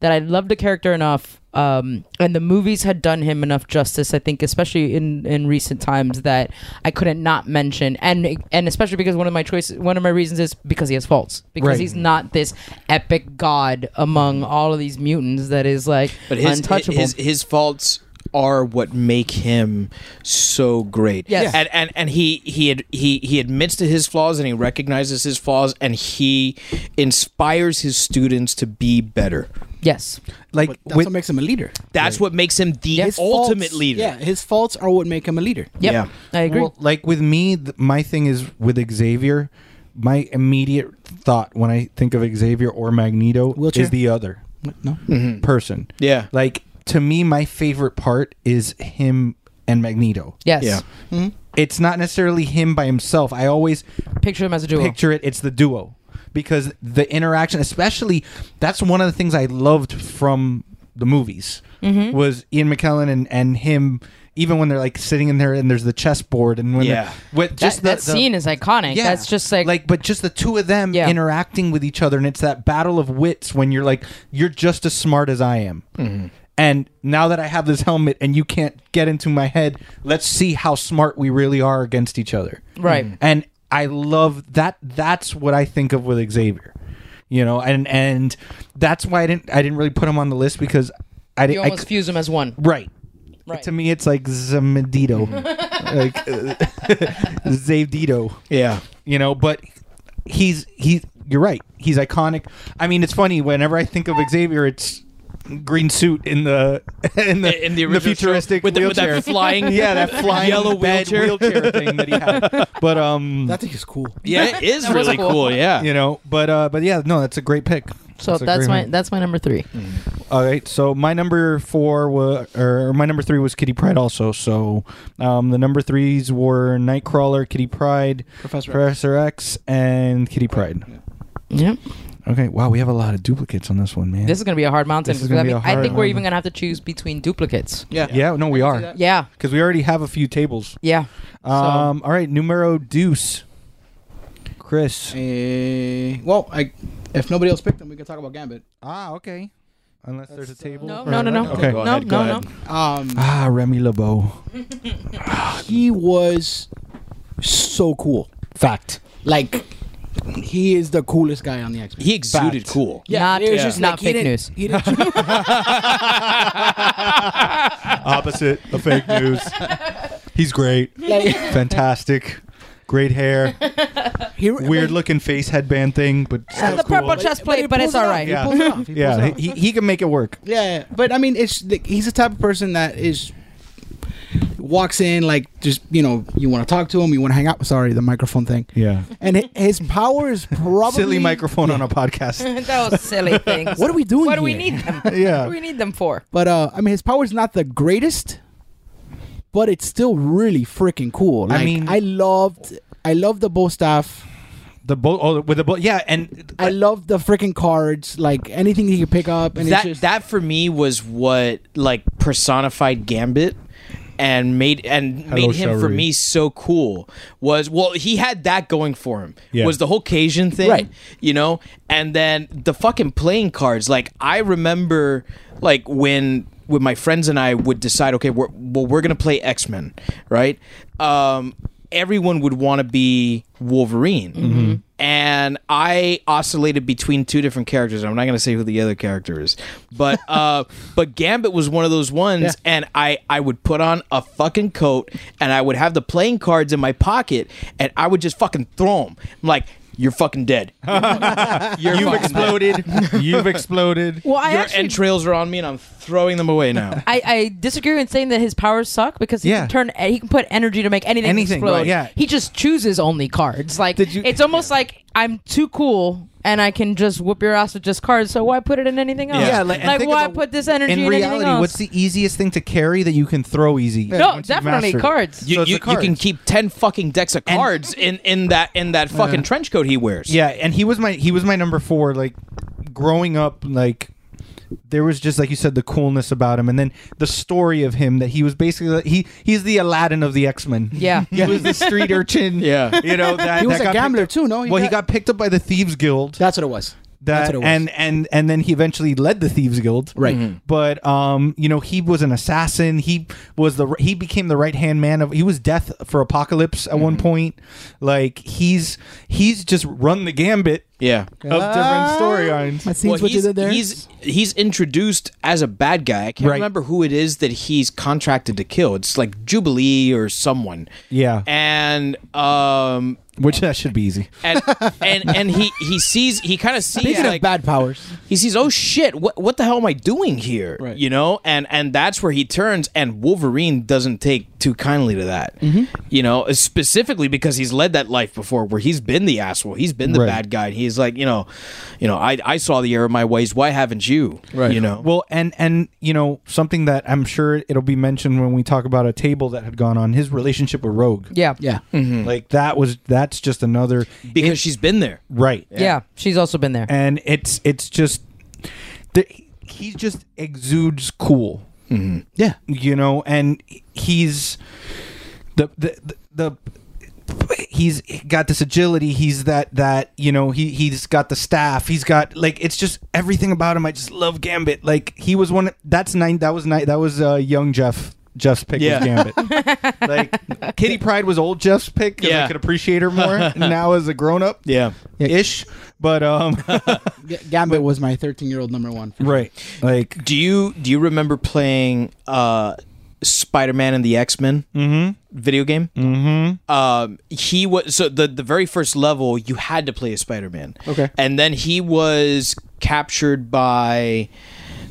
Speaker 4: that I loved the character enough um, and the movies had done him enough justice I think especially in in recent times that I couldn't not mention and and especially because one of my choices one of my reasons is because he has faults because
Speaker 3: Right.
Speaker 4: he's not this epic god among all of these mutants that is like
Speaker 2: But his,
Speaker 4: untouchable
Speaker 2: his his faults are what make him so great.
Speaker 4: Yes. Yeah.
Speaker 2: And and and he he ad, he he admits to his flaws and he recognizes his flaws and he inspires his students to be better.
Speaker 4: yes
Speaker 3: like
Speaker 6: But that's
Speaker 3: with,
Speaker 6: what makes him a leader.
Speaker 2: That's what makes him the
Speaker 6: His
Speaker 2: ultimate
Speaker 6: faults-
Speaker 2: leader.
Speaker 6: Yeah, his faults are what make him a leader.
Speaker 4: Yep.
Speaker 2: Yeah.
Speaker 4: I agree.
Speaker 3: Well, like with me, th- my thing is with Xavier. My immediate thought when I think of Xavier or Magneto
Speaker 6: Wheelchair?
Speaker 3: is the other
Speaker 6: No,
Speaker 3: person.
Speaker 2: Yeah.
Speaker 3: Like to me, my favorite part is him and Magneto.
Speaker 4: yes.
Speaker 2: Yeah.
Speaker 3: It's not necessarily him by himself. I always
Speaker 4: Picture him as a duo.
Speaker 3: picture it it's the duo because the interaction especially that's one of the things i loved from the movies
Speaker 4: Mm-hmm.
Speaker 3: was ian mckellen and, and him even when they're like sitting in there and there's the chessboard and when
Speaker 2: Yeah.
Speaker 3: they're- with
Speaker 4: That,
Speaker 3: just the,
Speaker 4: that
Speaker 3: the-
Speaker 4: scene is iconic. That's just like,
Speaker 3: like but just the two of them
Speaker 4: Yeah.
Speaker 3: interacting with each other and it's that battle of wits when you're like you're just as smart as i am and now that i have this helmet and you can't get into my head let's see how smart we really are against each other
Speaker 4: Right.
Speaker 3: and i love that that's what i think of with xavier you know and and that's why i didn't i didn't really put him on the list because i
Speaker 4: you
Speaker 3: didn't I
Speaker 4: almost
Speaker 3: c-
Speaker 4: fuse him as one.
Speaker 3: right
Speaker 4: Right.
Speaker 3: to me it's like zamedito
Speaker 2: Mm-hmm.
Speaker 3: like uh, zavdito
Speaker 2: Yeah.
Speaker 3: you know but he's he you're right he's iconic i mean it's funny whenever i think of xavier it's green suit in the in the,
Speaker 2: In the original show,
Speaker 3: futuristic
Speaker 2: with the- with that
Speaker 3: wheelchair
Speaker 2: flying-
Speaker 3: yeah that flying
Speaker 2: yellow
Speaker 3: bed
Speaker 2: wheelchair.
Speaker 3: wheelchair thing that he had but um
Speaker 6: I think it's cool.
Speaker 2: Yeah, it is
Speaker 4: was
Speaker 2: really
Speaker 4: cool.
Speaker 2: cool. Yeah.
Speaker 3: you know but uh but yeah no that's a great pick
Speaker 4: So
Speaker 3: a
Speaker 4: that's
Speaker 3: great
Speaker 4: my
Speaker 3: one.
Speaker 4: that's my number three.
Speaker 3: all right so my number four was or my number three was kitty pride also so um the number threes were nightcrawler kitty pride
Speaker 6: Professor X.
Speaker 3: professor x and kitty pride
Speaker 4: Yep.
Speaker 3: okay wow we have a lot of duplicates on this one man
Speaker 4: This is gonna be a hard mountain.
Speaker 3: This is
Speaker 4: 'cause
Speaker 3: gonna
Speaker 4: I,
Speaker 3: be a
Speaker 4: mean, I
Speaker 3: hard
Speaker 4: think we're
Speaker 3: one.
Speaker 4: even gonna have to choose between duplicates.
Speaker 6: Yeah.
Speaker 3: yeah no we are
Speaker 4: Yeah.
Speaker 3: because we already have a few tables
Speaker 4: Yeah.
Speaker 3: um all right numero deuce chris
Speaker 6: Eh, well, I, if nobody else picked him, we can talk about Gambit.
Speaker 3: ah okay unless there's a table
Speaker 4: uh, No,
Speaker 3: or-
Speaker 4: Oh, no, no, no.
Speaker 3: okay
Speaker 2: Go
Speaker 4: No,
Speaker 2: ahead, go
Speaker 4: no,
Speaker 2: ahead.
Speaker 4: no.
Speaker 6: Um,
Speaker 3: ah remy lebeau
Speaker 6: he was so cool.
Speaker 3: fact
Speaker 6: Like, he is the coolest guy on the X Men.
Speaker 2: He exuded
Speaker 3: Fact.
Speaker 2: cool.
Speaker 4: Not-
Speaker 6: it was
Speaker 4: yeah.
Speaker 6: just
Speaker 4: not
Speaker 6: like, he
Speaker 4: fake
Speaker 6: didn't-
Speaker 4: news.
Speaker 6: He didn't,
Speaker 3: opposite of fake news. He's great.
Speaker 6: like,
Speaker 3: Fantastic. Great hair.
Speaker 6: he,
Speaker 3: Weird looking face headband thing, but still
Speaker 4: The
Speaker 3: cool.
Speaker 4: purple chest plate, but,
Speaker 6: he
Speaker 4: it's
Speaker 6: pulls
Speaker 4: all
Speaker 6: it off.
Speaker 4: right.
Speaker 6: He
Speaker 3: Yeah.
Speaker 6: pulls it off. He pulls it
Speaker 3: Yeah,
Speaker 6: off.
Speaker 3: he, he can make it work.
Speaker 6: Yeah, but I mean, it's like, he's the type of person that is walks in like just you know you want to talk to him, you want to hang out. Sorry, the microphone thing.
Speaker 3: Yeah.
Speaker 6: and hi- his power is probably
Speaker 3: Silly microphone on a podcast.
Speaker 4: Those silly things.
Speaker 6: What are we doing?
Speaker 4: What do we
Speaker 6: here?
Speaker 4: need them?
Speaker 3: Yeah.
Speaker 4: What do we need them for?
Speaker 6: But uh, I mean, his power is not the greatest, but it's still really freaking cool.
Speaker 3: I
Speaker 6: Like, I
Speaker 3: mean-
Speaker 6: mean, I loved, I loved the bow staff.
Speaker 3: The boat oh, with the boat. Yeah, and
Speaker 6: I loved the freaking cards. Like anything he could pick up, and
Speaker 2: that
Speaker 6: it's just,
Speaker 2: that for me was what like personified Gambit and made and made him for
Speaker 3: Shaori.
Speaker 2: me so cool was well he had that going for him
Speaker 3: Yeah.
Speaker 2: was the whole Cajun thing
Speaker 6: Right.
Speaker 2: you know and then the fucking playing cards like I remember like when when my friends and I would decide okay we're, well we're gonna play X Men right um everyone would want to be Wolverine and I oscillated between two different characters I'm not gonna say who the other character is but uh but Gambit was one of those ones
Speaker 6: Yeah.
Speaker 2: and I I would put on a fucking coat and I would have the playing cards in my pocket and I would just fucking throw them I'm like you're fucking dead. You're fucking
Speaker 3: You've
Speaker 2: dead.
Speaker 3: exploded. You've exploded.
Speaker 4: Well, I
Speaker 2: Your
Speaker 4: actually
Speaker 2: entrails are on me, and I'm throwing them away now.
Speaker 4: I, I disagree in saying that his powers suck because he
Speaker 3: Yeah.
Speaker 4: can turn he can put energy to make anything,
Speaker 3: Anything,
Speaker 4: explode.
Speaker 3: right, yeah.
Speaker 4: He just chooses only cards. Like
Speaker 3: Did you-
Speaker 4: it's almost like I'm too cool and I can just whoop your ass with just cards. So why put it in anything else?
Speaker 3: Yeah, like-
Speaker 4: like,
Speaker 3: and think
Speaker 4: why
Speaker 3: about-
Speaker 4: put this energy in,
Speaker 3: In
Speaker 4: anything
Speaker 3: reality,
Speaker 4: else?
Speaker 3: what's the easiest thing to carry that you can throw easy?
Speaker 4: no,
Speaker 3: Once you've
Speaker 4: definitely
Speaker 3: mastered it.
Speaker 4: cards.
Speaker 2: You,
Speaker 3: So it's
Speaker 2: you,
Speaker 3: the
Speaker 2: you can
Speaker 3: cards.
Speaker 2: keep ten fucking decks of cards in, in that in that fucking trench coat he wears.
Speaker 3: Yeah, and he was my he was my number four. Like growing up, like there was just like you said the coolness about him, and then the story of him that he was basically he he's the Aladdin of the X Men.
Speaker 4: Yeah.
Speaker 3: he was the street urchin.
Speaker 2: Yeah.
Speaker 3: you know that
Speaker 6: He was
Speaker 3: that
Speaker 6: a
Speaker 3: got
Speaker 6: gambler
Speaker 3: picked up-
Speaker 6: too, no? He
Speaker 3: well, he
Speaker 6: got-
Speaker 3: got picked up by the thieves guild.
Speaker 6: That's what it was. That's
Speaker 3: that
Speaker 6: what it was.
Speaker 3: and and and then he eventually led the thieves guild
Speaker 6: Right. Mhm.
Speaker 3: but um you know he was an assassin he was the he became the right hand man of he was death for apocalypse at one point like he's he's just run the gambit
Speaker 2: yeah.
Speaker 3: of different storylines
Speaker 6: that seems what you
Speaker 2: he's,
Speaker 6: did there.
Speaker 2: he's he's introduced as a bad guy. I can't
Speaker 3: Right.
Speaker 2: remember who it is that he's contracted to kill. It's like Jubilee or someone.
Speaker 3: Yeah.
Speaker 2: and um
Speaker 3: which that should be easy
Speaker 2: and and and he he sees he kind of sees
Speaker 6: Speaking
Speaker 2: like
Speaker 6: of bad powers,
Speaker 2: he sees oh shit what what the hell am i doing here
Speaker 6: Right.
Speaker 2: you know and and that's where he turns and wolverine doesn't take too kindly to that you know specifically because he's led that life before where he's been the asshole he's been the
Speaker 3: Right.
Speaker 2: bad guy and he's like you know you know i i saw the error of my ways why haven't you right you know
Speaker 3: well and and you know something that i'm sure it'll be mentioned when we talk about a table that had gone on his relationship with rogue
Speaker 4: yeah.
Speaker 6: yeah,
Speaker 3: like that was that's just another
Speaker 2: because she's been there
Speaker 3: right
Speaker 4: yeah. She's also been there.
Speaker 3: and it's it's just the, he just exudes cool
Speaker 2: Mm-hmm.
Speaker 6: yeah.
Speaker 3: you know and he's the the the, the he's got this agility he's that that you know he he's got the staff he's got like it's just everything about him i just love gambit like he was one that's nine that was nine that was uh young jeff Jeff's pick
Speaker 2: Yeah.
Speaker 3: was Gambit. like Kitty Pride was old Jeff's pick because I
Speaker 2: Yeah.
Speaker 3: could appreciate her more now as a grown up.
Speaker 2: yeah
Speaker 3: ish. But um,
Speaker 6: G- Gambit was my 13 year old number one.
Speaker 3: right, like
Speaker 2: do you do you remember playing uh spider-man and the x-men video game um, he was so the the very first level you had to play as Spider-Man.
Speaker 6: Okay.
Speaker 2: and then he was captured by,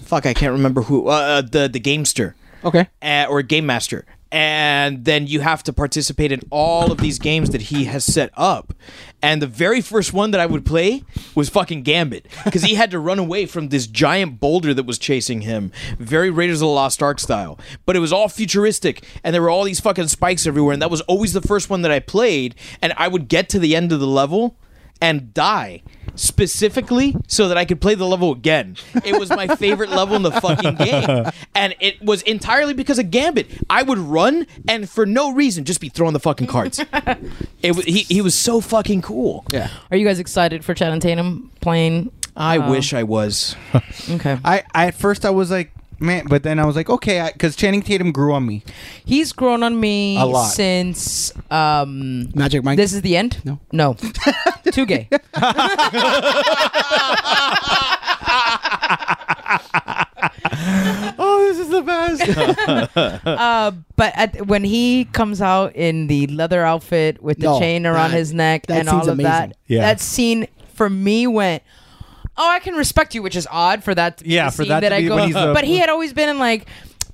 Speaker 2: fuck, I can't remember who, uh, uh, the the gamester,
Speaker 6: Okay.
Speaker 2: uh, or game master, and then you have to participate in all of these games that he has set up. And the very first one that I would play was fucking Gambit because he had to run away from this giant boulder that was chasing him, very Raiders of the Lost Ark style. But it was all futuristic, and there were all these fucking spikes everywhere. And that was always the first one that I played. And I would get to the end of the level and die specifically so that I could play the level again. It was my favorite level in the fucking game. And it was entirely because of Gambit. I would run and for no reason just be throwing the fucking cards. it was, he, he was so fucking cool.
Speaker 6: Yeah.
Speaker 4: Are you guys excited for Chad and Tatum playing?
Speaker 2: I wish I was.
Speaker 4: Okay.
Speaker 3: Uh, I, I at first I was like, man, but then I was like, okay, because Channing Tatum grew on me.
Speaker 4: He's grown on me
Speaker 3: A lot.
Speaker 4: since um
Speaker 6: Magic Mike.
Speaker 4: This is the end?
Speaker 6: No.
Speaker 4: No. Too gay.
Speaker 3: Oh, this is the best.
Speaker 4: But at, when he comes out in the leather outfit with the
Speaker 6: No,
Speaker 4: chain around
Speaker 6: that-
Speaker 4: his neck
Speaker 6: that
Speaker 4: and all of
Speaker 6: scene's amazing.
Speaker 4: that,
Speaker 3: Yeah.
Speaker 4: that scene for me went, "Oh, I can respect you," which is odd for that. To be
Speaker 3: Yeah,
Speaker 4: the
Speaker 3: for
Speaker 4: scene
Speaker 3: that to
Speaker 4: I
Speaker 3: be when he's the-
Speaker 4: but he had always been in like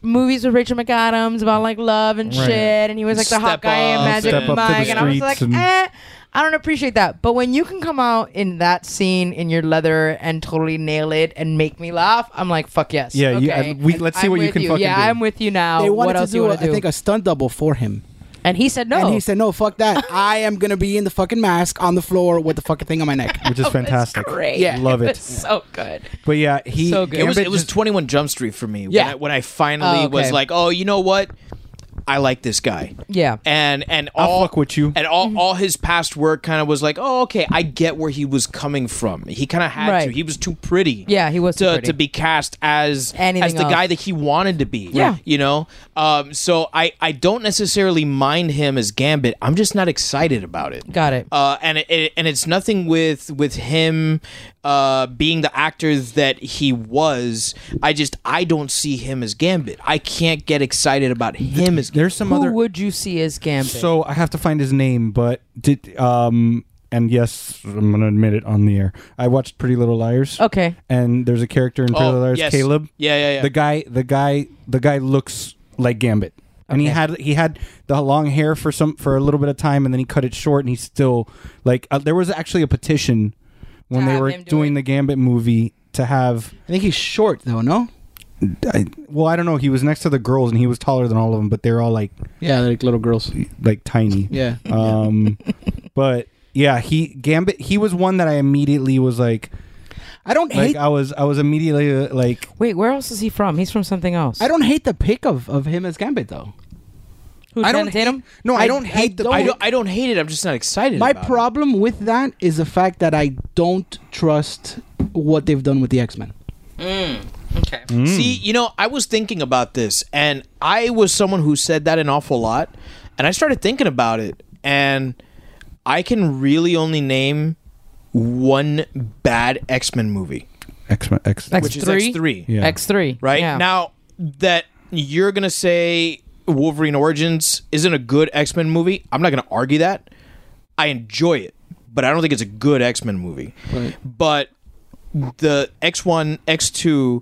Speaker 4: movies with Rachel McAdams about like love and
Speaker 3: Right.
Speaker 4: shit, and he was like the hot
Speaker 2: Step
Speaker 4: guy in
Speaker 2: Up
Speaker 4: Magic
Speaker 2: and- Step
Speaker 3: Up to the
Speaker 4: Mike, and I was
Speaker 3: Streets
Speaker 4: like,
Speaker 3: and-
Speaker 4: eh. I don't appreciate that, but when you can come out in that scene in your leather and totally nail it and make me laugh, I'm like, fuck yes.
Speaker 3: Yeah, you-
Speaker 4: okay.
Speaker 3: I- we- let's see
Speaker 4: I'm
Speaker 3: what you
Speaker 4: with
Speaker 3: can fucking
Speaker 4: Yeah,
Speaker 3: do.
Speaker 4: I'm with you now.
Speaker 6: they wanted
Speaker 4: what else
Speaker 6: to do,
Speaker 4: you
Speaker 6: a-
Speaker 4: want to do?
Speaker 6: I think, a stunt double for him.
Speaker 4: And he said no.
Speaker 6: And he said, no, fuck that. I am going to be in the fucking mask on the floor with the fucking thing on my neck.
Speaker 3: Which is fantastic.
Speaker 4: Great.
Speaker 6: Yeah.
Speaker 3: Love it.
Speaker 4: It's so good.
Speaker 3: But yeah, he
Speaker 4: So good.
Speaker 2: It was,
Speaker 3: Gambit
Speaker 2: it was
Speaker 3: just-
Speaker 2: 21 Jump Street for me.
Speaker 6: Yeah.
Speaker 2: When I, when I finally
Speaker 4: Oh, okay.
Speaker 2: was like, oh, you know what? I like this guy.
Speaker 4: Yeah.
Speaker 2: And and
Speaker 3: I'll
Speaker 2: all
Speaker 3: fuck with you.
Speaker 2: And all,
Speaker 4: Mm-hmm.
Speaker 2: all his past work kind of was like, oh okay, I get where he was coming from. He kind of had
Speaker 4: Right.
Speaker 2: to. He was too pretty.
Speaker 4: Yeah, he was too
Speaker 2: to,
Speaker 4: pretty.
Speaker 2: to be cast as
Speaker 4: Anything
Speaker 2: as the
Speaker 4: else.
Speaker 2: guy that he wanted to be.
Speaker 4: Yeah.
Speaker 2: You know. Um. So I I don't necessarily mind him as Gambit. I'm just not excited about it.
Speaker 4: Got it.
Speaker 2: Uh, and it- it, and it's nothing with with him uh, being the actor that he was. I just I don't see him as Gambit. I can't get excited about him as Gambit.
Speaker 3: There's some
Speaker 4: Who
Speaker 3: other.
Speaker 4: would you see as Gambit?
Speaker 3: So I have to find his name, but did um and yes, I'm gonna admit it on the air. I watched Pretty Little Liars.
Speaker 4: Okay.
Speaker 3: And there's a character in Pretty
Speaker 2: Oh,
Speaker 3: Little Liars,
Speaker 2: yes.
Speaker 3: Caleb.
Speaker 2: Yeah, yeah, yeah.
Speaker 3: The guy, the guy, the guy looks like Gambit, and he
Speaker 4: Okay.
Speaker 3: had he had the long hair for some for a little bit of time, and then he cut it short, and he's still like uh, there was actually a petition when
Speaker 4: To
Speaker 3: they
Speaker 4: have
Speaker 3: were
Speaker 4: him do
Speaker 3: doing
Speaker 4: it.
Speaker 3: the Gambit movie to have
Speaker 6: I think he's short though, no?
Speaker 3: I, well I don't know he was next to the girls and he was taller than all of them but they're all like
Speaker 6: Yeah, like little girls.
Speaker 3: like tiny
Speaker 6: Yeah.
Speaker 3: Um, but yeah, he Gambit. He was one that I immediately was like,
Speaker 6: I don't
Speaker 3: like
Speaker 6: hate
Speaker 3: I was, I was immediately uh, like,
Speaker 4: Wait, where else is he from? He's from something else.
Speaker 6: I don't hate the pick of, of him as Gambit though.
Speaker 4: Who,
Speaker 3: I don't
Speaker 4: Channing Tatum?
Speaker 3: hate- no, I, don't hate the.
Speaker 2: I don't I don't hate it. I'm just not excited.
Speaker 6: My
Speaker 2: about it.
Speaker 6: problem with that is the fact that I don't trust what they've done with the X Men.
Speaker 2: See, you know, I was thinking about this, and I was someone who said that an awful lot, and I started thinking about it, and I can really only name one bad X Men movie,
Speaker 3: X X.
Speaker 4: X
Speaker 2: which is
Speaker 4: three.
Speaker 2: X three.
Speaker 3: Yeah.
Speaker 4: X three.
Speaker 2: right
Speaker 4: yeah.
Speaker 2: now that you're gonna say Wolverine Origins isn't a good X Men movie. I'm not gonna argue that. I enjoy it, but I don't think it's a good X Men movie. But the X One, X Two,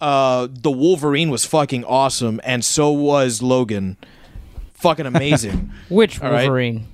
Speaker 2: uh, the Wolverine was fucking awesome, and so was Logan. Fucking amazing.
Speaker 4: Which
Speaker 2: All right.
Speaker 4: Wolverine?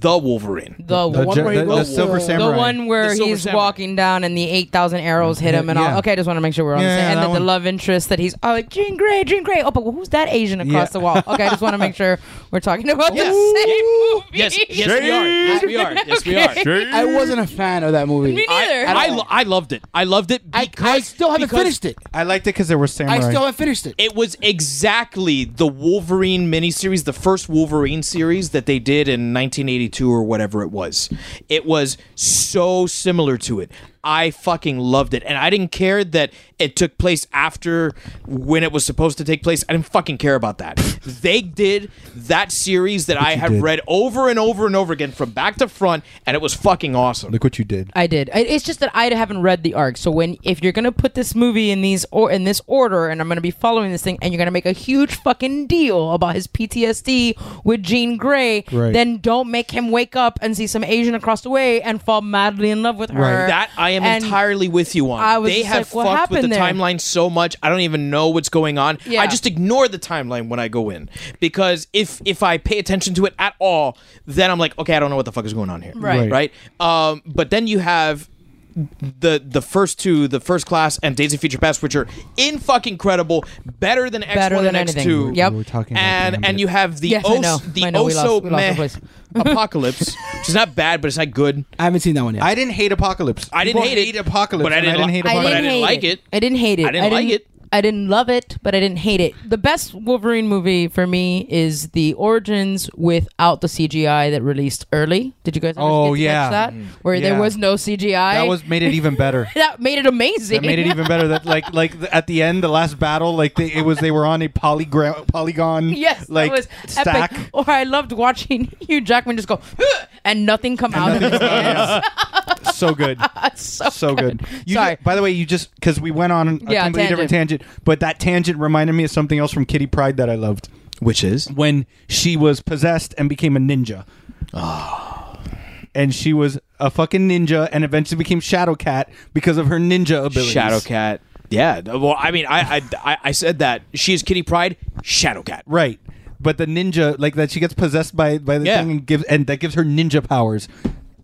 Speaker 2: the Wolverine.
Speaker 4: The,
Speaker 3: the,
Speaker 4: one
Speaker 3: Je-
Speaker 4: where he
Speaker 3: the- the
Speaker 4: goes-
Speaker 3: Silver Samurai.
Speaker 4: The one where
Speaker 2: The Silver
Speaker 4: he's
Speaker 2: Samurai.
Speaker 4: walking down and the 8,000 arrows hit him and
Speaker 3: Yeah.
Speaker 4: all. Okay, I just want to make sure we're on
Speaker 3: Yeah,
Speaker 4: the
Speaker 3: yeah,
Speaker 4: same. And
Speaker 3: that
Speaker 4: then the
Speaker 3: one.
Speaker 4: love interest that he's, oh, like, Jean Grey, Jean Grey. Oh, but who's that Asian across
Speaker 3: Yeah.
Speaker 4: the wall? Okay, I just want to make sure we're talking about
Speaker 2: Yes.
Speaker 4: the same movie.
Speaker 2: Yes, yes, we are. Yes, we are. Yes, we are.
Speaker 6: I wasn't a fan of that movie.
Speaker 4: Me neither.
Speaker 2: I, I, lo- I loved it. I loved it.
Speaker 6: I,
Speaker 2: because-
Speaker 6: I still haven't
Speaker 2: because-
Speaker 6: finished it.
Speaker 3: I liked it because there was samurai.
Speaker 6: I still haven't finished it.
Speaker 2: It was exactly the Wolverine miniseries, the first Wolverine series that they did in 1982 or whatever it was. It was so similar to it. I fucking loved it. And I didn't care that it took place after when it was supposed to take place. I didn't fucking care about that. they did that series that I have
Speaker 3: did.
Speaker 2: read over and over and over again from back to front, and it was fucking awesome.
Speaker 3: Look what you did.
Speaker 4: I did. I- It's just that I haven't read the arc. So when if you're gonna put this movie in these or in this order, and I'm gonna be following this thing, and you're gonna make a huge fucking deal about his PTSD with Jean Grey,
Speaker 3: Right.
Speaker 4: then don't make him wake up and see some Asian across the way and fall madly in love with her.
Speaker 3: Right.
Speaker 2: That I am
Speaker 4: And-
Speaker 2: entirely with you on.
Speaker 4: I was
Speaker 2: they
Speaker 4: just
Speaker 2: have
Speaker 4: like, what
Speaker 2: fucked with the
Speaker 4: happened there?
Speaker 2: timeline so much. I don't even know what's going on.
Speaker 4: Yeah.
Speaker 2: I just ignore the timeline when I go in because if if I pay attention to it at all, then I'm like, okay, I don't know what the fuck is going on here.
Speaker 4: Right.
Speaker 2: Right. Um, but then you have the the first two, the first class and Days of Future Past, which are in fucking credible, better than X
Speaker 4: Better
Speaker 2: one
Speaker 4: than
Speaker 2: and X two.
Speaker 4: anything. Yep. We were
Speaker 3: talking about
Speaker 2: and
Speaker 3: Gambit.
Speaker 2: and you have the
Speaker 4: Yes, I
Speaker 2: oh
Speaker 4: know.
Speaker 2: the
Speaker 4: I know, we lost-
Speaker 2: also
Speaker 4: we lost our
Speaker 2: meh
Speaker 4: voice.
Speaker 2: apocalypse, which is not bad, but it's not good.
Speaker 6: I haven't seen that one yet.
Speaker 3: I didn't hate Apocalypse.
Speaker 2: I didn't
Speaker 3: People
Speaker 2: hate it,
Speaker 3: Apocalypse,
Speaker 2: but I
Speaker 3: and
Speaker 2: didn't li-
Speaker 3: hate
Speaker 2: I
Speaker 3: Apocalypse.
Speaker 2: But didn't
Speaker 4: hate
Speaker 2: like it.
Speaker 4: I didn't hate it.
Speaker 2: I didn't like it.
Speaker 4: I didn't love it, but I didn't hate it. The best Wolverine movie for me is the Origins without the CGI that released early. Did you guys? ever
Speaker 3: Oh,
Speaker 4: get to
Speaker 3: yeah.
Speaker 4: catch that where
Speaker 3: Yeah.
Speaker 4: there was no CGI.
Speaker 3: That was made it even better.
Speaker 4: that made it amazing.
Speaker 3: That made it even better. That like like the, at the end, the last battle, like they, it was they were on a polygram polygon.
Speaker 4: yes,
Speaker 3: like
Speaker 4: that was
Speaker 3: stack.
Speaker 4: epic. Or I loved watching Hugh Jackman just go "Huh," and nothing come out of his hands.
Speaker 3: So good.
Speaker 4: Oh, so,
Speaker 3: so good. You
Speaker 4: Sorry.
Speaker 3: ju- by the way, you just because we went on a
Speaker 4: Yeah,
Speaker 3: completely different tangent, but that tangent reminded me of something else from Kitty Pride that I loved
Speaker 2: Which is
Speaker 3: when she was possessed and became a ninja.
Speaker 2: Ah.
Speaker 3: And she was a fucking ninja, and eventually became Shadow Cat because of her ninja abilities.
Speaker 2: Shadow Cat. Yeah. Well, I mean, I I, I, I said that she is Kitty Pride. Shadow Cat.
Speaker 3: right? But the ninja, like that, she gets possessed by by the
Speaker 2: Yeah.
Speaker 3: thing and gives, and that gives her ninja powers.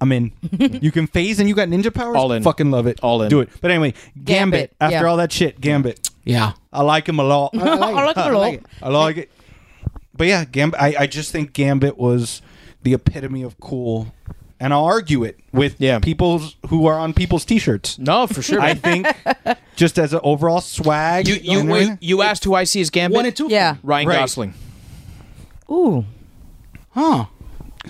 Speaker 3: I'm in. you can phase, and you got ninja powers.
Speaker 2: All in.
Speaker 3: Fucking love it.
Speaker 2: All in.
Speaker 3: Do it. But anyway, Gambit.
Speaker 4: Gambit,
Speaker 3: after
Speaker 4: yeah.
Speaker 3: all that shit, Gambit.
Speaker 6: yeah.
Speaker 3: I like him a lot.
Speaker 4: I like it a lot.
Speaker 3: I like it. But yeah, Gambit. I, I just think Gambit was the epitome of cool, and I'll argue it with
Speaker 2: Yeah.
Speaker 3: people who are on people's T-shirts.
Speaker 2: No, for sure.
Speaker 3: I think just as an overall swag.
Speaker 2: you you
Speaker 3: and
Speaker 2: wait,
Speaker 3: everything.
Speaker 2: you asked who I see as Gambit.
Speaker 6: One and two.
Speaker 4: Yeah.
Speaker 2: Ryan
Speaker 3: Right.
Speaker 2: Gosling.
Speaker 4: Ooh.
Speaker 6: Huh.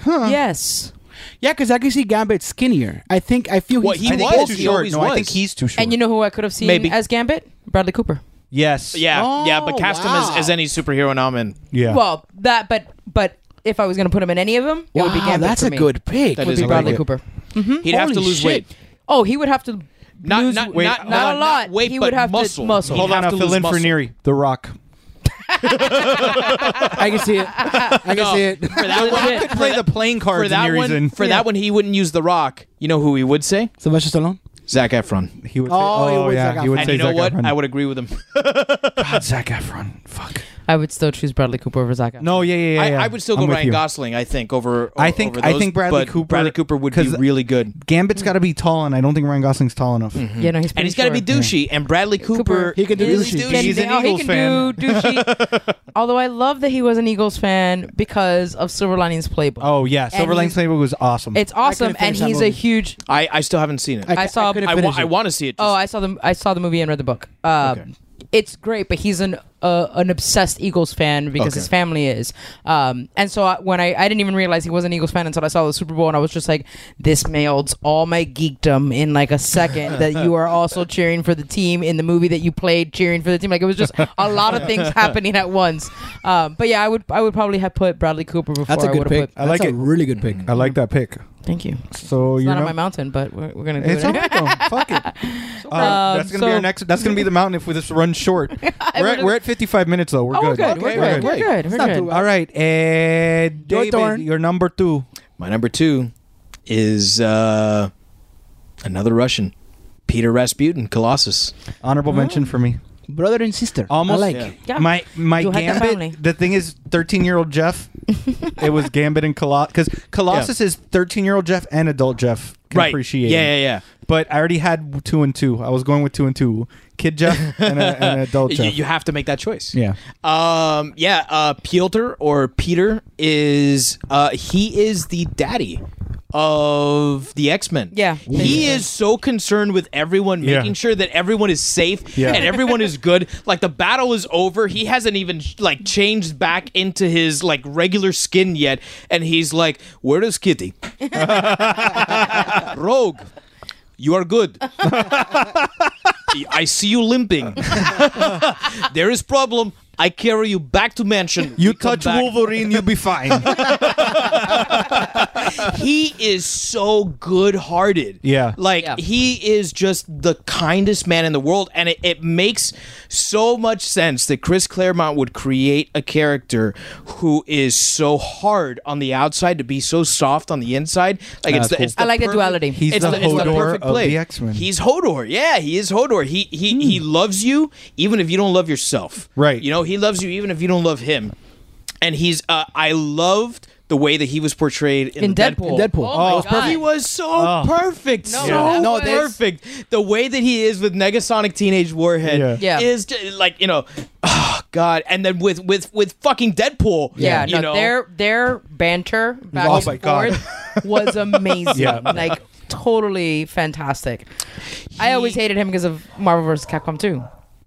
Speaker 4: Yes.
Speaker 6: Yeah, because I can see Gambit skinnier. I think I feel
Speaker 2: What
Speaker 6: he's-
Speaker 2: he
Speaker 6: I think
Speaker 2: was,
Speaker 6: both-
Speaker 2: he always
Speaker 3: no,
Speaker 2: was.
Speaker 3: I think he's too short.
Speaker 4: And you know who I could have seen
Speaker 2: Maybe.
Speaker 4: as Gambit? Bradley Cooper.
Speaker 3: yes,
Speaker 2: yeah, yeah,
Speaker 6: Oh,
Speaker 2: but cast him
Speaker 6: wow.
Speaker 2: as, as any superhero nomin.
Speaker 3: yeah.
Speaker 4: Well, that, but but if I was going to put him in any of them, it would be
Speaker 6: Wow,
Speaker 4: Gambit.
Speaker 6: that's
Speaker 4: for
Speaker 6: a
Speaker 4: me.
Speaker 6: good pick.
Speaker 2: That
Speaker 4: Would
Speaker 2: is
Speaker 4: be
Speaker 2: a
Speaker 4: Bradley
Speaker 2: good-
Speaker 4: Cooper.
Speaker 2: He'd have to
Speaker 6: Holy
Speaker 2: lose
Speaker 6: shit.
Speaker 2: weight.
Speaker 4: Oh, he would have to
Speaker 2: Not
Speaker 4: lose
Speaker 2: not,
Speaker 4: weight.
Speaker 2: not,
Speaker 4: not a lot.
Speaker 2: weight,
Speaker 4: he
Speaker 2: but
Speaker 4: would have
Speaker 2: muscle.
Speaker 4: to muscle.
Speaker 2: He'd
Speaker 3: Hold
Speaker 2: have
Speaker 3: on, I'll
Speaker 2: to
Speaker 3: fill
Speaker 2: lose
Speaker 3: in for
Speaker 2: muscle.
Speaker 3: Neri, The Rock.
Speaker 6: I can see it. I can
Speaker 2: No.
Speaker 6: see it.
Speaker 2: For that one,
Speaker 4: Legit.
Speaker 3: Play the playing cards
Speaker 2: for that one, for that one, he wouldn't use the rock. You know who he would say?
Speaker 6: Sylvester Stallone.
Speaker 2: Zac Efron.
Speaker 3: He would say,
Speaker 6: Oh, he
Speaker 3: oh,
Speaker 6: would
Speaker 3: yeah,
Speaker 6: say
Speaker 3: he would
Speaker 6: Zac
Speaker 2: And
Speaker 3: say
Speaker 2: you know
Speaker 3: Zac
Speaker 2: what?
Speaker 3: Efron.
Speaker 2: I would agree with him.
Speaker 3: God, Zac Efron. Fuck.
Speaker 4: I would still choose Bradley Cooper over Zac. Efron.
Speaker 3: No, yeah, yeah, yeah.
Speaker 2: I,
Speaker 3: yeah.
Speaker 2: I would still go
Speaker 3: I'm with
Speaker 2: Ryan
Speaker 3: you.
Speaker 2: Gosling. I think over.
Speaker 3: I think-
Speaker 2: over
Speaker 3: I
Speaker 2: those,
Speaker 3: think Bradley
Speaker 2: but
Speaker 3: Cooper-
Speaker 2: Bradley Cooper would be
Speaker 3: 'cause-
Speaker 2: really good,
Speaker 3: Gambit's
Speaker 4: Hmm.
Speaker 3: got to be tall, and I don't think Ryan Gosling's tall enough.
Speaker 4: Yeah, no, he's
Speaker 2: and he's got to be douchey. And Bradley Cooper,
Speaker 6: He can do
Speaker 2: is
Speaker 6: douchey.
Speaker 3: He's an
Speaker 4: oh,
Speaker 3: Eagles
Speaker 4: he
Speaker 3: fan.
Speaker 4: can do douchey. Although I love that he was an Eagles fan because of Silver Linings Playbook.
Speaker 3: Oh yeah, Silver
Speaker 4: he-
Speaker 3: Linings Playbook was awesome.
Speaker 4: It's awesome,
Speaker 6: couldn't
Speaker 4: and
Speaker 6: finish that
Speaker 4: he's a
Speaker 6: movie.
Speaker 4: huge.
Speaker 2: I, I still haven't seen it. I,
Speaker 4: I saw-
Speaker 6: couldn't
Speaker 2: wa-
Speaker 6: finish
Speaker 2: I
Speaker 6: it.
Speaker 2: want to see it.
Speaker 4: Oh, I saw the I saw the movie and read the book. Um, It's great, but he's an uh, an obsessed Eagles fan because
Speaker 2: Okay.
Speaker 4: his family is. Um, and so I, when I I didn't even realize he was an Eagles fan until I saw the Super Bowl, and I was just like, this melds all my geekdom in like a second. that you are also cheering for the team in the movie that you played, cheering for the team. Like it was just a lot of things happening at once. Um, but yeah, I would I would probably have put Bradley Cooper before
Speaker 6: That's a
Speaker 4: I
Speaker 6: good
Speaker 4: would have
Speaker 6: pick.
Speaker 4: put.
Speaker 3: I like
Speaker 6: That's
Speaker 3: it.
Speaker 6: a really good pick.
Speaker 3: I like that pick.
Speaker 4: Thank you.
Speaker 3: So
Speaker 4: It's
Speaker 3: you
Speaker 4: not
Speaker 3: know,
Speaker 4: on my mountain, but we're, we're gonna do
Speaker 3: it's
Speaker 4: it.
Speaker 3: all right though. Fuck it. Uh,
Speaker 4: Um,
Speaker 3: that's gonna be our
Speaker 4: so-
Speaker 3: next. That's gonna be the mountain if we just run short. we're, at,
Speaker 4: would've-
Speaker 3: we're at 55 minutes though. We're
Speaker 4: Oh, we're
Speaker 3: good.
Speaker 4: good.
Speaker 6: Okay,
Speaker 4: we're good.
Speaker 6: we're
Speaker 4: We're
Speaker 6: good.
Speaker 4: good. We're
Speaker 6: It's not
Speaker 4: good.
Speaker 6: too
Speaker 3: All right, uh, David,
Speaker 6: turn.
Speaker 3: your number two.
Speaker 2: My number two is uh, another Russian, Peter Rasputin, Colossus.
Speaker 3: Honorable mention for me.
Speaker 6: Brother and sister.
Speaker 3: Almost
Speaker 6: I like.
Speaker 2: Yeah.
Speaker 4: Yeah.
Speaker 3: my my
Speaker 4: You had the family.
Speaker 3: gambit. The thing is, 13 year old Jeff. it was Gambit and Colossus because Colossus is 13 year old Jeff and adult Jeff. Can
Speaker 2: Right.
Speaker 3: Appreciate.
Speaker 2: Yeah,
Speaker 3: it.
Speaker 2: yeah, yeah.
Speaker 3: But I already had two and two. I was going with two and two. Kid Jeff and, a, and adult
Speaker 2: You,
Speaker 3: Jeff.
Speaker 2: you have to make that choice.
Speaker 3: yeah.
Speaker 2: Um. Yeah. Uh. Piotr or Peter is. Uh. He is the daddy of the X Men.
Speaker 4: Yeah.
Speaker 2: He is so concerned with everyone,
Speaker 3: Yeah.
Speaker 2: making sure that everyone is safe
Speaker 3: Yeah.
Speaker 2: and everyone is good. Like the battle is over. He hasn't even like changed back into his like regular skin yet, and he's like, "Where is Kitty? Rogue, you are good." I see you limping. there is problem. I carry you back to mansion.
Speaker 3: You
Speaker 2: We come
Speaker 3: touch
Speaker 2: back.
Speaker 3: Wolverine, you'll be fine.
Speaker 2: He is so good-hearted.
Speaker 3: Yeah.
Speaker 2: like
Speaker 4: Yeah.
Speaker 2: he is just the kindest man in the world, and it, it makes so much sense that Chris Claremont would create a character who is so hard on the outside to be so soft on the inside. Like it's, the,
Speaker 3: Uh, cool.
Speaker 2: it's the
Speaker 4: I like the
Speaker 2: perfect-
Speaker 4: duality. He's
Speaker 2: it's
Speaker 3: the
Speaker 2: it's
Speaker 3: Hodor
Speaker 2: perfect
Speaker 3: of
Speaker 2: play.
Speaker 3: the X-Men. Hmm.
Speaker 2: He's Hodor. Yeah, he is Hodor. He he he loves you even if you don't love yourself.
Speaker 3: Right.
Speaker 2: You know, he loves you even if you don't love him. And he's uh, I loved the way that he was portrayed in,
Speaker 4: In
Speaker 2: the
Speaker 4: Deadpool.
Speaker 6: Deadpool. Oh,
Speaker 4: my
Speaker 2: Perfect.
Speaker 4: God.
Speaker 2: He was so perfect,
Speaker 4: No,
Speaker 2: so
Speaker 4: that
Speaker 6: No, was-
Speaker 2: perfect. The way that he is with Negasonic Teenage Warhead
Speaker 4: Yeah. Yeah.
Speaker 2: is just, like you know, oh god. And then with with with fucking Deadpool,
Speaker 4: Yeah,
Speaker 2: you
Speaker 4: no,
Speaker 2: know,
Speaker 4: their their banter back
Speaker 3: Oh
Speaker 4: and
Speaker 3: my God.
Speaker 4: forth was amazing.
Speaker 3: Yeah.
Speaker 4: Like totally fantastic. I always hated him because of Marvel vs. Capcom 2.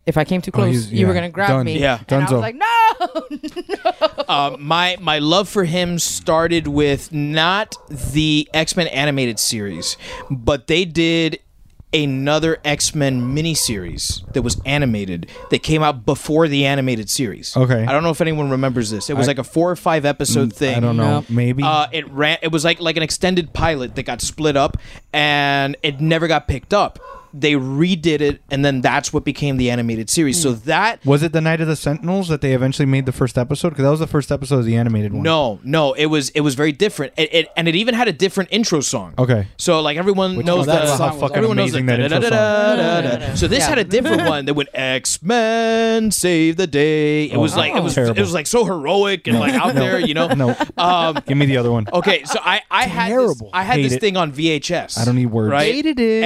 Speaker 4: If I came too close,
Speaker 3: Oh, he's-
Speaker 4: you were
Speaker 3: yeah,
Speaker 4: gonna grab
Speaker 3: done.
Speaker 4: me.
Speaker 2: Yeah.
Speaker 4: and I
Speaker 3: Dunzo.
Speaker 4: was like, no.
Speaker 2: uh, my my love for him started with not the X Men animated series, but they did another X Men miniseries that was animated that came out before the animated series.
Speaker 3: Okay. Mm,
Speaker 2: I don't know if anyone remembers this. It was like a four or five episode thing.
Speaker 3: I don't know.
Speaker 4: No.
Speaker 3: Maybe.
Speaker 2: Uh, it ran. It was like like an extended pilot that got split up, and it never got picked up. They redid it, and then that's what became the animated series. So that
Speaker 3: was it the Night of the Sentinels that they eventually made the first episode? Because that was the first episode of the animated one.
Speaker 2: no, no, it was it was very different. It, it and it even had a different intro song.
Speaker 3: Okay.
Speaker 2: So like everyone knows
Speaker 3: that
Speaker 2: the-
Speaker 3: song How was fucking
Speaker 2: everyone knows
Speaker 3: amazing
Speaker 2: the
Speaker 3: that intro
Speaker 2: da-da-da-da-da-da. So this had a different one that would X Men save the day. It was like it was
Speaker 3: Oh, Terrible.
Speaker 2: it was like so heroic and like out there, you know.
Speaker 3: No.
Speaker 2: Um,
Speaker 3: Give me the other one.
Speaker 2: Okay, so I I had this,
Speaker 6: Terrible.
Speaker 2: I had
Speaker 3: Hate
Speaker 2: this
Speaker 3: it.
Speaker 2: thing on VHS.
Speaker 3: I don't need words.
Speaker 2: Right?
Speaker 6: Hated it.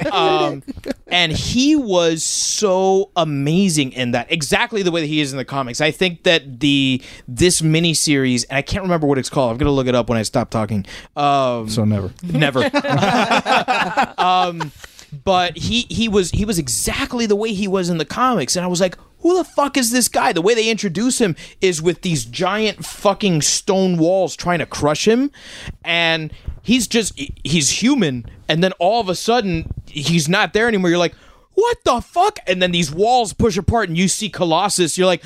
Speaker 2: And um, and he was so amazing in that, exactly the way that he is in the comics. I think that the this miniseries, and I can't remember what it's called. I'm gonna look it up when I stop talking. Um,
Speaker 3: So never.
Speaker 2: never. um, but he he was he was exactly the way he was in the comics, and I was like, who the fuck is this guy? The way they introduce him is with these giant fucking stone walls trying to crush him, and he's just he's human. And then all of a sudden, he's not there anymore. You're like. What the fuck? And then these walls push apart, and you see Colossus. You're like,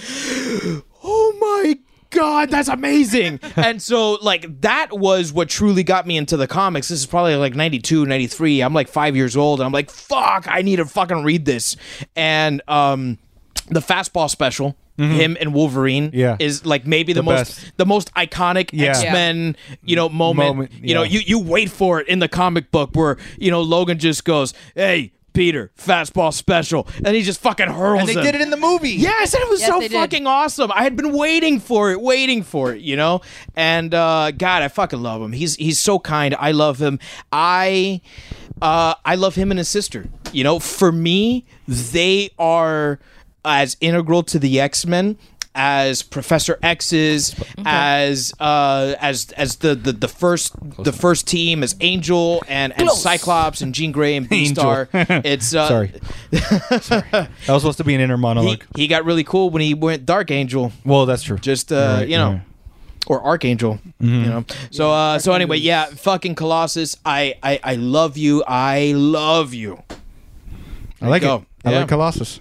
Speaker 2: oh my god that's amazing and so like that was what truly got me into the comics this is probably like 92 93 i'm like five years old and i'm like fuck i need to fucking read this and um the fastball special him and wolverine
Speaker 3: Yeah.
Speaker 2: is like maybe the,
Speaker 3: The
Speaker 2: most
Speaker 3: best.
Speaker 2: the most iconic
Speaker 3: Yeah.
Speaker 2: x-men you know moment,
Speaker 3: Moment,
Speaker 2: you know
Speaker 3: yeah.
Speaker 2: you you wait for it in the comic book where you know logan just goes hey peter fastball special and he just fucking hurls
Speaker 7: And they
Speaker 2: him.
Speaker 7: did it in the movie.
Speaker 2: Yes, and it was
Speaker 4: Yes,
Speaker 2: so
Speaker 4: they did.
Speaker 2: fucking awesome. I had been waiting for it, waiting for it, you know. And uh, God, I fucking love him. He's he's so kind. I love him. I uh, I love him and his sister. You know, for me, they are as integral to the X Men as Professor X's, as uh, as as the the, the first the first team as Angel and, and Cyclops and Jean Grey and B Star. It's uh,
Speaker 3: Sorry. That was supposed to be an inner
Speaker 2: He,
Speaker 3: monologue.
Speaker 2: he got really cool when he went Dark Angel
Speaker 3: well, that's true.
Speaker 2: just uh,
Speaker 3: Right,
Speaker 2: you know,
Speaker 3: right.
Speaker 2: or Archangel,
Speaker 4: Mm-hmm.
Speaker 2: you know. So uh, so anyway, yeah, fucking Colossus. I I I love you. I love you.
Speaker 3: I like
Speaker 2: go.
Speaker 3: it. I
Speaker 2: Yeah.
Speaker 3: like Colossus.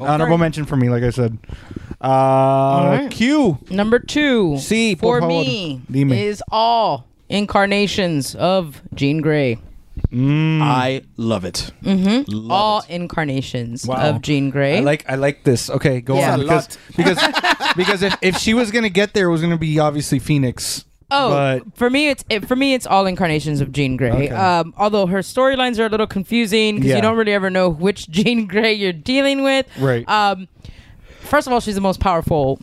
Speaker 3: Honorable mention for me, like I said. Uh, Q.
Speaker 4: Number two
Speaker 3: Sí, por
Speaker 4: for
Speaker 3: favor.
Speaker 4: me
Speaker 3: Dime.
Speaker 4: is all incarnations of Jean Grey. Hmm.
Speaker 2: I love it.
Speaker 4: all incarnations of Jean Grey.
Speaker 3: I like I like this. Okay, go
Speaker 4: Yeah.
Speaker 3: on because because because if, if she was gonna get there, it was gonna be obviously Phoenix.
Speaker 4: Oh,
Speaker 3: but
Speaker 4: for me, it's it, for me, it's all incarnations of Jean Grey. Um, although her storylines are a little confusing because
Speaker 3: Yeah.
Speaker 4: you don't really ever know which Jean Grey you're dealing with.
Speaker 3: Right.
Speaker 4: Um, first of all, she's the most powerful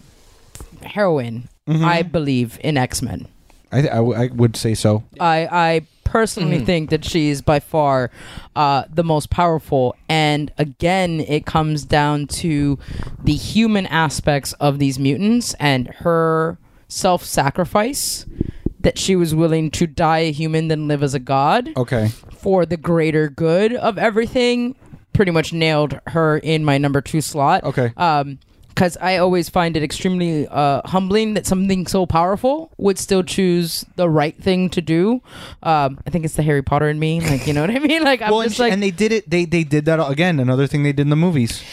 Speaker 4: heroine,
Speaker 3: Mm-hmm.
Speaker 4: I believe, in X Men.
Speaker 3: I, I w- I would say so.
Speaker 4: I I personally think that she's by far uh, the most powerful. And again, it comes down to the human aspects of these mutants and her self sacrifice that she was willing to die a human than live as a god
Speaker 3: Okay,
Speaker 4: for the greater good of everything. Pretty much nailed her in my number two slot.
Speaker 3: Okay.
Speaker 4: Um, because I always find it extremely uh, humbling that something so powerful would still choose the right thing to do. Um, I think it's the Harry Potter in me, like you know what I mean. Like I'm
Speaker 3: well, and,
Speaker 4: just like,
Speaker 3: and they did it. They they did that again. Another thing they did in the movies.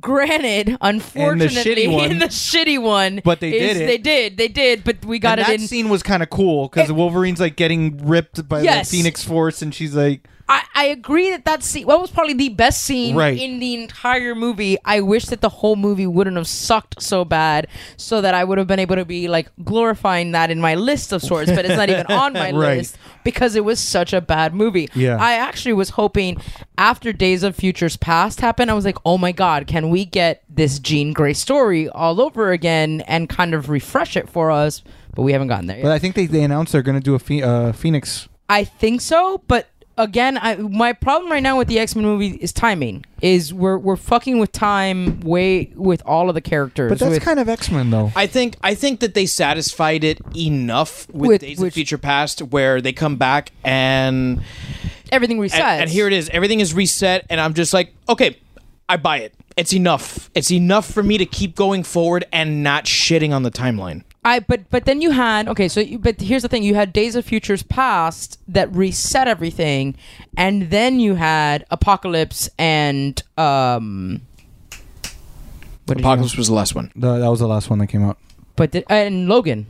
Speaker 4: granted, unfortunately,
Speaker 3: one.
Speaker 4: the shitty one,
Speaker 3: But they
Speaker 4: is-
Speaker 3: did it.
Speaker 4: They did, they did, but we got
Speaker 3: and
Speaker 4: it
Speaker 3: that
Speaker 4: in.
Speaker 3: scene was kind of cool because
Speaker 4: It-
Speaker 3: Wolverine's like getting ripped by
Speaker 4: Yes.
Speaker 3: the Phoenix Force, and she's like,
Speaker 4: I, I agree that that scene what was probably the best scene
Speaker 3: Right.
Speaker 4: in the entire movie. I wish that the whole movie wouldn't have sucked so bad, so that I would have been able to be like glorifying that in my list of sorts. But it's not even on my
Speaker 3: Right.
Speaker 4: list because it was such a bad movie.
Speaker 3: Yeah.
Speaker 4: I actually was hoping after Days of Futures Past happened, I was like, oh my god, can we get this Jean Grey story all over again and kind of refresh it for us? But we haven't gotten there. Yet.
Speaker 3: but I think they, they announced they're gonna do a phe- uh, Phoenix.
Speaker 4: I think so, but again, I my problem right now with the X Men movie is timing. Is we're we're fucking with time way with all of the characters.
Speaker 3: But that's
Speaker 4: with-
Speaker 3: kind of X Men though.
Speaker 2: I think I think that they satisfied it enough with,
Speaker 4: With-
Speaker 2: Days
Speaker 4: with-
Speaker 2: of Future Past, where they come back and
Speaker 4: everything resets.
Speaker 2: and, and here it is. Everything is reset, and I'm just like, okay, I buy it. It's enough. It's enough for me to keep going forward and not shitting on the timeline.
Speaker 4: I but but then you had okay. So you, but here's the thing: you had Days of Futures Past that reset everything, and then you had Apocalypse and um. What did you-
Speaker 2: Apocalypse was the last one.
Speaker 3: Th- that was the last one that came out.
Speaker 4: but did, and Logan.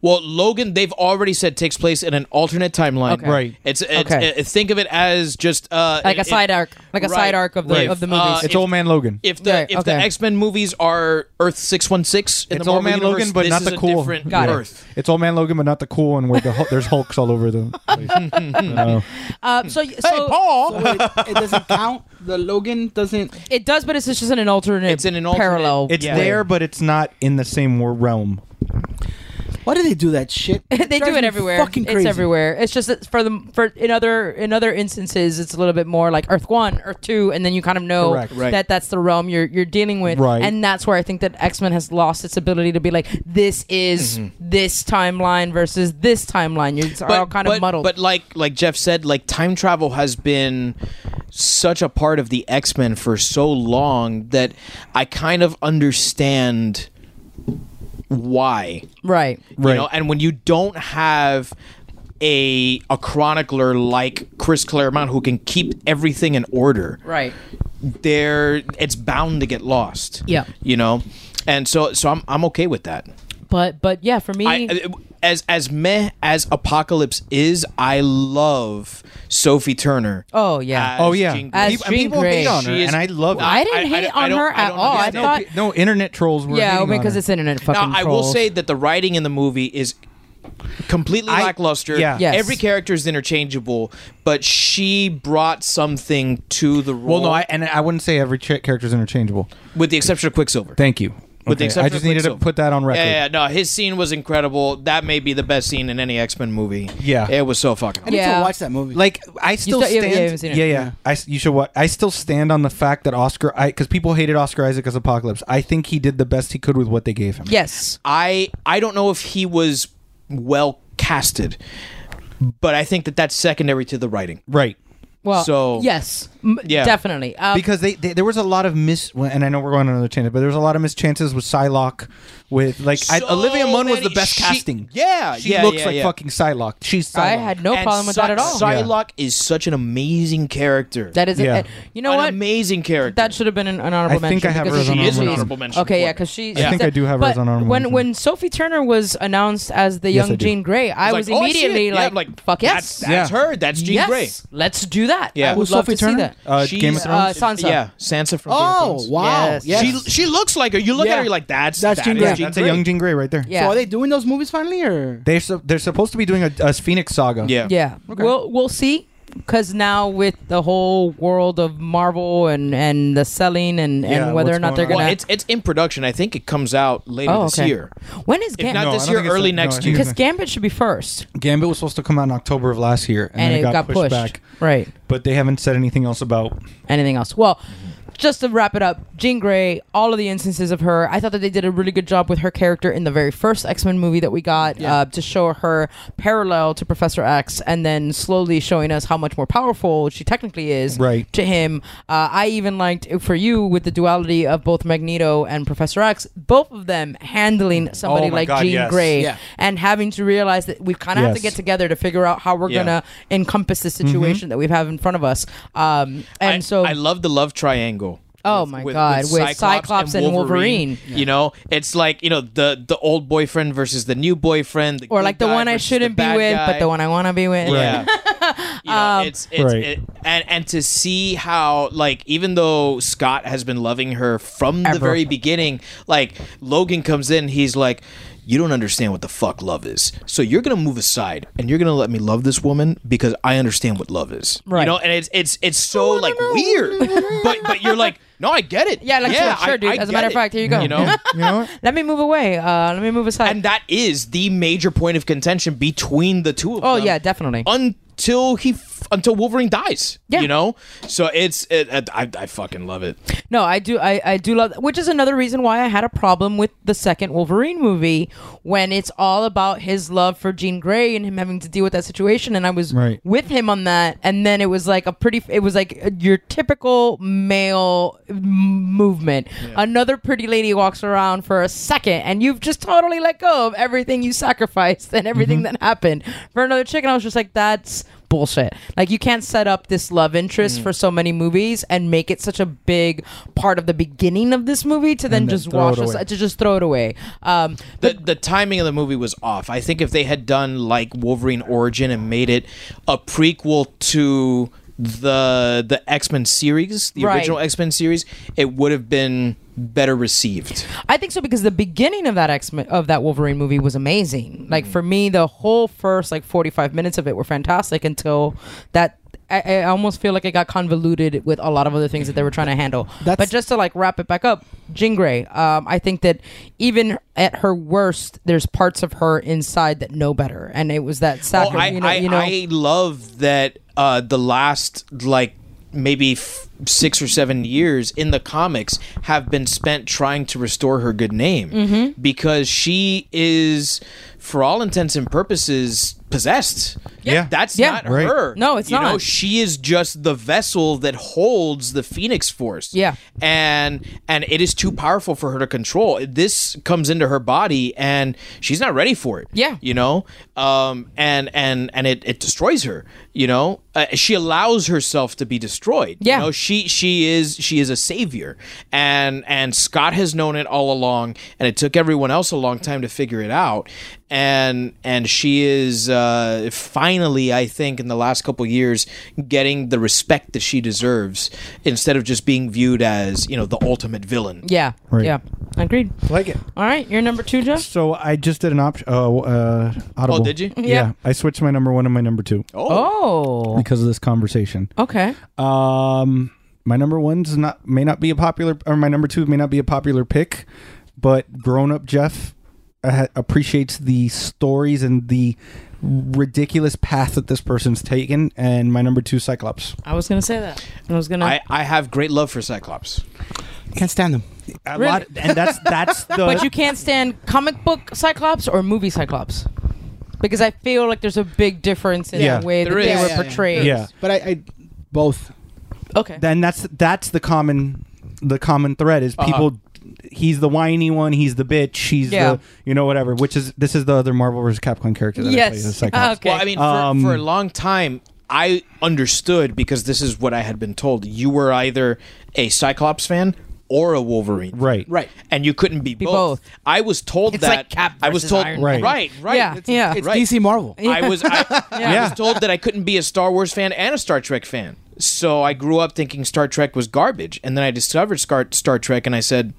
Speaker 2: Well, Logan, they've already said takes place in an alternate timeline.
Speaker 4: Okay. Right.
Speaker 2: It's, it's
Speaker 4: Okay.
Speaker 2: uh, think of it as just uh,
Speaker 4: Like a
Speaker 2: it-
Speaker 4: side arc, like a
Speaker 2: right,
Speaker 4: side arc of the
Speaker 2: right.
Speaker 4: of the
Speaker 2: Uh,
Speaker 4: movies.
Speaker 3: It's
Speaker 2: If-
Speaker 3: Old Man Logan.
Speaker 2: If the
Speaker 4: Right,
Speaker 2: if the
Speaker 4: okay.
Speaker 2: X Men movies are Earth six one six in
Speaker 3: it's
Speaker 2: the Marvel
Speaker 3: Old Man
Speaker 2: universe,
Speaker 3: Logan, but
Speaker 2: this
Speaker 3: not
Speaker 2: is
Speaker 3: the
Speaker 2: a
Speaker 3: cool
Speaker 2: different
Speaker 4: Got it.
Speaker 2: Earth.
Speaker 3: It's Old Man Logan, but not the cool one where the Hul- there's Hulks all over the. place. No.
Speaker 4: Uh, so so
Speaker 2: Paul.
Speaker 6: it, it doesn't count. The Logan doesn't.
Speaker 4: it does, but it's just in an alternate.
Speaker 2: It's in an alternate-
Speaker 4: parallel.
Speaker 3: It's
Speaker 2: Yeah.
Speaker 3: there, but it's not in the same wor- realm.
Speaker 6: Why do they do that shit?
Speaker 4: they do
Speaker 6: drives
Speaker 4: it
Speaker 6: me
Speaker 4: everywhere.
Speaker 6: Fucking
Speaker 4: It's
Speaker 6: crazy.
Speaker 4: everywhere. It's just that for the for in other in other instances, it's a little bit more like Earth One, Earth Two, and then you kind of know
Speaker 3: Correct.
Speaker 2: Right.
Speaker 4: that that's the realm you're you're dealing with.
Speaker 3: Right.
Speaker 4: And that's where I think that X Men has lost its ability to be like this is this timeline versus this timeline. You're it's all kind
Speaker 2: Mm-hmm. but,
Speaker 4: of muddled.
Speaker 2: But like like Jeff said, like time travel has been such a part of the X Men for so long that I kind of understand why
Speaker 4: Right.
Speaker 2: you know and when you don't have a a chronicler like chris claremont who can keep everything in order
Speaker 4: Right.
Speaker 2: there it's bound to get lost
Speaker 4: Yeah.
Speaker 2: you know and so so i'm, I'm okay with that
Speaker 4: But but yeah, for me,
Speaker 2: I, as as meh as apocalypse is i love sophie turner
Speaker 4: oh yeah,
Speaker 2: as
Speaker 3: Oh yeah,
Speaker 2: Jean Grey.
Speaker 4: As
Speaker 3: People-
Speaker 4: Jean
Speaker 3: people
Speaker 4: Grey.
Speaker 3: hate on her,
Speaker 2: She is-
Speaker 3: and I love it.
Speaker 4: I didn't hate
Speaker 2: don't-
Speaker 4: on
Speaker 2: don't-
Speaker 4: her
Speaker 2: I
Speaker 4: at
Speaker 2: don't
Speaker 4: all. I
Speaker 2: understand.
Speaker 4: thought
Speaker 3: no internet trolls were
Speaker 4: yeah,
Speaker 3: hating on
Speaker 4: because
Speaker 3: her.
Speaker 4: it's internet
Speaker 2: Now,
Speaker 4: fucking
Speaker 2: I will
Speaker 4: trolls.
Speaker 2: say that the writing in the movie is completely
Speaker 3: I-
Speaker 2: lackluster.
Speaker 3: yeah.
Speaker 4: Yes.
Speaker 2: Every character is interchangeable, but she brought something to the role.
Speaker 3: well, no, I, and I wouldn't say every ch- character's interchangeable.
Speaker 2: with the exception of Quicksilver.
Speaker 3: Thank you.
Speaker 2: with the
Speaker 3: Okay,
Speaker 2: exception
Speaker 3: I
Speaker 2: of
Speaker 3: just needed to
Speaker 2: Quicksilver.
Speaker 3: put that on record.
Speaker 2: Yeah, yeah, no, his scene was incredible. That may be the best scene in any X Men movie.
Speaker 3: Yeah.
Speaker 2: it was so fucking. Awesome.
Speaker 6: I need
Speaker 4: Yeah.
Speaker 6: to watch that movie.
Speaker 3: Like I still
Speaker 4: still- yeah, yeah,
Speaker 3: stand.
Speaker 4: you haven't seen it.
Speaker 3: yeah, yeah. I s you should. What I still stand on the fact that Oscar, I because people hated Oscar Isaac as Apocalypse. I think he did the best he could with what they gave him.
Speaker 4: yes,
Speaker 2: I I don't know if he was well casted, but I think that that's secondary to the writing.
Speaker 3: Right.
Speaker 4: well,
Speaker 2: So-
Speaker 4: yes, M-
Speaker 2: Yeah.
Speaker 4: definitely. Um,
Speaker 3: Because they, they there was a lot of mis well, and I know we're going on another tangent, but there was a lot of mischances with Psylocke, with like I,
Speaker 2: So
Speaker 3: Olivia Munn was the
Speaker 2: many-
Speaker 3: best
Speaker 2: she-
Speaker 3: casting.
Speaker 2: yeah,
Speaker 3: she
Speaker 2: yeah,
Speaker 3: looks
Speaker 2: yeah,
Speaker 3: like
Speaker 2: yeah.
Speaker 3: fucking Psylocke. She's Psylocke.
Speaker 4: I had no
Speaker 2: And
Speaker 4: problem with
Speaker 2: Psy-
Speaker 4: that at all.
Speaker 2: Psylocke is such an amazing character.
Speaker 4: That is,
Speaker 3: Yeah.
Speaker 4: it. you know
Speaker 2: an
Speaker 4: what?
Speaker 2: amazing character.
Speaker 4: That should have been an, an honorable
Speaker 3: I think
Speaker 4: mention.
Speaker 3: I have
Speaker 4: because
Speaker 3: her as an
Speaker 4: she
Speaker 3: She is an
Speaker 4: amazing.
Speaker 3: honorable
Speaker 2: mention
Speaker 4: Okay,
Speaker 2: for
Speaker 4: yeah,
Speaker 2: it.
Speaker 4: because she.
Speaker 2: I
Speaker 4: she's
Speaker 3: think I do have her
Speaker 4: but
Speaker 3: as an honorable
Speaker 4: when,
Speaker 3: mention.
Speaker 4: When Sophie Turner was announced as the
Speaker 3: Yes, I
Speaker 4: young
Speaker 3: do.
Speaker 4: Jean Grey, I
Speaker 2: It's
Speaker 4: was
Speaker 2: like, oh, shit.
Speaker 4: immediately
Speaker 2: Yeah,
Speaker 4: like, "Fuck yes,
Speaker 2: That's, that's
Speaker 3: Yeah.
Speaker 2: her. That's Jean
Speaker 4: yes,
Speaker 2: Grey.
Speaker 4: let's do that."
Speaker 2: Yeah.
Speaker 4: I would
Speaker 2: Who's
Speaker 4: love to
Speaker 6: Sophie
Speaker 4: see
Speaker 6: Turner?
Speaker 4: that.
Speaker 3: Uh,
Speaker 2: She's-
Speaker 3: Game of
Speaker 4: Uh,
Speaker 3: Thrones.
Speaker 4: Sansa.
Speaker 2: Yeah, Sansa from Game of
Speaker 6: oh
Speaker 2: Thrones.
Speaker 6: wow!
Speaker 4: Yes.
Speaker 6: yes.
Speaker 2: She she looks like her. You look at
Speaker 6: Yeah.
Speaker 2: her, you're like that's
Speaker 6: That's
Speaker 2: that
Speaker 6: Jean
Speaker 2: is
Speaker 6: Grey.
Speaker 3: that's a young Jean Grey right there.
Speaker 4: Yeah.
Speaker 6: So are they doing those movies finally, or
Speaker 3: They're su- they're supposed to be doing a, a Phoenix Saga.
Speaker 2: Yeah.
Speaker 4: Yeah, we'll we'll see. Because now with the whole world of Marvel and and the selling and
Speaker 3: Yeah,
Speaker 4: and whether
Speaker 3: what's
Speaker 4: or not
Speaker 3: going
Speaker 4: they're
Speaker 3: on?
Speaker 4: gonna.
Speaker 2: Well, it's it's in production. I think it comes out later
Speaker 4: oh,
Speaker 2: this
Speaker 4: okay.
Speaker 2: year.
Speaker 4: When is
Speaker 2: If not
Speaker 4: Gambit?
Speaker 3: I
Speaker 2: this
Speaker 3: don't
Speaker 2: year,
Speaker 3: think it's-
Speaker 2: early
Speaker 3: no, I
Speaker 2: next
Speaker 3: think
Speaker 2: year.
Speaker 3: it's
Speaker 4: Because Gambit should be first,
Speaker 3: Gambit was supposed to come out in October of last year, and,
Speaker 4: and,
Speaker 3: then
Speaker 4: it got, pushed,
Speaker 3: back.
Speaker 4: Right.
Speaker 3: But they haven't said anything else about
Speaker 4: anything else. Well, just to wrap it up, Jean Grey, all of the instances of her, I thought that they did a really good job with her character in the very first X Men movie that we got uh, to show her parallel to Professor X and then slowly showing us how much more powerful she technically is
Speaker 3: Right.
Speaker 4: to him. Uh, I even liked for you with the duality of both Magneto and Professor X, both of them handling somebody
Speaker 3: Oh my
Speaker 4: like
Speaker 3: God,
Speaker 4: Jean
Speaker 3: yes.
Speaker 4: Grey
Speaker 6: Yeah.
Speaker 4: and having to realize that we kind of have to
Speaker 3: Yes. Mm-hmm.
Speaker 4: get together to figure out how we're
Speaker 2: Yeah.
Speaker 4: going to encompass the situation that we have in front of us. Um, and
Speaker 2: I,
Speaker 4: so
Speaker 2: I love the love triangle.
Speaker 4: Oh my God, with Cyclops and Wolverine.
Speaker 2: You know, it's like you know the the old boyfriend versus the new boyfriend, the
Speaker 4: or
Speaker 2: good
Speaker 4: like the
Speaker 2: guy
Speaker 4: one I
Speaker 2: versus the
Speaker 4: shouldn't be
Speaker 2: bad
Speaker 4: with,
Speaker 2: guy.
Speaker 4: but the one I want to be with.
Speaker 2: Yeah. you know,
Speaker 4: Um,
Speaker 2: it's, it's
Speaker 3: Right.
Speaker 2: it, and and to see how like even though Scott has been loving her from the
Speaker 4: Ever.
Speaker 2: very beginning, like Logan comes in, he's like. You don't understand what the fuck love is. So you're gonna move aside and you're gonna let me love this woman because I understand what love is.
Speaker 4: Right.
Speaker 2: You know, and it's it's it's so like weird. but but you're like, no, I get it.
Speaker 4: Yeah, like, sure, sure,
Speaker 2: I-
Speaker 4: dude.
Speaker 2: I
Speaker 4: As a
Speaker 2: get
Speaker 4: matter of
Speaker 2: it."
Speaker 4: fact, here you go.
Speaker 2: You know?
Speaker 3: you know what?
Speaker 4: Let me move away. Uh, let me move aside.
Speaker 2: and that is the major point of contention between the two of
Speaker 4: oh
Speaker 2: them
Speaker 4: yeah, definitely.
Speaker 2: until he f- until Wolverine dies.
Speaker 4: Yeah.
Speaker 2: you know. So it's it, it, I I fucking love it.
Speaker 4: No, I do. I, I do love, which is another reason why I had a problem with the second Wolverine movie when it's all about his love for Jean Grey and him having to deal with that situation. And I was
Speaker 3: Right.
Speaker 4: with him on that, and then it was like a pretty. It was like your typical male m- movement. Another pretty lady walks around for a second, and you've just totally let go of everything you sacrificed and
Speaker 3: Mm-hmm.
Speaker 4: everything that happened for another chick. And I was just like, that's bullshit. Like you can't set up this love
Speaker 3: Mm.
Speaker 4: interest for so many movies and make it such a big part of the beginning of this movie to then,
Speaker 3: then
Speaker 4: just
Speaker 3: throw it
Speaker 4: wash
Speaker 3: away.
Speaker 4: aside, to just throw it away. Um,
Speaker 2: The the timing of the movie was off. I think if they had done like Wolverine Origin and made it a prequel to the the X Men series, the
Speaker 4: Right.
Speaker 2: original X Men series, it would have been better received.
Speaker 4: I think so because the beginning of that X of that Wolverine movie was amazing. Like for me, the whole first like forty five minutes of it were fantastic until that. I, I almost feel like it got convoluted with a lot of other things that they were trying to handle.
Speaker 6: That's-
Speaker 4: but just to like wrap it back up, Jean Grey. Um, I think that even at her worst, there's parts of her inside that know better, and it was that
Speaker 2: Oh,
Speaker 4: sacrifice.
Speaker 2: I,
Speaker 4: you know,
Speaker 2: I,
Speaker 4: you know,
Speaker 2: I love that uh, the last like maybe f- six or seven years in the comics have been spent trying to restore
Speaker 4: Mm-hmm.
Speaker 2: her good name because she is, for all intents and purposes, possessed.
Speaker 3: Yeah.
Speaker 2: That's
Speaker 4: Yeah.
Speaker 2: not
Speaker 3: Right.
Speaker 2: her.
Speaker 4: No, it's
Speaker 2: you Know,
Speaker 4: not.
Speaker 2: she is just the vessel that holds the Phoenix Force.
Speaker 4: Yeah.
Speaker 2: And and it is too powerful for her to control. This comes into her body and she's not ready for it.
Speaker 4: Yeah.
Speaker 2: You know? Um and and and it, it destroys her, you know? Uh, she allows herself to be destroyed.
Speaker 4: Yeah.
Speaker 2: You know, she she is she is a savior. And and Scott has known it all along and it took everyone else a long time to figure it out. And and she is uh finally I think in the last couple years getting the respect that she deserves instead of just being viewed as, you know, the ultimate villain.
Speaker 4: Yeah. Yeah. Agreed.
Speaker 3: Like it.
Speaker 4: All right, you're number two, Jeff.
Speaker 3: So I just did an option. Oh, uh, audible.
Speaker 2: did you?
Speaker 3: Yeah.
Speaker 4: Yeah.
Speaker 3: I switched my number one and my number two
Speaker 4: Oh.
Speaker 3: because of this conversation.
Speaker 4: Okay.
Speaker 3: Um, my number one's not may not be a popular, or my number two may not be a popular pick, but grown up Jeff uh, appreciates the stories and the ridiculous path that this person's taken. And my number two, Cyclops.
Speaker 4: I was gonna say that. I was gonna.
Speaker 2: I, I have great love for Cyclops.
Speaker 6: Can't stand him.
Speaker 3: A
Speaker 4: Really?
Speaker 3: lot, and that's that's the.
Speaker 4: but you can't stand comic book Cyclops or movie Cyclops, because I feel like there's a big difference in
Speaker 3: Yeah.
Speaker 4: the way that
Speaker 2: There
Speaker 4: they
Speaker 2: is.
Speaker 4: were
Speaker 2: Yeah,
Speaker 6: yeah, yeah.
Speaker 4: portrayed.
Speaker 3: yeah.
Speaker 6: But I, I both.
Speaker 4: Okay.
Speaker 3: Then that's that's the common the common thread
Speaker 4: Uh-huh.
Speaker 3: is people. He's the whiny one. He's the bitch. He's
Speaker 4: Yeah.
Speaker 3: the you know whatever. Which is this is the other Marvel vs. Capcom character that I play, the
Speaker 4: yes.
Speaker 3: Cyclops.
Speaker 4: Okay.
Speaker 2: Well, I mean, for,
Speaker 3: Um,
Speaker 2: for a long time, I understood because this is what I had been told. You were either a Cyclops fan or a Wolverine, fan.
Speaker 3: Right.
Speaker 6: Right.
Speaker 2: And you couldn't be, both.
Speaker 4: both.
Speaker 2: I was told
Speaker 4: It's
Speaker 2: that.
Speaker 4: like Cap
Speaker 2: I was
Speaker 4: versus
Speaker 2: told
Speaker 4: Iron
Speaker 3: Man.
Speaker 2: right, right, right.
Speaker 4: Yeah, yeah. It's
Speaker 2: right.
Speaker 6: DC Marvel.
Speaker 2: I was I, I
Speaker 3: Yeah.
Speaker 2: was told that I couldn't be a Star Wars fan and a Star Trek fan. So I grew up thinking Star Trek was garbage, and then I discovered Star, Star Trek, and I said,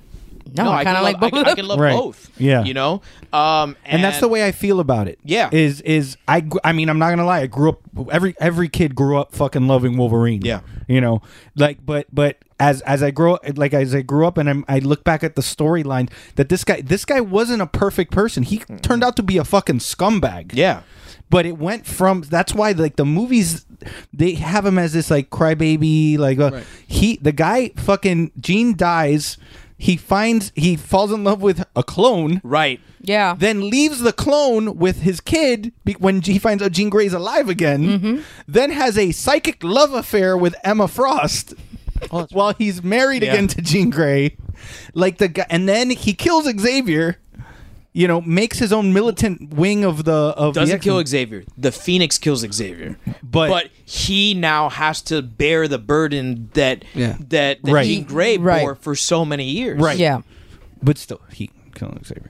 Speaker 4: No, I
Speaker 2: can
Speaker 4: kinda like
Speaker 2: love-
Speaker 4: both of
Speaker 2: I, I
Speaker 4: them."
Speaker 2: can love
Speaker 3: Right.
Speaker 2: both."
Speaker 3: Yeah.
Speaker 2: you know, um, and,
Speaker 3: and that's the way I feel about it.
Speaker 2: Yeah.
Speaker 3: is is I gr- I mean I'm not gonna lie. I grew up every every kid grew up fucking loving Wolverine.
Speaker 2: Yeah.
Speaker 3: you know, like but but as as I grow like as I grew up and I'm, I look back at the storyline that this guy this guy wasn't a perfect person. He turned out to be a fucking scumbag.
Speaker 2: Yeah.
Speaker 3: But it went from that's why like the movies they have him as this like crybaby like uh, he the guy fucking Gene dies he finds he falls in love with a clone
Speaker 2: right.
Speaker 4: yeah.
Speaker 3: then leaves the clone with his kid be- when he finds out Jean Grey's alive again, then has a psychic love affair with Emma Frost while he's married
Speaker 2: Yeah.
Speaker 3: again to Jean Grey. Like the guy, and then he kills Xavier. You know, makes his own militant wing of the of the
Speaker 2: doesn't kill
Speaker 3: X-Men.
Speaker 2: Xavier. The Phoenix kills Xavier,
Speaker 3: But-
Speaker 2: but he now has to bear the burden that
Speaker 6: Yeah.
Speaker 2: that, that
Speaker 3: Right.
Speaker 2: Jean Grey
Speaker 4: Right.
Speaker 2: bore for so many years.
Speaker 3: Right.
Speaker 4: yeah.
Speaker 3: but still he killing Xavier.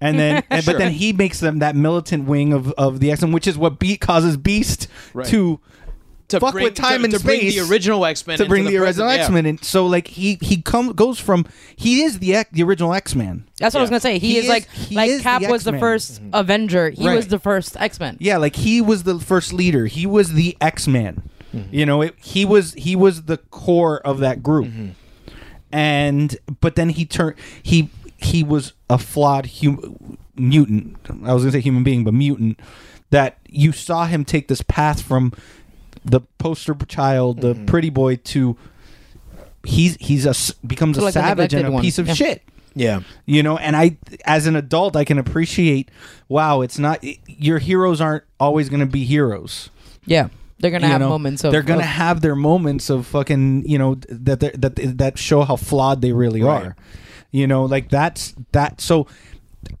Speaker 3: And then, and,
Speaker 2: Sure.
Speaker 3: but then he makes them that militant wing of, of the X Men, which is what beat causes Beast
Speaker 2: Right.
Speaker 3: to
Speaker 2: To
Speaker 3: Fuck with time
Speaker 2: to,
Speaker 3: and
Speaker 2: to bring
Speaker 3: space.
Speaker 2: the original X Men
Speaker 3: to bring the, original X Men in. So like he he come goes from he is the X- the original X Man.
Speaker 4: That's what I was
Speaker 2: Yeah.
Speaker 4: gonna say. He,
Speaker 3: He
Speaker 4: is,
Speaker 3: is-
Speaker 4: like
Speaker 3: he
Speaker 4: like
Speaker 3: is
Speaker 4: Cap
Speaker 3: the
Speaker 4: was the
Speaker 3: X-Men.
Speaker 4: 1st Avenger. He was
Speaker 3: Right.
Speaker 4: the first X Men.
Speaker 3: Yeah, like he was the first leader. He was the X Man. You know, it, he was he was the core of that group. And but then he turned he he was a flawed hum, mutant. I was gonna say human being, but mutant. That you saw him take this path from the poster child, the pretty boy, to he's he's a s- becomes
Speaker 4: To,
Speaker 3: a
Speaker 4: like, the
Speaker 3: savage and
Speaker 4: neglected
Speaker 3: a
Speaker 4: one.
Speaker 3: piece of
Speaker 4: Yeah.
Speaker 3: shit
Speaker 2: Yeah.
Speaker 3: you know and i as an adult i can appreciate wow it's not your heroes aren't always going to be heroes
Speaker 4: Yeah. They're gonna
Speaker 3: you
Speaker 4: have
Speaker 3: know?
Speaker 4: moments of
Speaker 3: they're going to
Speaker 4: of-
Speaker 3: have their moments of fucking you know that they're- that that show how flawed they really are you know like that's that so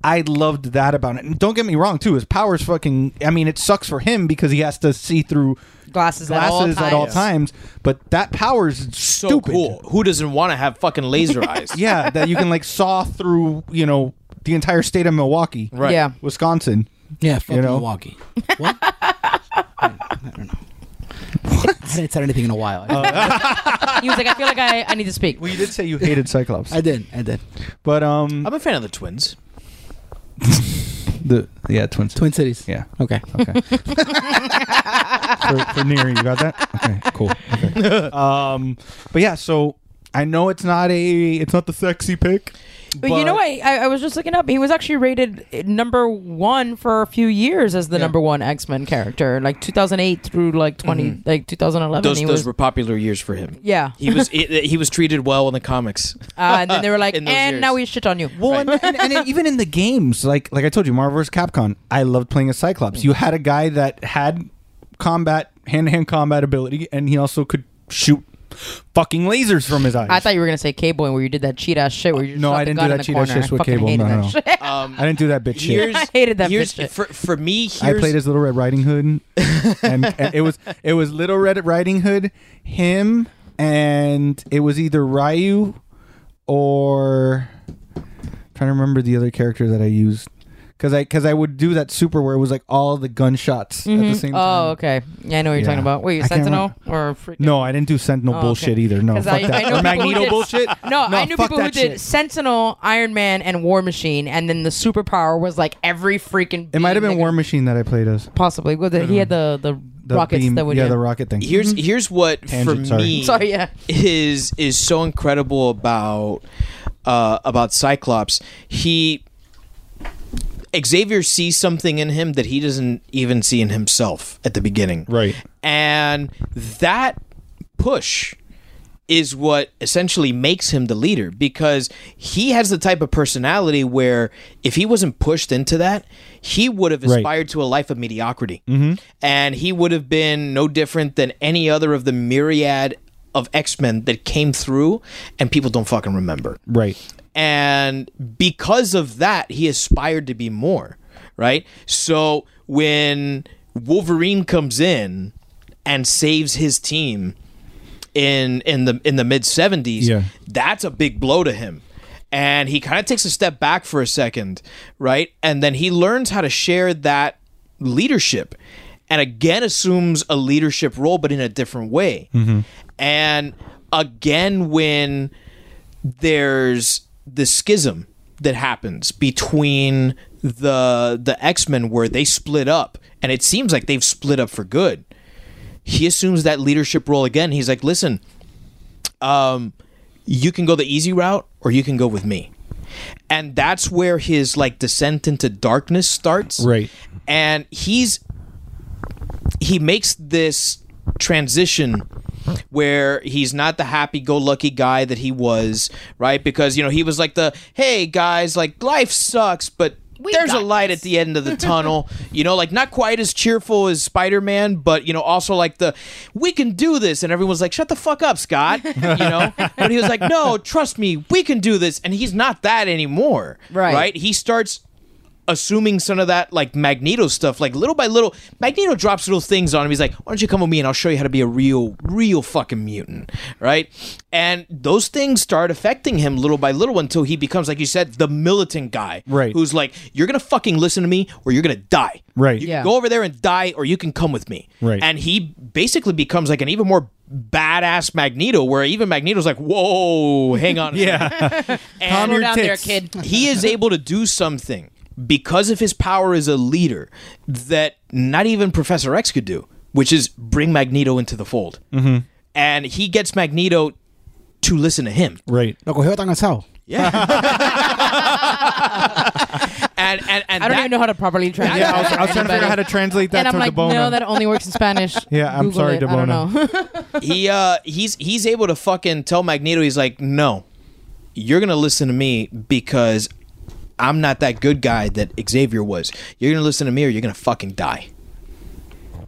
Speaker 3: I loved that about it. And don't get me wrong, too. His powers fucking. I mean, it sucks for him because he has to see through
Speaker 4: Glasses at all
Speaker 3: glasses at all, times.
Speaker 4: times.
Speaker 3: But that power is
Speaker 2: So
Speaker 3: stupid.
Speaker 2: cool. Who doesn't want to have fucking laser eyes?
Speaker 3: Yeah, that you can like saw through. You know, the entire state of Milwaukee.
Speaker 2: Right.
Speaker 4: Yeah.
Speaker 3: Wisconsin.
Speaker 6: Yeah, fuck
Speaker 3: You know?
Speaker 6: Milwaukee. What? I don't know. I didn't said anything in a while.
Speaker 4: He was like, I feel like I, I need to speak.
Speaker 3: Well, you did say you hated Cyclops,
Speaker 6: I did. I did.
Speaker 3: but um,
Speaker 2: I'm a fan of the twins.
Speaker 3: the yeah, Twin Cities.
Speaker 6: Twin Cities.
Speaker 3: Yeah,
Speaker 6: Okay.
Speaker 3: okay. for, for near, you got that? Okay, cool. Okay. Um, but yeah, so I know it's not a it's not the sexy pick.
Speaker 4: But, you know, I, I I was just looking up. He was actually rated eh, number one for a few years as the number one X Men character, like 2008 through like
Speaker 3: Mm-hmm.
Speaker 4: 20 like 2011.
Speaker 2: Those
Speaker 4: he
Speaker 2: those
Speaker 4: was,
Speaker 2: were popular years for him.
Speaker 4: Yeah.
Speaker 2: he was he, he was treated well in the comics.
Speaker 4: uh, and then they were like,
Speaker 2: in
Speaker 4: and
Speaker 2: those years.
Speaker 4: now we shit on you.
Speaker 3: Well, and, and, and then even in the games, like like I told you, Marvel vs. Capcom, I loved playing as Cyclops. You had a guy that had combat, hand to hand combat ability, and he also could shoot fucking lasers from his eyes.
Speaker 4: I thought you were gonna say K-Boy where you did that cheat ass shit where you just
Speaker 3: No,
Speaker 4: shot
Speaker 3: I
Speaker 4: the
Speaker 3: didn't
Speaker 4: gun
Speaker 3: do
Speaker 4: in
Speaker 3: that
Speaker 4: the
Speaker 3: cheat ass
Speaker 4: corner.
Speaker 3: shit with
Speaker 4: I fucking
Speaker 3: Cable.
Speaker 4: hated
Speaker 3: No,
Speaker 4: that
Speaker 3: no, no.
Speaker 4: shit.
Speaker 3: I didn't do that bitch shit.
Speaker 2: Um, Here's,
Speaker 4: I hated that
Speaker 2: here's-
Speaker 4: bitch shit.
Speaker 2: For, for me, here's,
Speaker 3: I played as Little Red Riding Hood, and, and it was it was Little Red Riding Hood, him, and it was either Ryu or trying to remember the other character that I used because I because I would do that super where it was like all the gunshots at the same time.
Speaker 4: Oh, okay. Yeah, I know what you're
Speaker 3: Yeah.
Speaker 4: talking about. Wait,
Speaker 3: I can't
Speaker 4: Sentinel or freaking
Speaker 3: No, I didn't do Sentinel
Speaker 4: Oh, okay.
Speaker 3: bullshit either. No,
Speaker 4: 'Cause
Speaker 3: fuck
Speaker 4: I- I
Speaker 3: that.
Speaker 4: know
Speaker 3: or
Speaker 4: people who
Speaker 3: Magneto
Speaker 4: did-
Speaker 3: bullshit.
Speaker 4: No, I knew
Speaker 3: fuck
Speaker 4: people who
Speaker 3: that
Speaker 4: did
Speaker 3: shit.
Speaker 4: Sentinel, Iron Man, and War Machine, and then the superpower was like every freaking.
Speaker 3: It might have been
Speaker 4: beam
Speaker 3: War Machine that I played as.
Speaker 4: that- Possibly. Well, the, he had the the,
Speaker 3: The
Speaker 4: rockets
Speaker 3: beam,
Speaker 4: that would.
Speaker 3: yeah, the rocket thing.
Speaker 2: here's here's what for
Speaker 3: Tangent, sorry.
Speaker 2: me
Speaker 4: Sorry, yeah.
Speaker 2: is is so incredible about uh, about Cyclops. He Xavier sees something in him that he doesn't even see in himself at the beginning.
Speaker 3: Right.
Speaker 2: And that push is what essentially makes him the leader because he has the type of personality where if he wasn't pushed into that, he would have
Speaker 3: Right.
Speaker 2: aspired to a life of mediocrity. And he would have been no different than any other of the myriad of X Men that came through and people don't fucking remember.
Speaker 3: Right.
Speaker 2: And because of that, he aspired to be more, right? So when Wolverine comes in and saves his team in in the in the mid 70s,
Speaker 3: Yeah.
Speaker 2: that's a big blow to him. And he kind of takes a step back for a second, right? And then he learns how to share that leadership and again assumes a leadership role, but in a different way. And again, when there's the schism that happens between the the X-Men where they split up and it seems like they've split up for good. He assumes that leadership role again. He's like, "Listen, um you can go the easy route or you can go with me." And that's where his like descent into darkness starts.
Speaker 3: Right.
Speaker 2: And he's he makes this transition where he's not the happy-go-lucky guy that he was, right? Because you know he was like the hey guys, like life sucks, but there's a
Speaker 4: got
Speaker 2: light at the end of the tunnel. you know, like not quite as cheerful as Spider-Man, but you know also like the we can do this, and everyone's like shut the fuck up, Scott. You know, but he was like no, trust me, we can do this, and he's not that anymore,
Speaker 4: Right.
Speaker 2: Right? He starts assuming some of that like Magneto stuff, like little by little, Magneto drops little things on him. He's like, "Why don't you come with me and I'll show you how to be a real, real fucking mutant?" Right? And those things start affecting him little by little until he becomes, like you said, the militant guy,
Speaker 3: Right.
Speaker 2: Who's like, "You're gonna fucking listen to me, or you're gonna die."
Speaker 3: Right.
Speaker 2: You
Speaker 3: Yeah.
Speaker 2: can go over there and die, or you can come with me.
Speaker 3: Right.
Speaker 2: And he basically becomes like an even more badass Magneto, where even Magneto's like, "Whoa, hang on." yeah.
Speaker 3: Calm your
Speaker 4: down there,
Speaker 3: tits.
Speaker 4: kid.
Speaker 2: he is able to do something because of his power as a leader that not even Professor X could do, which is bring Magneto into the fold. Mm-hmm. And he gets Magneto to listen to him.
Speaker 3: Right.
Speaker 6: Lo cogió tan asado.
Speaker 2: And and, and
Speaker 4: I don't
Speaker 2: that-
Speaker 4: even know how to properly translate.
Speaker 3: Yeah, I was, I was trying to figure out how to translate that
Speaker 4: and
Speaker 3: to
Speaker 4: I'm like,
Speaker 3: Debono.
Speaker 4: no, that only works in Spanish.
Speaker 3: Yeah, I'm
Speaker 4: Google
Speaker 3: sorry,
Speaker 4: it. I don't
Speaker 3: Debono.
Speaker 4: know.
Speaker 2: he uh he's he's able to fucking tell Magneto he's like, "No. You're going to listen to me because I'm not that good guy that Xavier was. You're going to listen to me or you're going to fucking die."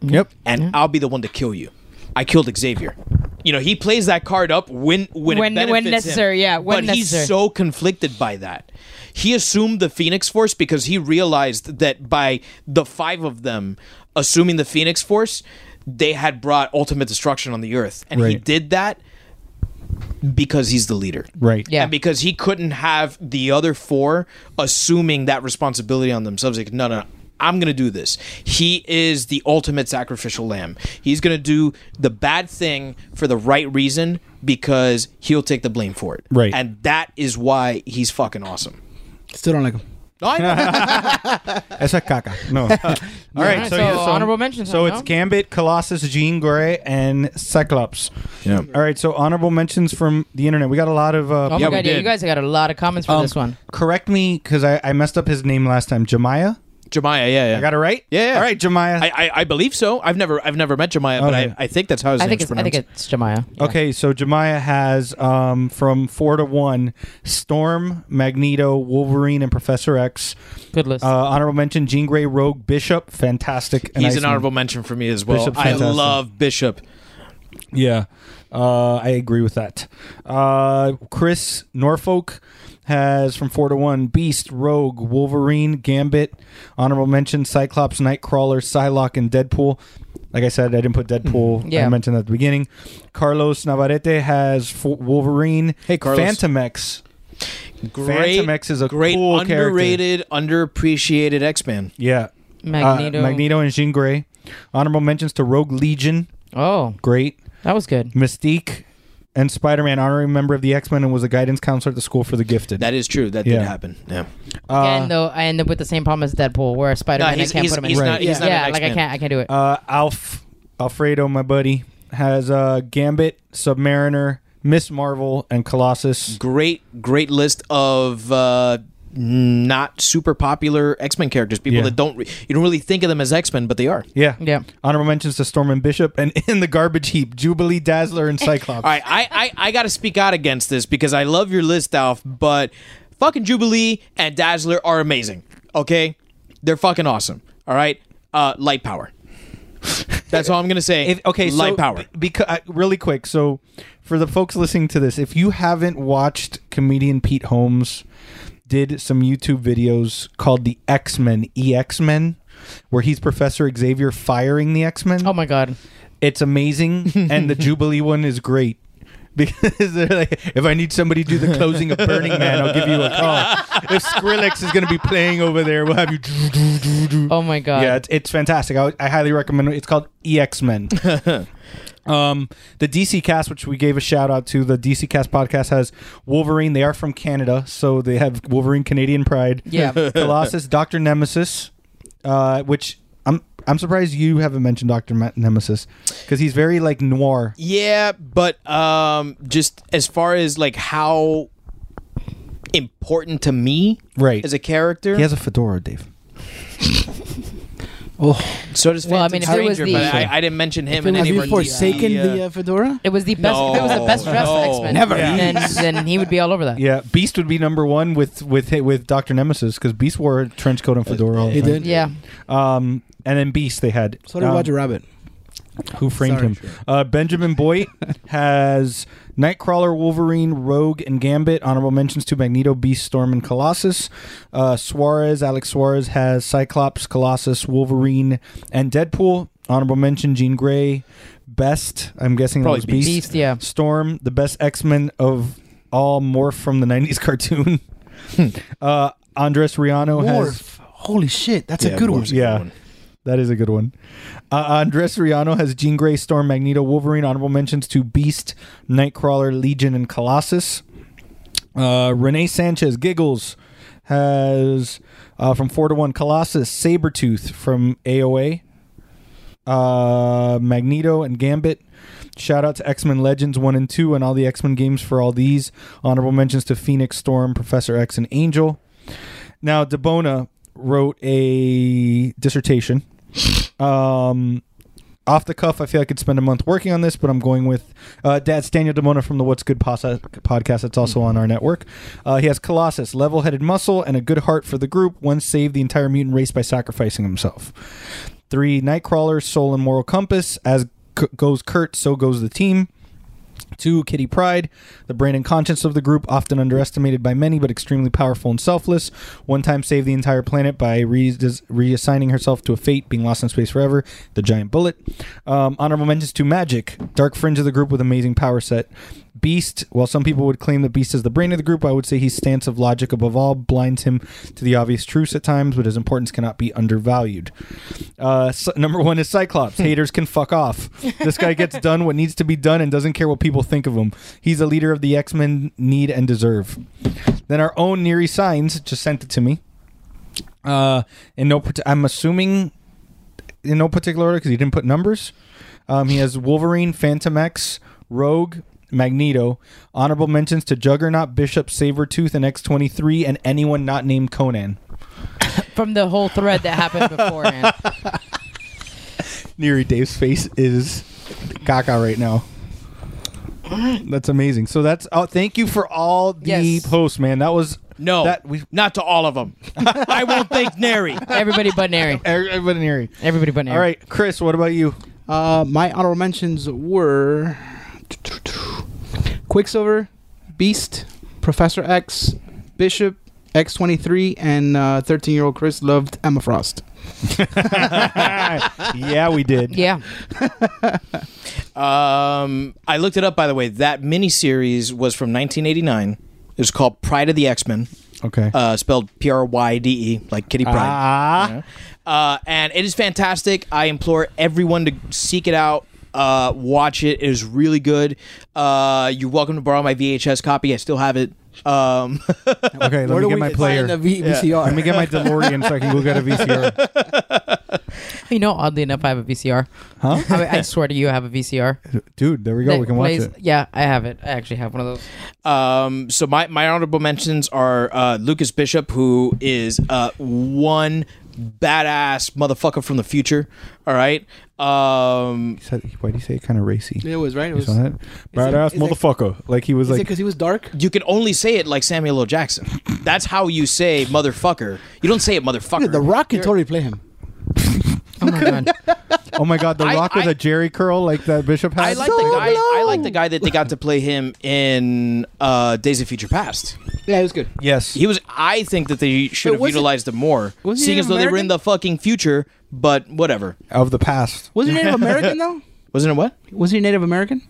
Speaker 3: Yep.
Speaker 2: and I'll be the one to kill you. I killed Xavier. You know, he plays that card up when when it
Speaker 4: When- when
Speaker 2: benefits him.
Speaker 4: necessary, yeah, when
Speaker 2: but
Speaker 4: necessary.
Speaker 2: he's so conflicted by that. He assumed the Phoenix Force because he realized that by the five of them assuming the Phoenix Force, they had brought ultimate destruction on the Earth, and he
Speaker 3: Right.
Speaker 2: did that because he's the leader.
Speaker 3: Right.
Speaker 4: Yeah.
Speaker 2: And because he couldn't have the other four assuming that responsibility on themselves. Like, no, no, no, I'm going to do this. He is the ultimate sacrificial lamb. He's going to do the bad thing for the right reason because he'll take the blame for it.
Speaker 3: Right.
Speaker 2: And that is why he's fucking awesome.
Speaker 6: Still don't like him.
Speaker 2: No, I
Speaker 3: Esa caca. No. All right.
Speaker 4: Alright,
Speaker 3: so,
Speaker 4: so
Speaker 3: yeah, so
Speaker 4: honorable mentions
Speaker 3: So
Speaker 4: then,
Speaker 3: it's
Speaker 4: no?
Speaker 3: Gambit, Colossus, Jean Grey, and Cyclops.
Speaker 2: Yeah.
Speaker 3: All right. So honorable mentions from the internet. We got a lot of. Uh,
Speaker 2: Yeah,
Speaker 4: Oh
Speaker 2: we
Speaker 4: my god, yeah,
Speaker 2: did.
Speaker 4: you guys got a lot of comments for
Speaker 3: um,
Speaker 4: this one.
Speaker 3: Correct me because I, I messed up his name last time. Jemiah.
Speaker 2: Jemiah, yeah, yeah.
Speaker 3: I got it right.
Speaker 2: Yeah, yeah.
Speaker 3: All right, Jemiah.
Speaker 2: I, I, I believe so. I've never I've never met Jemiah, but
Speaker 3: Okay.
Speaker 2: I, I think that's how his
Speaker 4: I think
Speaker 2: name's
Speaker 4: it's I think
Speaker 2: pronounced.
Speaker 4: it's Jemiah.
Speaker 3: Okay, so Jemiah has um, from four to one Storm, Magneto, Wolverine, and Professor X.
Speaker 4: Good list.
Speaker 3: Uh, honorable mention Jean Grey, Rogue, Bishop, fantastic. and
Speaker 2: He's an
Speaker 3: Iceman.
Speaker 2: honorable mention for me as well.
Speaker 3: Bishop's
Speaker 2: I
Speaker 3: fantastic.
Speaker 2: love Bishop.
Speaker 3: Yeah, uh, I agree with that. Uh, Chris Norfolk has from four to one Beast, Rogue, Wolverine, Gambit. Honorable mention Cyclops, Nightcrawler, Psylocke, and Deadpool. Like I said, I didn't
Speaker 2: Hmm.
Speaker 3: put Deadpool.
Speaker 4: Yeah.
Speaker 3: I mentioned that at the beginning. Carlos Navarrete has fo- Wolverine.
Speaker 2: Hey, Carlos.
Speaker 3: Phantom X.
Speaker 2: Great,
Speaker 3: Phantom X is a
Speaker 2: great
Speaker 3: cool character.
Speaker 2: underrated, underappreciated X Man.
Speaker 3: Yeah.
Speaker 4: Magneto.
Speaker 3: Uh, Magneto and Jean Grey. Honorable mentions to Rogue Legion.
Speaker 4: oh,
Speaker 3: Great.
Speaker 4: that was good.
Speaker 3: Mystique and Spider Man, honorary member of the X Men, and was a guidance counselor at the school for the gifted.
Speaker 2: That is true. That
Speaker 3: Yeah.
Speaker 2: did happen. Yeah.
Speaker 3: Uh,
Speaker 4: Again, though, I end up with the same problem as Deadpool, where Spider Man, I
Speaker 2: he's,
Speaker 4: can't
Speaker 2: he's,
Speaker 4: put him in.
Speaker 2: he's
Speaker 4: it.
Speaker 2: not, he's not
Speaker 4: yeah,
Speaker 2: an
Speaker 4: like I
Speaker 2: X-Man.
Speaker 4: can't, I can't do it.
Speaker 3: uh, Alf, Alfredo, my buddy, has uh, Gambit, Submariner, Miss Marvel, and Colossus.
Speaker 2: Great, great list of uh, not super popular X Men characters. People
Speaker 3: Yeah.
Speaker 2: that don't re- you don't really think of them as X Men, but they are.
Speaker 3: Yeah.
Speaker 4: Yeah.
Speaker 3: Honorable mentions to Storm and Bishop, and in the garbage heap, Jubilee, Dazzler, and Cyclops.
Speaker 2: All right, I I, I got to speak out against this because I love your list, Alf, but fucking Jubilee and Dazzler are amazing. Okay, they're fucking awesome. All right, uh, light power. That's all I'm gonna say.
Speaker 3: If, okay,
Speaker 2: light
Speaker 3: so
Speaker 2: power.
Speaker 3: Because really quick, so for the folks listening to this, if you haven't watched comedian Pete Holmes did some YouTube videos called the X Men EX Men, where he's Professor Xavier firing the X Men.
Speaker 4: oh my god.
Speaker 3: It's amazing, and the Jubilee one is great. Because they're like, if I need somebody to do the closing of Burning Man, I'll give you a call. If Skrillex is going to be playing over there, we'll have you.
Speaker 4: Oh my
Speaker 3: Mm.
Speaker 4: god.
Speaker 3: Yeah, it's, it's fantastic. I, I highly recommend it. It's called EX Men. um, the DC cast, which we gave a shout out to, the DC cast podcast has Wolverine. They are from Canada, so they have Wolverine Canadian pride.
Speaker 4: Yeah.
Speaker 3: Colossus, Doctor Nemesis, uh, which I'm I'm surprised you haven't mentioned Doctor Nemesis because he's very like noir.
Speaker 2: Yeah, but um, just as far as like how important to me
Speaker 3: Right.
Speaker 2: as a character,
Speaker 3: He has a fedora, Dave.
Speaker 2: so does
Speaker 4: Well, I
Speaker 2: Phantom
Speaker 4: mean, if it was
Speaker 2: Stranger,
Speaker 4: the-
Speaker 2: but I, I didn't mention him in
Speaker 6: Have
Speaker 2: any
Speaker 6: you
Speaker 2: of our lists.
Speaker 6: forsaken
Speaker 2: Yeah.
Speaker 6: the uh, fedora?
Speaker 4: It was the best. if it was the best
Speaker 2: No,
Speaker 4: dressed
Speaker 2: no.
Speaker 4: X Men.
Speaker 6: Never.
Speaker 4: Then, then he would be all over that.
Speaker 3: Yeah, Beast would be number one with with with Doctor Nemesis because Beast wore a trench coat and fedora. All the
Speaker 6: He
Speaker 3: time.
Speaker 6: did.
Speaker 4: Yeah.
Speaker 3: Um, and then Beast they had.
Speaker 6: So did
Speaker 3: Um,
Speaker 6: Roger Rabbit.
Speaker 3: Who framed
Speaker 6: Sorry.
Speaker 3: him? Uh, Benjamin Boyd has Nightcrawler, Wolverine, Rogue, and Gambit. Honorable mentions to Magneto, Beast, Storm, and Colossus. Uh, Suarez, Alex Suarez has Cyclops, Colossus, Wolverine, and Deadpool. Honorable mention Jean Grey, Best. I'm guessing
Speaker 2: Probably
Speaker 3: that was Beast.
Speaker 4: Beast, yeah.
Speaker 3: Storm, the best X Men of all, morph from the '90s cartoon.
Speaker 4: Hmm.
Speaker 3: uh, Andres Riano has
Speaker 6: Worf. Holy shit, that's a good one.
Speaker 2: Worf's
Speaker 3: yeah. That is a good one. Uh, Andres Riano has Jean Grey, Storm, Magneto, Wolverine. Honorable mentions to Beast, Nightcrawler, Legion, and Colossus. Uh, Renee Sanchez Giggles has uh, from 4 to 1 Colossus, Sabretooth from AOA, uh, Magneto, and Gambit. Shout out to X Men Legends 1 and 2 and all the X Men games for all these. Honorable mentions to Phoenix, Storm, Professor X, and Angel. Now, DeBona wrote a dissertation. Um, off the cuff, I feel I could spend a month working on this, but I'm going with uh, Dad's Daniel DeMona from the What's Good Pos- podcast. It's also on our network. Uh, he has Colossus, level headed muscle, and a good heart for the group. Once saved the entire mutant race by sacrificing himself. Three Nightcrawler, soul and moral compass. As c- goes Kurt, so goes the team. Two, Kitty Pride, the brain and conscience of the group, often underestimated by many, but extremely powerful and selfless. One time saved the entire planet by re- dis- reassigning herself to a fate, being lost in space forever, the giant bullet. Um, honorable mentions to Magic, dark fringe of the group with amazing power set. Beast, while some people would claim that Beast is the brain of the group, I would say his stance of logic above all blinds him to the obvious truths at times, but his importance cannot be undervalued. Uh, s- number one is Cyclops. Haters can fuck off. This guy gets done what needs to be done and doesn't care what people think of him. He's a leader of the X Men need and deserve. Then our own Neri Signs just sent it to me. Uh, in no, parti- I'm assuming in no particular order because he didn't put numbers. Um, he has Wolverine, Phantom X, Rogue, Magneto. Honorable mentions to Juggernaut, Bishop, Sabretooth, and X23, and anyone not named Conan.
Speaker 4: From the whole thread that happened beforehand.
Speaker 3: Neary Dave's face is gaga right now. That's amazing. So that's oh, thank you for all the
Speaker 4: Yes.
Speaker 3: posts, man. That was
Speaker 2: No,
Speaker 3: That we
Speaker 2: not to all of them. I won't thank Neri.
Speaker 4: Everybody but Neri.
Speaker 3: everybody Neary.
Speaker 4: Everybody but Neri.
Speaker 3: All right, Chris, what about you?
Speaker 6: Uh, my honorable mentions were Quicksilver, Beast, Professor X, Bishop, X23, and 13 year old Chris loved Emma Frost.
Speaker 3: yeah, we did.
Speaker 4: Yeah.
Speaker 2: Um, I looked it up, by the way. That miniseries was from 1989. It was called Pride of the X Men,
Speaker 3: Okay.
Speaker 2: uh, spelled P R Y D E, like Kitty Pride.
Speaker 3: ah.
Speaker 2: Uh, and it is fantastic. I implore everyone to seek it out. Uh, watch it. It is really good. Uh, you're welcome to borrow my VHS copy. I still have it. Um,
Speaker 3: Okay, let me get my player. Let me get my DeLorean so I can go get a VCR.
Speaker 4: You know, oddly enough, I have a VCR. Huh? I, I swear to you, I have a VCR.
Speaker 3: Dude, there we go.
Speaker 4: that
Speaker 3: we can watch
Speaker 4: plays-
Speaker 3: it.
Speaker 4: Yeah, I have it. I actually have one of those.
Speaker 2: Um, so my, my honorable mentions are uh, Lucas Bishop, who is uh, one badass motherfucker from the future. All right. Um,
Speaker 3: Why do you say it kind of racy?
Speaker 6: It was, right? It was,
Speaker 3: Saw that? Badass
Speaker 6: is it-
Speaker 3: motherfucker. like he was
Speaker 6: is it
Speaker 3: like,
Speaker 6: because he was dark?
Speaker 2: you can only say it like Samuel L. Jackson. That's how you say motherfucker. You don't say it motherfucker.
Speaker 6: The Rock can totally play him.
Speaker 4: Oh my god.
Speaker 3: oh my god, the
Speaker 2: I-
Speaker 3: rock with
Speaker 2: I-
Speaker 3: a Jerry curl like that Bishop
Speaker 2: I
Speaker 3: has.
Speaker 2: like the guy. I like the guy that they got to play him in uh, Days of Future Past.
Speaker 6: Yeah, it was good.
Speaker 3: Yes.
Speaker 2: He was. I think that they should
Speaker 6: But
Speaker 2: have
Speaker 6: was it-
Speaker 2: utilized him more,
Speaker 6: was he
Speaker 2: seeing
Speaker 6: an
Speaker 2: as though they were in
Speaker 6: American?
Speaker 2: the fucking future. But whatever.
Speaker 3: of the past.
Speaker 6: Was he Native American, though?
Speaker 2: Wasn't it what?
Speaker 6: Was he Native American?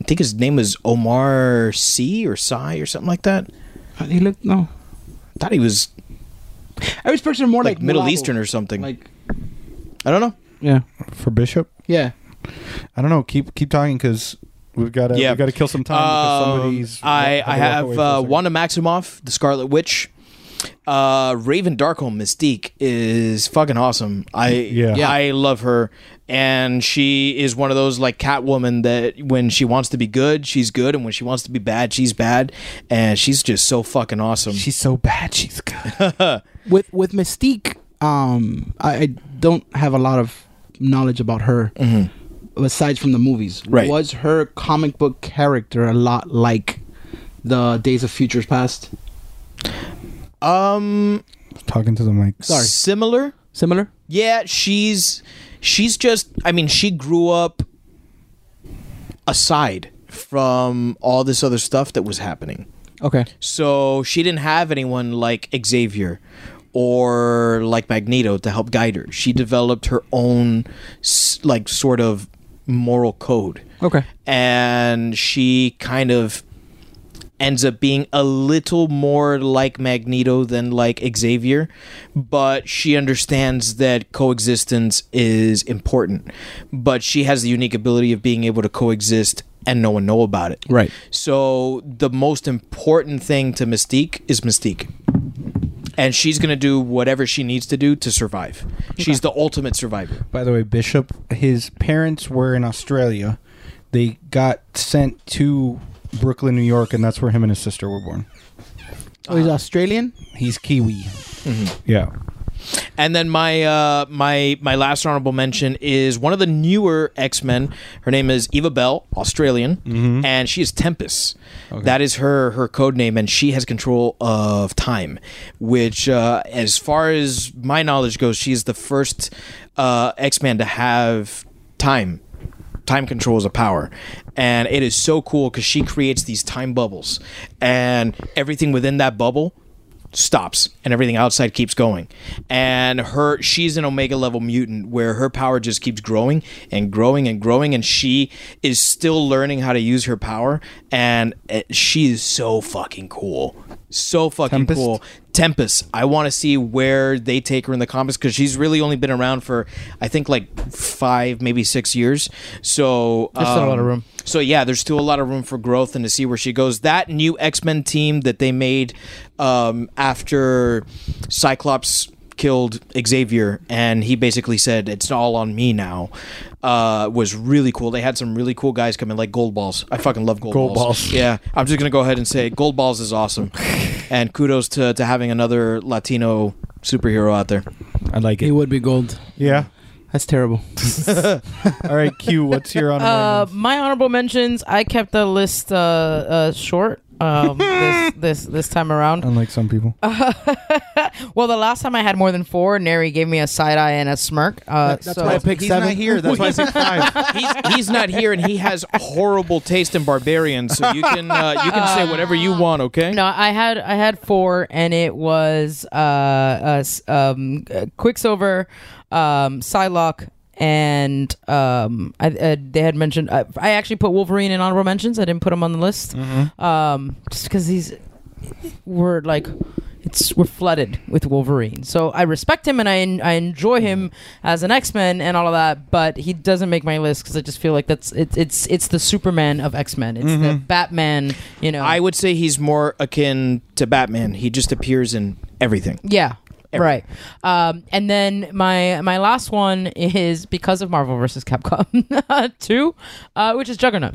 Speaker 2: I think his name was Omar C or Sai or something like that.
Speaker 6: Uh, He looked, no.
Speaker 2: I thought he was
Speaker 6: I always picture him more
Speaker 2: like,
Speaker 6: like,
Speaker 2: Middle
Speaker 6: mulatto.
Speaker 2: Eastern or something.
Speaker 6: Like,
Speaker 2: I don't know.
Speaker 6: yeah.
Speaker 3: For Bishop?
Speaker 6: Yeah.
Speaker 3: I don't know. Keep keep talking because we've got to
Speaker 2: Yeah.
Speaker 3: we've got to kill some time because
Speaker 2: Um,
Speaker 3: somebody's.
Speaker 2: I
Speaker 3: had to
Speaker 2: I
Speaker 3: walk
Speaker 2: have
Speaker 3: away for a
Speaker 2: uh,
Speaker 3: second.
Speaker 2: Wanda Maximoff, the Scarlet Witch. Uh, Raven Darkholm Mystique is fucking awesome. I
Speaker 3: Yeah.
Speaker 2: yeah. I love her, and she is one of those like Catwoman that when she wants to be good, she's good, and when she wants to be bad, she's bad, and she's just so fucking awesome.
Speaker 3: She's so bad. She's good.
Speaker 6: with with Mystique, um, I, I don't have a lot of knowledge about her aside from the movies.
Speaker 2: Right.
Speaker 6: Was her comic book character a lot like the Days of Futures Past?
Speaker 2: um,
Speaker 3: talking to the mic.
Speaker 6: Sorry.
Speaker 2: similar.
Speaker 6: Similar?
Speaker 2: Yeah, she's she's just I mean, she grew up aside from all this other stuff that was happening.
Speaker 6: Okay.
Speaker 2: So she didn't have anyone like Xavier or like Magneto to help guide her. She developed her own s- like sort of moral code.
Speaker 6: Okay.
Speaker 2: And she kind of ends up being a little more like Magneto than like Xavier, but she understands that coexistence is important. But she has the unique ability of being able to coexist and no one know about it.
Speaker 6: Right.
Speaker 2: So the most important thing to Mystique is Mystique. And she's going to do whatever she needs to do to survive. She's the ultimate survivor.
Speaker 3: By the way, Bishop, his parents were in Australia. They got sent to Brooklyn, New York, and that's where him and his sister were born.
Speaker 6: Oh, he's Australian?
Speaker 3: He's Kiwi. Yeah.
Speaker 2: And then my uh, my my last honorable mention is one of the newer X Men. Her name is Eva Bell, Australian, and she is Tempest. That is her her code name, and she has control of time, which, uh, as far as my knowledge goes, she is the first uh, X Man to have time time control is a power and it is so cool because she creates these time bubbles and everything within that bubble stops and everything outside keeps going and her she's an omega level mutant where her power just keeps growing and growing and growing and she is still learning how to use her power and it, she is so fucking cool so fucking
Speaker 3: Tempest?
Speaker 2: cool. Tempest. I want to see where they take her in the comics because she's really only been around for I think like five, maybe six years. So
Speaker 4: There's still a lot of
Speaker 2: um,
Speaker 4: room.
Speaker 2: So yeah, there's still a lot of room for growth and to see where she goes. That new X Men team that they made um, after Cyclops killed Xavier and he basically said it's all on me now uh, was really cool. They had some really cool guys come in like Gold Balls. I fucking love Gold,
Speaker 3: Gold
Speaker 2: Balls.
Speaker 3: Balls.
Speaker 2: Yeah, I'm just gonna go ahead and say Gold Balls is awesome, and kudos to to having another Latino superhero out there.
Speaker 3: I like
Speaker 6: It would be gold.
Speaker 3: Yeah.
Speaker 6: That's terrible.
Speaker 3: All right, Q. What's your honorable?
Speaker 4: Uh, my honorable mentions. I kept the list uh, uh, short um, this, this this time around.
Speaker 3: Unlike some people. Oh.
Speaker 4: Well, the last time I had more than four, Neri gave me a side eye and a smirk. Uh,
Speaker 6: That- that's
Speaker 4: so
Speaker 6: why I picked
Speaker 3: He's
Speaker 6: seven.
Speaker 3: not here. That's why I picked five.
Speaker 2: He's he's not here, and he has horrible taste in barbarians. So you can uh, you can say whatever you want. Okay.
Speaker 4: No, I had I had four, and it was uh, uh s- um uh, Quicksilver, um Psylocke, and um I uh, they had mentioned I, I actually put Wolverine in honorable mentions. I didn't put him on the list,
Speaker 2: Mm-hmm.
Speaker 4: um just because he's we're like. It's we're flooded with Wolverine, so I respect him and I en- I
Speaker 2: Mm-hmm.
Speaker 4: enjoy him as an X Men and all of that, but he doesn't make my list because I just feel like that's it's it's it's the Superman of X Men, it's the Batman, you know.
Speaker 2: Mm-hmm. I would say he's more akin to Batman. He just appears in everything.
Speaker 4: Yeah. Right. Um, and then my my last one is because of Marvel versus Capcom 2, uh, which is Juggernaut.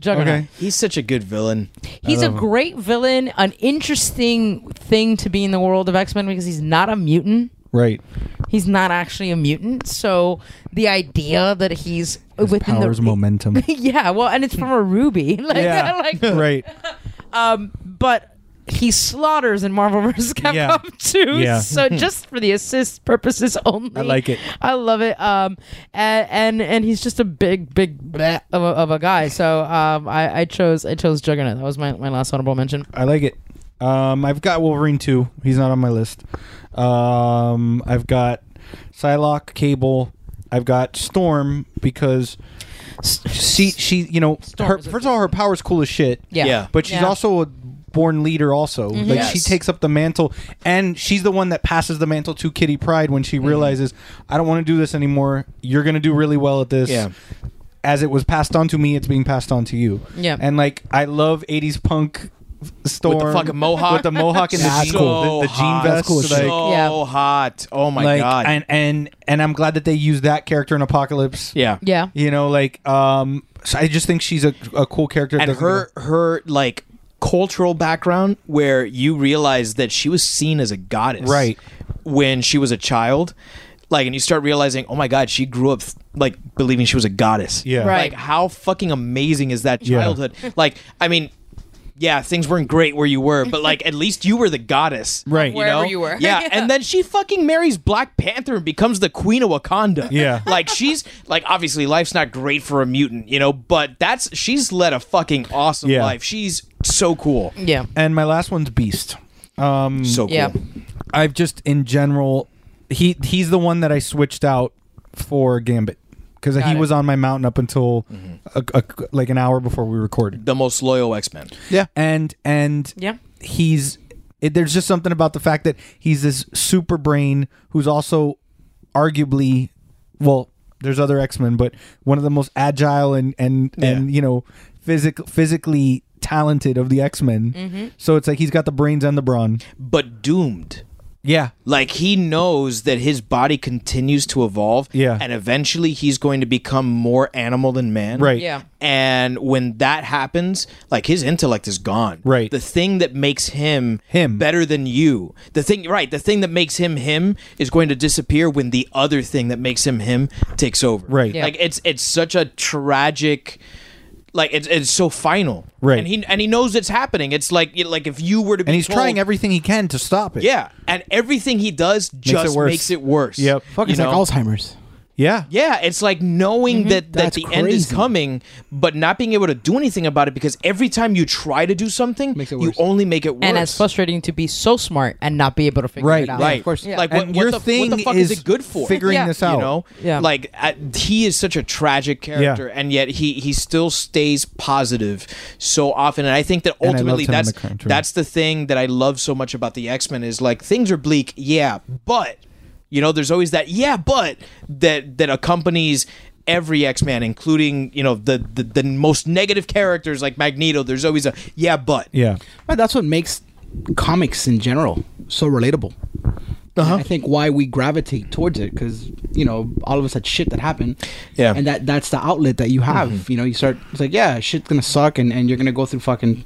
Speaker 4: Juggernaut.
Speaker 3: Okay.
Speaker 2: He's such a good villain.
Speaker 4: He's a great villain, an interesting thing to be in the world of X Men because he's not a mutant.
Speaker 3: Right.
Speaker 4: He's not actually a mutant. So the idea that he's within
Speaker 3: Powers
Speaker 4: the
Speaker 3: momentum.
Speaker 4: yeah, well, and it's from a ruby. Like,
Speaker 3: Yeah.
Speaker 4: like
Speaker 3: right.
Speaker 4: Um, but he slaughters in Marvel vs. Capcom
Speaker 3: Yeah.
Speaker 4: 2.
Speaker 3: Yeah.
Speaker 4: So just for the assist purposes only.
Speaker 3: I like it.
Speaker 4: I love it. Um, and and, and he's just a big big bleh of a, of a guy. So um, I, I chose I chose Juggernaut. That was my, my last honorable mention.
Speaker 3: I like it. Um, I've got Wolverine two. He's not on my list. Um, I've got Psylocke, Cable. I've got Storm because she she you know her,
Speaker 4: is a-
Speaker 3: first of all her power's cool as shit.
Speaker 4: Yeah.
Speaker 2: Yeah.
Speaker 3: But she's
Speaker 4: Yeah.
Speaker 3: also a born leader also. Like she
Speaker 2: Yes.
Speaker 3: takes up the mantle and she's the one that passes the mantle to Kitty Pride when she realizes I don't want to do this anymore. You're going to do really well at this.
Speaker 2: Yeah.
Speaker 3: As it was passed on to me, it's being passed on to you.
Speaker 4: Yeah.
Speaker 3: And like I love 80s punk f- storm
Speaker 2: fucking mohawk.
Speaker 3: with the mohawk and the
Speaker 2: That's
Speaker 3: jean,
Speaker 2: cool.
Speaker 3: the, the jean
Speaker 2: hot.
Speaker 3: vest
Speaker 2: So
Speaker 3: like,
Speaker 4: Yeah.
Speaker 2: hot. Oh my
Speaker 3: like,
Speaker 2: god.
Speaker 3: and and and I'm glad that they used that character in Apocalypse
Speaker 2: yeah.
Speaker 4: Yeah.
Speaker 3: you know like um so I just think she's a, a cool character
Speaker 2: and
Speaker 3: Doesn't
Speaker 2: her
Speaker 3: go-
Speaker 2: her like cultural background where you realize that she was seen as a goddess
Speaker 3: Right.
Speaker 2: when she was a child like and you start realizing oh my god she grew up like believing she was a goddess
Speaker 3: Yeah.
Speaker 4: Right.
Speaker 2: like how fucking amazing is that childhood like i mean yeah, things weren't great where you were, but like at least you were the goddess,
Speaker 3: Right.
Speaker 2: You know?
Speaker 4: Wherever you were.
Speaker 2: yeah. And then she fucking marries Black Panther and becomes the queen of Wakanda.
Speaker 3: Yeah.
Speaker 2: like she's like obviously life's not great for a mutant, you know, but that's she's led a fucking awesome
Speaker 3: Yeah.
Speaker 2: life. She's so cool,
Speaker 4: Yeah.
Speaker 3: and my last one's Beast
Speaker 2: so cool.
Speaker 4: Yeah.
Speaker 3: I've just in general, he he's the one that I switched out for Gambit because he
Speaker 4: it. Mm-hmm.
Speaker 3: was on my mountain up until a, a- like an hour before we recorded.
Speaker 2: The most loyal X Men.
Speaker 3: Yeah, and and
Speaker 4: Yeah.
Speaker 3: he's it, there's just something about the fact that he's this super brain who's also arguably well, there's other X Men, but one of the most agile and and and you know physic physically talented of the X Men.
Speaker 4: Mm-hmm.
Speaker 3: So it's like he's got the brains and the brawn.
Speaker 2: but doomed.
Speaker 3: Yeah,
Speaker 2: Like he knows that his body continues to evolve,
Speaker 3: Yeah.
Speaker 2: and eventually he's going to become more animal than man,
Speaker 3: Right.
Speaker 4: Yeah.
Speaker 2: And when that happens, like his intellect is gone.
Speaker 3: Right.
Speaker 2: The thing that makes him
Speaker 3: Him.
Speaker 2: better than you, the thing right, the thing that makes him him is going to disappear when the other thing that makes him him takes over.
Speaker 3: Right. Yeah.
Speaker 2: Like it's it's such a tragic like it's, it's so final.
Speaker 3: Right.
Speaker 2: And he and he knows it's happening. It's like like if you were to be
Speaker 3: and he's
Speaker 2: told-
Speaker 3: trying everything he can to stop it.
Speaker 2: yeah, and everything he does just makes it worse.
Speaker 3: Yep.
Speaker 6: Fuck,
Speaker 2: You
Speaker 6: it's
Speaker 2: know?
Speaker 6: like Alzheimer's.
Speaker 3: Yeah.
Speaker 2: Yeah, it's like knowing that that
Speaker 6: Mm-hmm. That's
Speaker 2: the end is
Speaker 6: crazy.
Speaker 2: coming, but not being able to do anything about it because every time you try to do something,
Speaker 6: Makes it
Speaker 2: you
Speaker 6: worse.
Speaker 2: only make it worse.
Speaker 4: And it's frustrating to be so smart and not be able to figure
Speaker 3: Right,
Speaker 4: it out.
Speaker 2: right?
Speaker 6: of course.
Speaker 4: Yeah.
Speaker 2: Like what,
Speaker 3: And
Speaker 2: what
Speaker 3: your
Speaker 2: the, what
Speaker 3: thing
Speaker 2: the fuck
Speaker 3: is,
Speaker 2: is it good for?
Speaker 3: figuring
Speaker 4: Yeah.
Speaker 3: this out.
Speaker 2: You know,
Speaker 4: Yeah.
Speaker 2: like I, he is such a tragic character, and yet he he still stays positive so often. And I think that
Speaker 3: I love
Speaker 2: ultimately
Speaker 3: Tim
Speaker 2: that's
Speaker 3: McCurran, too.
Speaker 2: that's the thing that I love so much about the X Men is like things are bleak, yeah, but you know, there's always that yeah, but that that accompanies every X-Man including you know the, the the most negative characters like Magneto there's always a yeah but
Speaker 3: Yeah.
Speaker 6: But that's what makes comics in general so relatable.
Speaker 3: Uh-huh.
Speaker 6: And I think why we gravitate towards it because you know all of us had shit that happened,
Speaker 2: Yeah.
Speaker 6: and that that's the outlet that you
Speaker 3: Mm-hmm.
Speaker 6: have. You know, you start it's like yeah, shit's gonna suck, and, and you're gonna go through fucking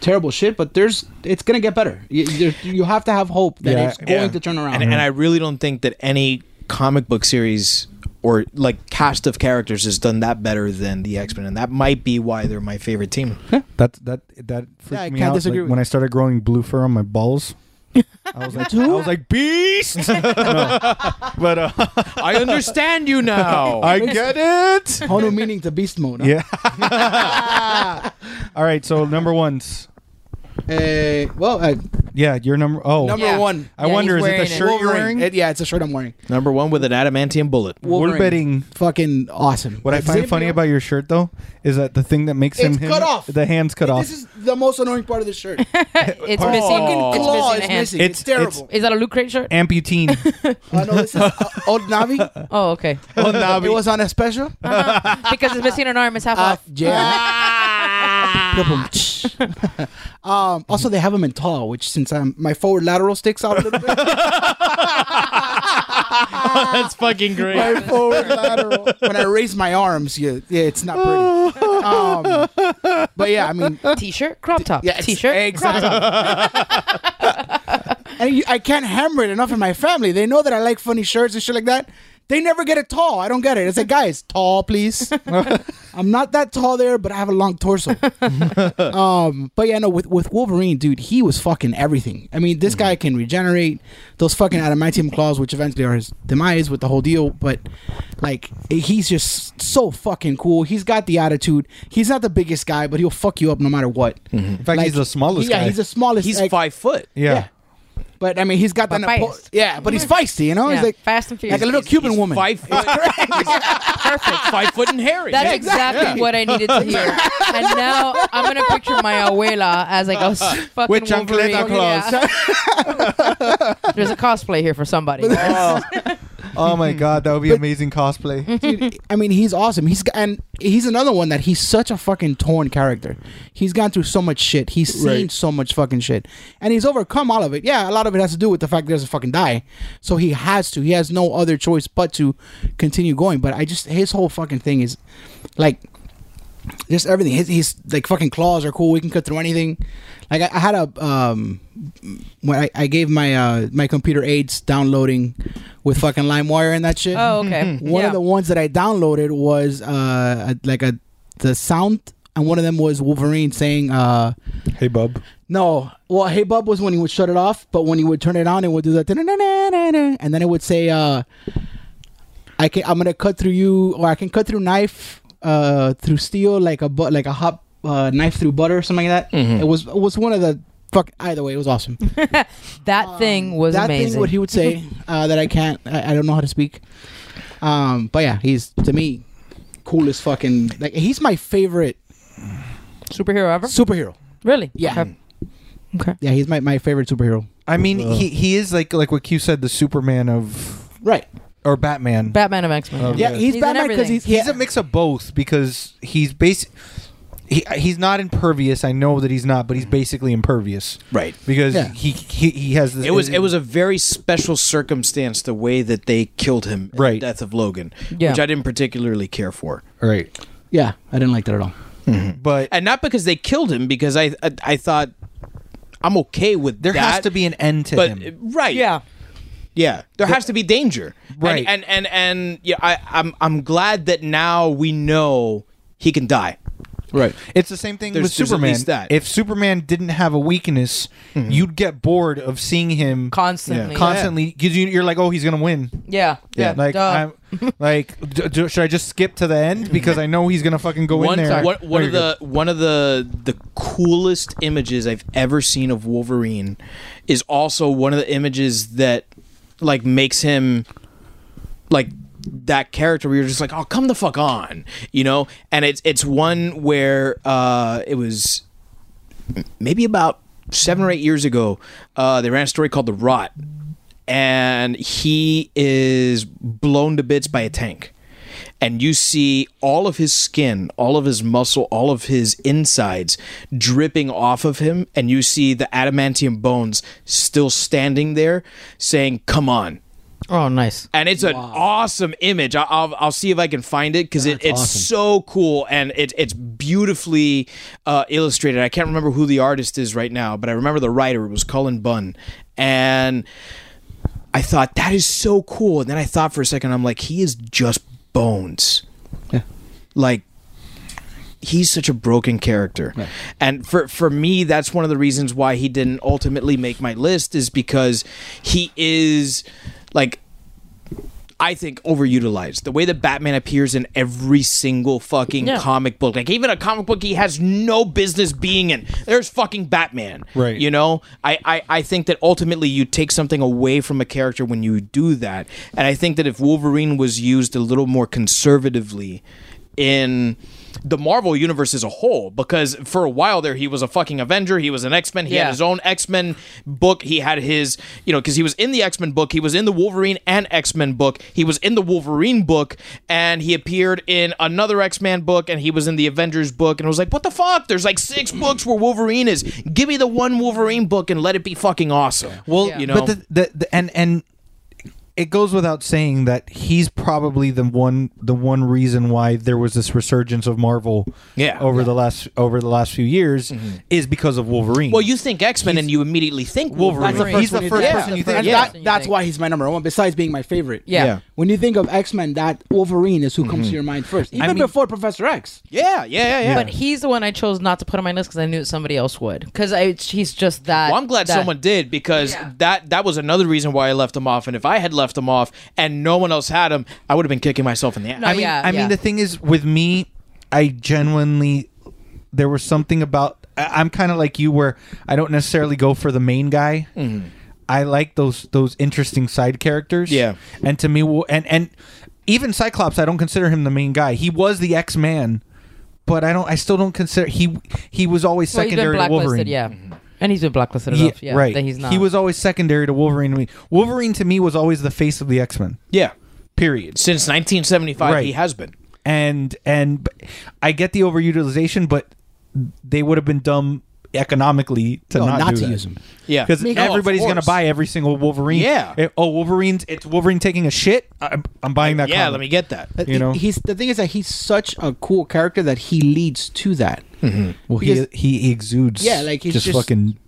Speaker 6: terrible shit, but there's it's gonna get better. You, there- you have to have hope that
Speaker 3: Yeah.
Speaker 6: it's going
Speaker 2: Yeah.
Speaker 6: to turn around.
Speaker 2: And, and I really don't think that any comic book series or like cast of characters has done that better than the X Men, and that might be why they're my favorite team.
Speaker 3: That that that freaked
Speaker 6: I
Speaker 3: me
Speaker 6: can't
Speaker 3: out.
Speaker 6: disagree
Speaker 3: like,
Speaker 6: with
Speaker 3: when
Speaker 6: you.
Speaker 3: I started growing blue fur on my balls. I was like, I was like beast. No. But uh,
Speaker 2: I understand you now.
Speaker 3: I get it.
Speaker 6: Hono meaning the beast mode. huh?
Speaker 3: Yeah. All right. So number ones.
Speaker 6: Uh, well, uh,
Speaker 3: Yeah, your number. Oh,
Speaker 6: Number Yeah. one.
Speaker 3: I wonder, is it the shirt you're wearing?
Speaker 6: it- Uh, yeah, it's a shirt I'm wearing.
Speaker 2: Number one with an adamantium bullet.
Speaker 6: Wolverine.
Speaker 3: betting-
Speaker 6: Fucking awesome.
Speaker 3: What I find funny about your shirt though is that the thing that makes him
Speaker 6: It's
Speaker 3: him
Speaker 6: cut off.
Speaker 3: the hands cut off.
Speaker 6: This is the most annoying part of the shirt. It's
Speaker 4: It's
Speaker 3: Oh.
Speaker 4: missing.
Speaker 3: Fucking
Speaker 4: It's
Speaker 6: claw
Speaker 4: missing.
Speaker 6: is
Speaker 4: a hand.
Speaker 6: missing. It's,
Speaker 3: It's- it's-
Speaker 6: terrible.
Speaker 4: Is that a Luke Crate shirt?
Speaker 3: Amputine.
Speaker 6: I know this is uh, old Navi.
Speaker 4: Oh, okay.
Speaker 3: Old Navi.
Speaker 6: It was on a special.
Speaker 4: because it's missing an arm. It's half
Speaker 6: Uh,
Speaker 4: off.
Speaker 6: yeah. um, also, they have them in tall, which since I'm, my forward lateral sticks out a little bit,
Speaker 2: That's fucking great.
Speaker 6: my forward lateral. When I raise my arms, yeah, yeah it's not pretty. Um, but yeah, I mean,
Speaker 4: T-shirt, crop top.
Speaker 6: yeah, it's-
Speaker 4: T-shirt.
Speaker 6: exactly. and you, I can't hammer it enough in my family. They know that I like funny shirts and shit like that. They never get it tall. I don't get it. It's like, guys, tall, please. I'm not that tall there, but I have a long torso. um, but yeah, no, with, with Wolverine, dude, he was fucking everything. I mean, this
Speaker 3: Mm-hmm.
Speaker 6: guy can regenerate those fucking adamantium claws, which eventually are his demise with the whole deal. But like, eh, he's just so fucking cool. He's got the attitude. He's not the biggest guy, but he'll fuck you up no matter what.
Speaker 3: Mm-hmm. In fact,
Speaker 6: Like,
Speaker 3: he's the smallest
Speaker 6: Yeah,
Speaker 3: guy.
Speaker 6: he's the smallest.
Speaker 2: He's
Speaker 6: like-
Speaker 2: five foot.
Speaker 3: yeah.
Speaker 6: But I mean, he's got that.
Speaker 4: But
Speaker 6: Napo-
Speaker 4: feist.
Speaker 6: yeah, but he's feisty. You know,
Speaker 4: Yeah,
Speaker 6: he's like
Speaker 4: fast and furious.
Speaker 6: like a little
Speaker 4: He's-
Speaker 6: Cuban
Speaker 2: He's
Speaker 6: woman.
Speaker 2: Five foot. Perfect. Five foot and hairy.
Speaker 4: That's exactly what I needed to hear. and now I'm gonna picture my abuela as like a s- fucking
Speaker 3: With chancleta
Speaker 4: Wolverine.
Speaker 3: claws.
Speaker 4: Yeah. There's a cosplay here for somebody.
Speaker 3: Oh. Oh my god, that would be amazing cosplay.
Speaker 6: Dude, I mean, he's awesome. He's and he's another one that he's such a fucking torn character. He's gone through so much shit. He's seen
Speaker 3: Right.
Speaker 6: so much fucking shit, and he's overcome all of it. Yeah, a lot of it has to do with the fact that he doesn't fucking die. So he has to. He has no other choice but to continue going. But I just his whole fucking thing is like. Just everything. His, his like fucking claws are cool. We can cut through anything. Like I, I had a um, when I, I gave my uh my computer aids downloading with fucking LimeWire and that shit.
Speaker 4: Oh, okay.
Speaker 3: Mm-hmm.
Speaker 6: One
Speaker 4: yeah.
Speaker 6: of the ones that I downloaded was uh a- like a the sound, and one of them was Wolverine saying uh
Speaker 3: hey bub.
Speaker 6: no, well Hey Bub was when he would shut it off, but when he would turn it on, it would do that, and then it would say uh I can I'm gonna cut through you, or I can cut through knife uh through steel like a but like a hot uh, knife through butter or something like that. It was it was one of the fuck. Either way, it was awesome.
Speaker 4: that thing was
Speaker 6: that
Speaker 4: amazing.
Speaker 6: thing what he would say uh, that I can't I, I don't know how to speak. Um, but yeah, he's to me coolest fucking like he's my favorite
Speaker 4: Superhero ever?
Speaker 6: superhero.
Speaker 4: really?
Speaker 6: Yeah.
Speaker 4: Okay. Okay.
Speaker 6: Yeah, he's my, my favorite superhero.
Speaker 3: I mean, he he is like like what Q said, the Superman of
Speaker 6: Right.
Speaker 3: or Batman.
Speaker 4: Batman of X Men.
Speaker 3: Oh,
Speaker 6: Yeah,
Speaker 3: Yeah.
Speaker 6: he's,
Speaker 4: He's in
Speaker 6: Batman because
Speaker 4: everything.
Speaker 6: he's
Speaker 3: he's a mix of both because he's basic. He, he's not impervious. I know that he's not, but he's basically impervious,
Speaker 2: Right.
Speaker 3: Because
Speaker 6: Yeah.
Speaker 3: he, he he has this.
Speaker 2: It was it was a very special circumstance the way that they killed him. at
Speaker 3: Right.
Speaker 2: the death of Logan,
Speaker 4: Yeah.
Speaker 2: which I didn't particularly care for.
Speaker 3: right,
Speaker 6: yeah. I didn't like that at all.
Speaker 3: but
Speaker 2: and not because they killed him because i i, I thought i'm okay with
Speaker 3: there
Speaker 2: that,
Speaker 3: has to be an end to
Speaker 2: but
Speaker 3: him.
Speaker 2: right
Speaker 4: Yeah.
Speaker 2: yeah there has to be danger
Speaker 3: Right.
Speaker 2: and and and, and yeah I, i'm i'm glad that now we know he can die Right.
Speaker 3: It's the same thing
Speaker 2: There's-
Speaker 3: with
Speaker 2: there's at
Speaker 3: Superman.
Speaker 2: least that.
Speaker 3: If Superman didn't have a weakness, you'd get bored of seeing him
Speaker 4: Constantly.
Speaker 3: constantly because you, you're like, oh, he's gonna win.
Speaker 4: Yeah. Yeah.
Speaker 3: Like,
Speaker 4: duh.
Speaker 3: I'm, like, d- d- should I just skip to the end because I know he's gonna fucking go
Speaker 2: one,
Speaker 3: in there?
Speaker 2: One, one
Speaker 3: There
Speaker 2: of
Speaker 3: you go.
Speaker 2: the one of the the coolest images I've ever seen of Wolverine is also one of the images that like makes him like that character where you're just like, oh, come the fuck on, you know? And it's it's one where uh, it was maybe about seven or eight years ago, uh, they ran a story called The Rot, and he is blown to bits by a tank. And you see all of his skin, all of his muscle, all of his insides dripping off of him. And you see the adamantium bones still standing there saying, Come on,
Speaker 4: oh, nice.
Speaker 2: and it's an awesome image. I, I'll I'll see if I can find it because it, it's so cool and it, it's beautifully uh, illustrated. I can't remember who the artist is right now, but I remember the writer. It was Cullen Bunn, and I thought that is so cool. And then I thought for a second, I'm like, he is just bones. Like he's such a broken character. And for for me, that's one of the reasons why he didn't ultimately make my list is because he is like I think overutilized. The way that Batman appears in every single fucking
Speaker 4: Yeah.
Speaker 2: comic book, like even a comic book he has no business being in. There's fucking Batman,
Speaker 3: Right.
Speaker 2: You know, I, I I think that ultimately you take something away from a character when you do that, and I think that if Wolverine was used a little more conservatively in the Marvel universe as a whole, because for a while there he was a fucking Avenger, he was an X Men, he had
Speaker 4: Yeah.
Speaker 2: his own X Men book. He had his, you know, because he was in the X Men book, he was in the Wolverine and X Men book, he was in the Wolverine book, and he appeared in another X Men book, and he was in the Avengers book, and I was like, what the fuck? There's like six books where Wolverine is. Give me the one Wolverine book and let it be fucking awesome. Well, you know,
Speaker 3: but the, the, the and and it goes without saying that he's probably the one the one reason why there was this resurgence of Marvel
Speaker 2: Yeah. Mm-hmm.
Speaker 3: over the last over the last few years is because of Wolverine.
Speaker 2: well, you think X Men and you immediately think Wolverine.
Speaker 3: That's the He's first the one you first think. person you think-
Speaker 6: And
Speaker 2: Yeah.
Speaker 6: that- that's why he's my number one. Besides being my favorite.
Speaker 4: Yeah. Yeah.
Speaker 6: When you think of X Men, that Wolverine is who comes to your mind first, even
Speaker 2: mean-
Speaker 6: before Professor X.
Speaker 2: Yeah, yeah, yeah, yeah.
Speaker 4: But he's the one I chose not to put on my list because I knew that somebody else would. Because I, he's just that.
Speaker 2: Well, I'm glad
Speaker 4: that-
Speaker 2: someone did because
Speaker 4: Yeah.
Speaker 2: that that was another reason why I left him off. And if I had left him off and no one else had him, I would have been kicking myself in the ass.
Speaker 4: No,
Speaker 3: I mean,
Speaker 4: yeah,
Speaker 3: I mean,
Speaker 4: yeah.
Speaker 3: the thing is, with me, I genuinely there was something about. I, I'm kind of like you, where I don't necessarily go for the main guy. I like those those interesting side characters.
Speaker 2: Yeah.
Speaker 3: and to me, wo- and and even Cyclops, I don't consider him the main guy. He was the X Man, but I don't. I still don't consider he he was always
Speaker 4: Well, he's been
Speaker 3: secondary to
Speaker 4: blacklisted,
Speaker 3: Wolverine.
Speaker 4: Yeah. And he's been blacklisted
Speaker 3: He-
Speaker 4: enough. Yeah.
Speaker 3: right.
Speaker 4: That he's not.
Speaker 3: He was always secondary to Wolverine. I mean, Wolverine to me was always the face of the X Men.
Speaker 2: yeah.
Speaker 3: Period.
Speaker 2: Since 1975,
Speaker 3: Right.
Speaker 2: he has been.
Speaker 3: and and b- I get the overutilization, but they would have been dumb economically to
Speaker 6: No,
Speaker 3: not,
Speaker 6: not
Speaker 3: do
Speaker 6: to
Speaker 3: that.
Speaker 6: use 'em.
Speaker 2: Yeah.
Speaker 3: because
Speaker 2: No, of
Speaker 3: everybody's gonna
Speaker 2: course.
Speaker 3: buy every single Wolverine.
Speaker 2: Yeah.
Speaker 3: Eh, oh, Wolverine's it's Wolverine taking a shit. I'm, I'm buying that.
Speaker 2: Yeah,
Speaker 3: comic.
Speaker 2: let me get that.
Speaker 3: You know?
Speaker 6: Uh, he's the thing is that he's such a cool character that he leads to that.
Speaker 3: Well,
Speaker 6: because-
Speaker 3: he he exudes.
Speaker 6: Yeah, like, he's
Speaker 3: just,
Speaker 6: just-
Speaker 3: fucking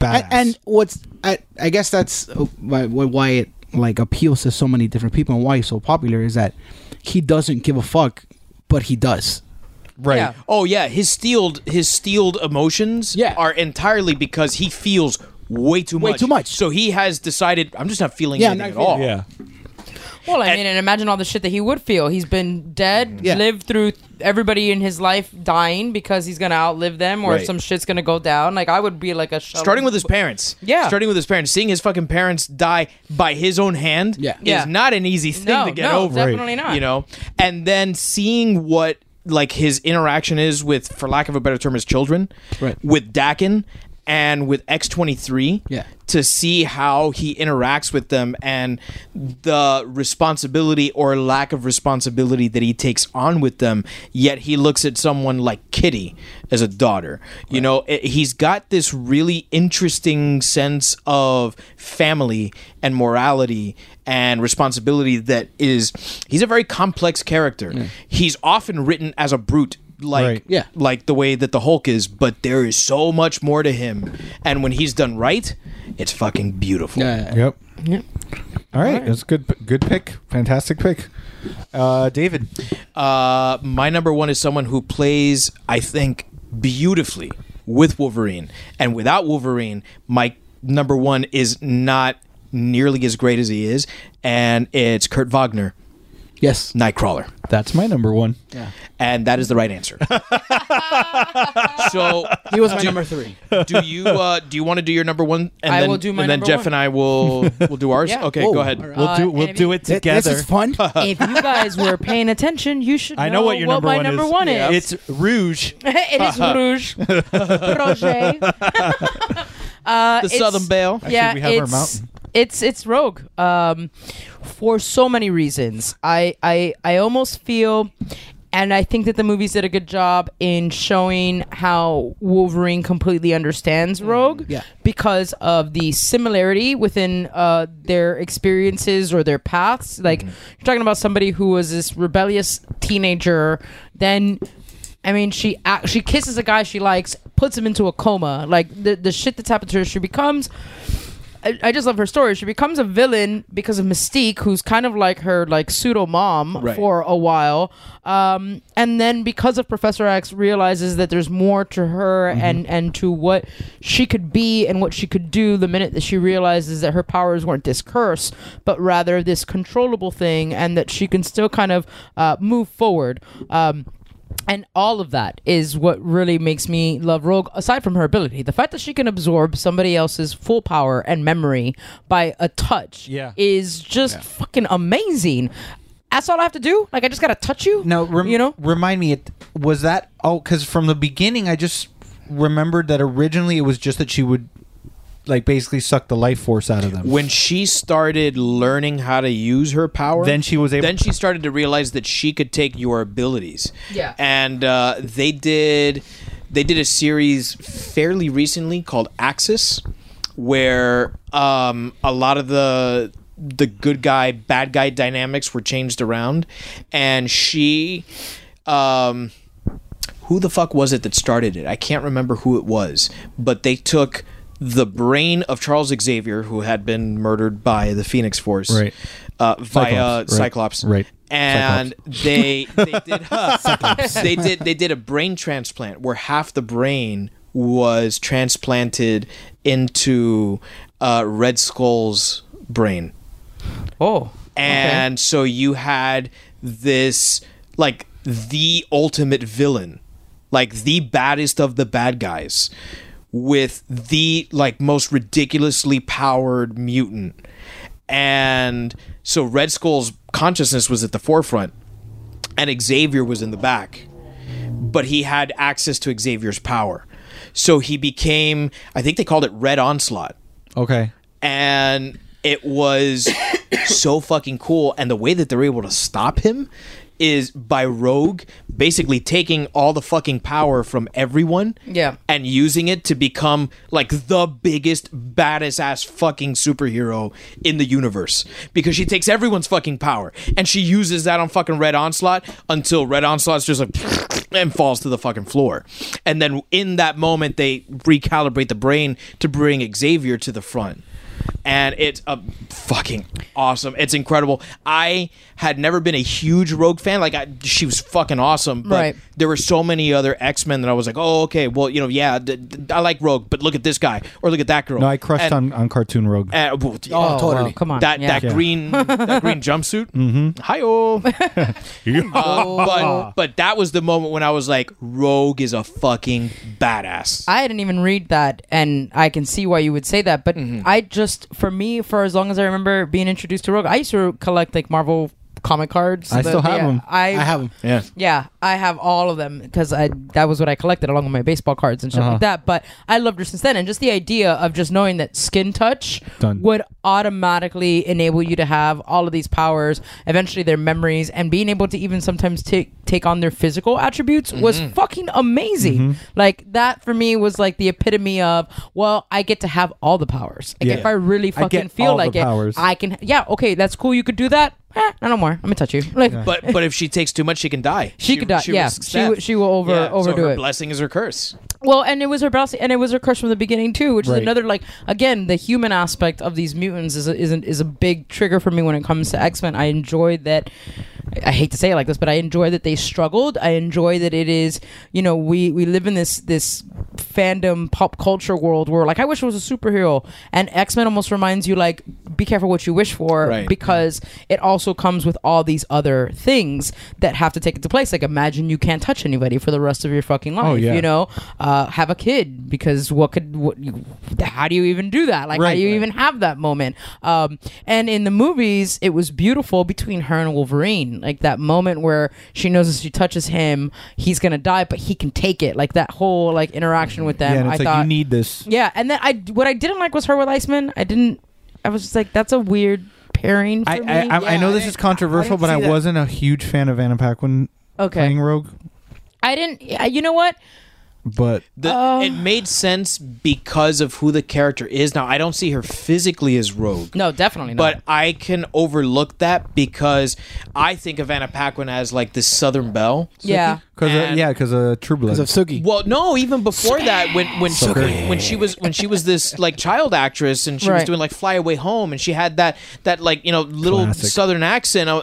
Speaker 3: badass.
Speaker 6: And, and what's I, I guess that's uh, why, why why it like appeals to so many different people and why he's so popular is that he doesn't give a fuck, but he does.
Speaker 3: right.
Speaker 4: yeah.
Speaker 2: Oh yeah, his steeled his steeled emotions
Speaker 6: Yeah.
Speaker 2: are entirely because he feels way too
Speaker 6: Way
Speaker 2: much.
Speaker 6: too much.
Speaker 2: So he has decided I'm just not feeling
Speaker 6: Yeah, I'm
Speaker 2: anything at
Speaker 6: not feeling
Speaker 2: all.
Speaker 3: Yeah.
Speaker 4: Well, I
Speaker 2: And-
Speaker 4: mean, and imagine all the shit that he would feel. He's been dead,
Speaker 6: Yeah.
Speaker 4: lived through everybody in his life dying because he's gonna outlive them, or
Speaker 2: Right.
Speaker 4: some shit's gonna go down. Like I would be like a shuttle.
Speaker 2: Starting with his parents.
Speaker 4: Yeah.
Speaker 2: Starting with his parents. Seeing his fucking parents die by his own hand
Speaker 6: Yeah.
Speaker 2: is
Speaker 4: Yeah.
Speaker 2: not an easy thing
Speaker 4: No,
Speaker 2: to get
Speaker 4: no,
Speaker 2: over.
Speaker 4: definitely not.
Speaker 2: You know? And then seeing what like his interaction is with, for lack of a better term, his children.
Speaker 6: Right.
Speaker 2: With Dakin and with X twenty three.
Speaker 6: Yeah.
Speaker 2: To see how he interacts with them and the responsibility or lack of responsibility that he takes on with them, yet he looks at someone like Kitty as a daughter. You know, it, he's got this really interesting sense of family and morality and responsibility that is, he's a very complex character. He's often written as a brute. Like
Speaker 3: Right.
Speaker 6: Yeah.
Speaker 2: like the way that the Hulk is, but there is so much more to him. And when he's done right, it's fucking beautiful.
Speaker 3: Yep. All right, that's good. Good pick. Fantastic pick, uh, David.
Speaker 2: Uh, my number one is someone who plays, I think, beautifully with Wolverine, and without Wolverine, my number one is not nearly as great as he is, and it's Kurt Wagner,
Speaker 6: Yes,
Speaker 2: Nightcrawler.
Speaker 3: That's my number one.
Speaker 2: And that is the right answer. so
Speaker 6: he was my number three.
Speaker 2: do you uh, do you want to do your number one? And
Speaker 4: I
Speaker 2: then,
Speaker 4: will do my
Speaker 2: And then
Speaker 4: number
Speaker 2: Jeff
Speaker 4: one.
Speaker 2: and I will will do ours.
Speaker 4: Yeah.
Speaker 2: Okay,
Speaker 6: Whoa.
Speaker 2: go ahead.
Speaker 6: All right.
Speaker 7: We'll
Speaker 4: Uh,
Speaker 7: do we'll
Speaker 4: and if
Speaker 7: do
Speaker 4: you-
Speaker 7: it
Speaker 6: Th-
Speaker 7: together.
Speaker 6: This is fun.
Speaker 4: if you guys were paying attention, you should.
Speaker 7: I know what your number
Speaker 4: my
Speaker 7: one
Speaker 4: number
Speaker 7: is.
Speaker 4: one is.
Speaker 7: It's Rouge.
Speaker 4: it is Rouge. Roger. uh,
Speaker 2: The
Speaker 4: it's-
Speaker 2: Southern Belle.
Speaker 4: Yeah,
Speaker 3: we have our
Speaker 4: it's,
Speaker 3: mountain.
Speaker 4: It's it's Rogue. Um, for so many reasons, I I I almost feel. And I think that the movies did a good job in showing how Wolverine completely understands Rogue
Speaker 6: yeah.
Speaker 4: because of the similarity within uh, their experiences or their paths. Like, you're talking about somebody who was this rebellious teenager, then I mean, she act- she kisses a guy she likes, puts him into a coma. Like the the shit that's happened to her, she becomes. I, I just love her story. She becomes a villain because of Mystique, who's kind of like her like pseudo mom
Speaker 2: Right.
Speaker 4: for a while, um, and then because of Professor X, realizes that there's more to her and and to what she could be and what she could do. The minute that she realizes that her powers weren't this curse, but rather this controllable thing, and that she can still kind of uh, move forward. Um, and all of that is what really makes me love Rogue, aside from her ability. The fact that she can absorb somebody else's full power and memory by a touch
Speaker 3: Yeah.
Speaker 4: is just fucking amazing. That's all I have to do. Like, I just got to touch you.
Speaker 3: Now, rem-
Speaker 4: you know?
Speaker 3: remind me, it was that oh, because from the beginning, I just remembered that originally it was just that she would like basically suck the life force out of them.
Speaker 2: when she started learning how to use her power
Speaker 3: Then she was able-
Speaker 2: then she started to realize that she could take your abilities
Speaker 4: Yeah.
Speaker 2: and uh, they did they did a series fairly recently called axis where um, a lot of the the good guy bad guy dynamics were changed around and she um, who the fuck was it that started it? I can't remember who it was, but they took the brain of Charles Xavier, who had been murdered by the Phoenix Force,
Speaker 3: Right.
Speaker 2: uh, via
Speaker 3: Cyclops, right.
Speaker 2: Cyclops,
Speaker 3: Right.
Speaker 2: And they they did they did they did a brain transplant where half the brain was transplanted into uh, Red Skull's brain
Speaker 4: Oh.
Speaker 2: and so you had this like the ultimate villain like the baddest of the bad guys with the like most ridiculously powered mutant and so red skull's consciousness was at the forefront and xavier was in the back but he had access to xavier's power so he became i think they called it red onslaught
Speaker 3: okay,
Speaker 2: and it was so fucking cool. And the way that they're able to stop him is by Rogue basically taking all the fucking power from everyone,
Speaker 4: Yeah.
Speaker 2: and using it to become like the biggest, baddest ass fucking superhero in the universe because she takes everyone's fucking power and she uses that on fucking Red Onslaught until Red Onslaught's just like and falls to the fucking floor. And then in that moment, they recalibrate the brain to bring Xavier to the front. And it's a fucking awesome. It's incredible. I had never been a huge Rogue fan. Like I, she was fucking awesome, but
Speaker 4: Right.
Speaker 2: there were so many other X Men that I was like, oh, okay, well, you know, yeah, d- d- I like Rogue, but look at this guy or look at that girl.
Speaker 3: no, I crushed
Speaker 2: And-
Speaker 3: on on cartoon rogue.
Speaker 2: and- well,
Speaker 6: Oh,
Speaker 2: yeah,
Speaker 6: totally.
Speaker 4: Well, come on.
Speaker 2: That
Speaker 4: Yeah.
Speaker 2: that green that green jumpsuit. Mm-hmm. Hi-oh. Uh,
Speaker 4: Oh.
Speaker 2: but but that was the moment when I was like, Rogue is a fucking badass.
Speaker 4: I didn't even read that, and I can see why you would say that. But I just, for me, for as long as I remember being introduced to Rogue, I used to collect like Marvel comic cards.
Speaker 3: I still have
Speaker 4: yeah,
Speaker 3: 'em.
Speaker 4: I,
Speaker 6: I have him.
Speaker 2: yeah.
Speaker 4: Yeah, I have all of them because I that was what I collected along with my baseball cards and stuff
Speaker 3: Uh-huh.
Speaker 4: like that. But I loved her since then, and just the idea of just knowing that skin touch
Speaker 3: Done.
Speaker 4: would automatically enable you to have all of these powers, eventually their memories, and being able to even sometimes take take on their physical attributes was fucking amazing.
Speaker 3: Mm-hmm.
Speaker 4: Like that for me was like the epitome of well, I get to have all the powers. Like
Speaker 3: Yeah.
Speaker 4: if I really
Speaker 3: I get
Speaker 4: fucking
Speaker 3: all
Speaker 4: feel
Speaker 3: the
Speaker 4: like it,
Speaker 3: powers.
Speaker 4: I can. Yeah, okay, that's cool. You could do that. Eh, no more. I'm gonna touch you. Like,
Speaker 2: But but if she takes too much, she can die.
Speaker 4: She could die, yeah.
Speaker 2: risks
Speaker 4: She w-
Speaker 2: death.
Speaker 4: she will over-
Speaker 2: Yeah, so
Speaker 4: overdo
Speaker 2: her
Speaker 4: it.
Speaker 2: Blessing is her curse.
Speaker 4: Well, and it was her bossy, and it was her crush from the beginning too, which
Speaker 3: Right.
Speaker 4: is another like again the human aspect of these mutants is a, is, a, is a big trigger for me when it comes to X Men. I enjoy that I hate to say it like this, but I enjoy that they struggled. I enjoy that it is, you know, we we live in this this fandom pop culture world where like I wish I was a superhero, and X Men almost reminds you like be careful what you wish for
Speaker 2: Right.
Speaker 4: because it also comes with all these other things that have to take into place. Like imagine you can't touch anybody for the rest of your fucking life.
Speaker 3: Oh, yeah.
Speaker 4: You know, uh, have a kid because what could what you, how do you even do that? Like how
Speaker 3: Right,
Speaker 4: do you
Speaker 3: right.
Speaker 4: even have that moment? Um, and in the movies, it was beautiful between her and Wolverine, like that moment where she knows if she touches him, he's gonna die, but he can take it. Like that whole like interaction with them.
Speaker 3: yeah, and
Speaker 4: I
Speaker 3: it's like
Speaker 4: thought
Speaker 3: you need this.
Speaker 4: yeah, and then I what I didn't like was her with Iceman. I didn't. I was just like, that's a weird pairing. For
Speaker 3: I,
Speaker 4: me.
Speaker 3: I, I, I
Speaker 6: Yeah,
Speaker 3: know
Speaker 6: I
Speaker 3: this
Speaker 6: didn't-
Speaker 3: is controversial,
Speaker 6: I didn't
Speaker 3: but I
Speaker 6: see that.
Speaker 3: wasn't a huge fan of Anna Paquin playing
Speaker 4: okay,
Speaker 3: Rogue.
Speaker 4: I didn't. I- You know what?
Speaker 3: But
Speaker 2: The,
Speaker 4: Oh.
Speaker 2: it made sense because of who the character is. Now, I don't see her physically as Rogue.
Speaker 4: No, definitely not.
Speaker 2: But I can overlook that because I think of Anna Paquin as like this Southern Belle.
Speaker 4: yeah,
Speaker 3: because
Speaker 2: And-
Speaker 3: yeah, because uh, True Blood.
Speaker 6: Because of Suki.
Speaker 2: Well, no, even before that, when when she, when she was when she was this like child actress and she was
Speaker 4: Right.
Speaker 2: doing like Fly Away Home and she had that that like you know little
Speaker 3: Classic.
Speaker 2: Southern accent. I-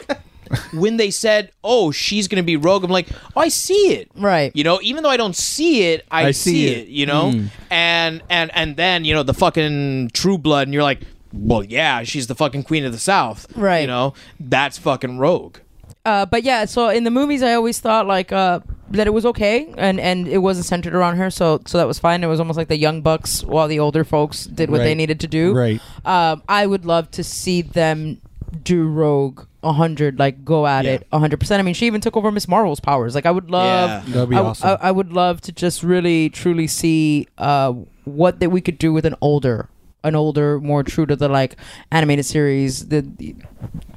Speaker 2: when they said, "Oh, she's gonna be Rogue," I'm like, "Oh, I see it."
Speaker 4: Right.
Speaker 2: You know, even though I don't see it, I,
Speaker 3: I see
Speaker 2: see,
Speaker 3: it.
Speaker 2: it. You know, and and and then you know the fucking True Blood, and you're like, "Well, yeah, she's the fucking Queen of the South."
Speaker 4: Right.
Speaker 2: You know, that's fucking Rogue.
Speaker 4: uh, but yeah. So in the movies, I always thought like uh, that it was okay, and and it wasn't centered around her, so so that was fine. It was almost like the young bucks, while the older folks did what they
Speaker 3: Right.
Speaker 4: needed to do.
Speaker 3: Right.
Speaker 4: Um, I would love to see them do Rogue. 100 like go at
Speaker 2: Yeah.
Speaker 4: it 100% i mean she even took over miss marvel's powers like i would love
Speaker 2: Yeah.
Speaker 3: That'd be
Speaker 4: I,
Speaker 3: awesome.
Speaker 4: I, I would love to just really truly see uh, what that we could do with an older, an older, more true to the like animated series, the, the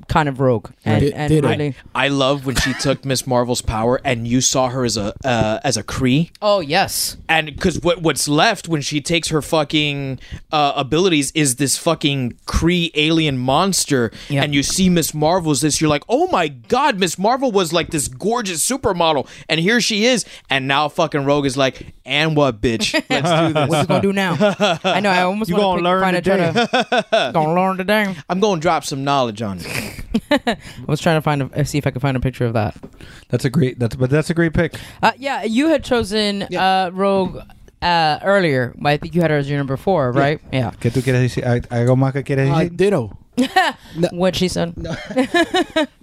Speaker 4: kind of rogue, and,
Speaker 6: Right.
Speaker 4: and
Speaker 6: Did it.
Speaker 4: really.
Speaker 2: I love when she took Miss Marvel's power and you saw her as a uh, as a Cree.
Speaker 4: Oh yes,
Speaker 2: and because what what's left when she takes her fucking uh, abilities is this fucking Cree alien monster,
Speaker 4: Yeah.
Speaker 2: and you see Miss Marvel's this, you're like, oh my god, Miss Marvel was like this gorgeous supermodel, and here she is, and now fucking Rogue is like, and what, bitch? Let's do this.
Speaker 4: what's it gonna do now? I know. I almost
Speaker 3: You gonna
Speaker 4: wanna pick-
Speaker 3: learn
Speaker 4: find a- try to- gonna learn today.
Speaker 2: I'm going to drop some knowledge on it.
Speaker 4: I was trying to find a uh, see if I could find a picture of that.
Speaker 3: that's a great. That's but that's a great pick.
Speaker 4: Uh, yeah, you had chosen uh, rogue uh, earlier. but I think you had her as your number four, right? Yeah.
Speaker 3: ¿Qué tú quieres decir? ¿Hay- ¿Algo más que
Speaker 4: Oh,
Speaker 3: quieres
Speaker 6: Uh,
Speaker 3: decir?
Speaker 6: ditto.
Speaker 4: What she said.
Speaker 6: No,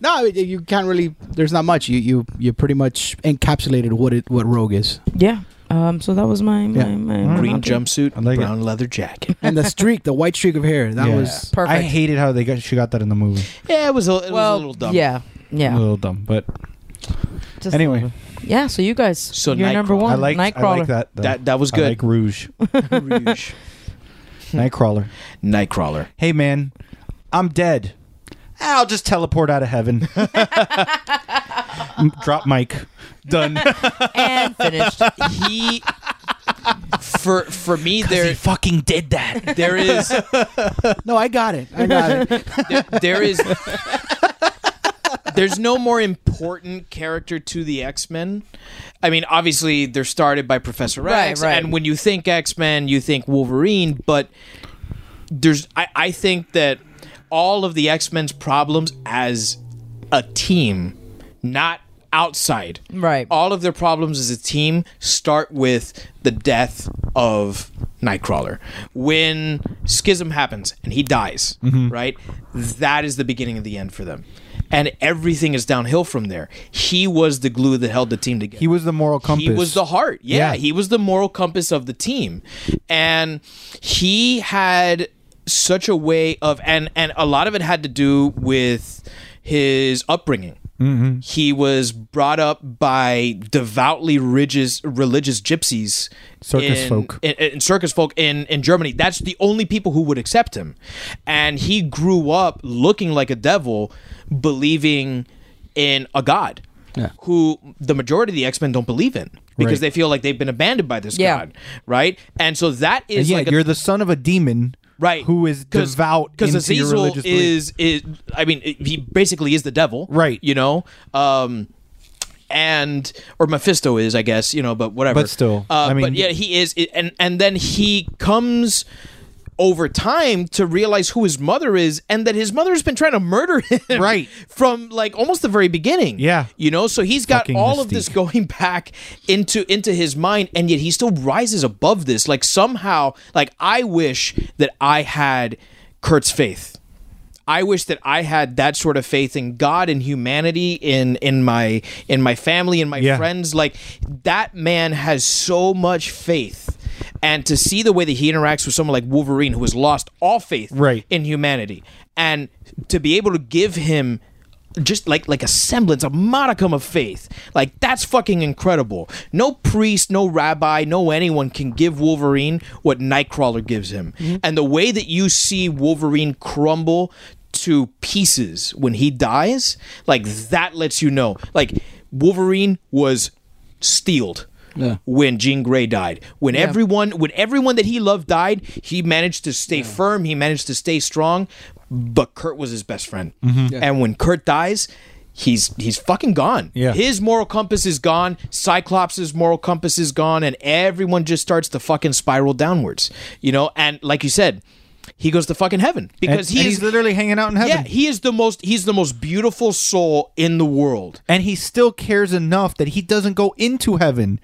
Speaker 6: I mean, you can't really. There's not much. You you you pretty much encapsulated what it what Rogue is,
Speaker 4: Yeah. Um. So that was my my,
Speaker 6: Yeah.
Speaker 4: my my
Speaker 2: Green
Speaker 4: mountain.
Speaker 2: jumpsuit,
Speaker 3: I like it.
Speaker 2: brown leather jacket.
Speaker 6: and the streak, the white streak of hair. That
Speaker 3: Yeah.
Speaker 6: was
Speaker 4: Perfect.
Speaker 3: I hated how they got she got that in the movie.
Speaker 2: Yeah, it was a, it was a little dumb.
Speaker 4: Yeah.
Speaker 3: A
Speaker 4: Yeah.
Speaker 3: little dumb, but
Speaker 4: Just-
Speaker 3: anyway,
Speaker 4: Yeah. So you guys.
Speaker 2: So
Speaker 4: you're number
Speaker 2: Nightcrawler.
Speaker 4: one.
Speaker 3: I like I
Speaker 4: Nightcrawler.
Speaker 3: like that. though.
Speaker 2: That that was
Speaker 3: I
Speaker 2: good.
Speaker 3: like Rouge,
Speaker 2: Rouge.
Speaker 3: Nightcrawler.
Speaker 2: Nightcrawler.
Speaker 3: Hey man, I'm dead. Ah, I'll just teleport out of heaven. M- Drop mic. Done.
Speaker 4: and finished.
Speaker 2: He for for me there
Speaker 3: fucking did that.
Speaker 2: there is
Speaker 6: no. I got it. I got it.
Speaker 2: there, there is there's no more important character to the x-men i mean obviously they're started by professor rex
Speaker 4: Right, right.
Speaker 2: and when you think x-men you think wolverine but there's I, I think that all of the x-men's problems as a team not outside
Speaker 4: Right.
Speaker 2: all of their problems as a team start with the death of Nightcrawler. When Schism happens and he dies,
Speaker 3: Mm-hmm.
Speaker 2: right? That is the beginning of the end for them. And everything is downhill from there. He was the glue that held the team together.
Speaker 3: He was the moral compass.
Speaker 2: He was the heart. Yeah,
Speaker 3: Yeah.
Speaker 2: he was the moral compass of the team. And he had such a way of and and a lot of it had to do with his upbringing.
Speaker 3: Mm-hmm.
Speaker 2: He was brought up by devoutly religious religious gypsies
Speaker 3: Circus
Speaker 2: in-
Speaker 3: folk.
Speaker 2: in, in circus folk in, in Germany. That's the only people who would accept him. And he grew up looking like a devil, believing in a god who the majority of the X Men don't believe in because
Speaker 3: Right.
Speaker 2: they feel like they've been abandoned by this
Speaker 4: Yeah.
Speaker 2: god, right? And so that is
Speaker 3: yeah,
Speaker 2: like a-
Speaker 3: you're the son of a demon,
Speaker 2: right
Speaker 3: Who is devout
Speaker 2: because
Speaker 3: into your
Speaker 2: Azazel
Speaker 3: religious belief.
Speaker 2: is is I mean it- he basically is the devil,
Speaker 3: Right.
Speaker 2: You know, um, and or Mephisto is, I guess, you know, but whatever.
Speaker 3: But still,
Speaker 2: uh,
Speaker 3: I mean-
Speaker 2: but yeah, he is, and and then he comes over time to realize who his mother is and that his mother's been trying to murder him
Speaker 3: Right.
Speaker 2: from like almost the very beginning.
Speaker 3: Yeah.
Speaker 2: You know, so he's got
Speaker 3: Fucking
Speaker 2: all of this
Speaker 3: Mystique.
Speaker 2: going back into into his mind and yet he still rises above this. Like somehow, like I wish that I had Kurt's faith. I wish that I had that sort of faith in God and humanity in in my in my family and my
Speaker 3: Yeah.
Speaker 2: friends like that man has so much faith and to see the way that he interacts with someone like Wolverine who has lost all faith
Speaker 3: Right.
Speaker 2: in humanity and to be able to give him just like like a semblance a modicum of faith like that's fucking incredible no priest no rabbi no anyone can give wolverine what nightcrawler gives him and the way that you see wolverine crumble to pieces when he dies like that lets you know like wolverine was steeled when Jean Grey died. When everyone when everyone that he loved died, he managed to stay firm, he managed to stay strong, but Kurt was his best friend.
Speaker 3: Mm-hmm.
Speaker 2: And when Kurt dies, he's he's fucking gone.
Speaker 3: Yeah.
Speaker 2: His moral compass is gone, Cyclops' moral compass is gone, and everyone just starts to fucking spiral downwards. You know, and like you said, he goes to fucking heaven because
Speaker 3: And-
Speaker 2: he
Speaker 3: and
Speaker 2: is
Speaker 3: he's literally hanging out in heaven.
Speaker 2: Yeah, he is the most he's the most beautiful soul in the world.
Speaker 3: and he still cares enough that he doesn't go into heaven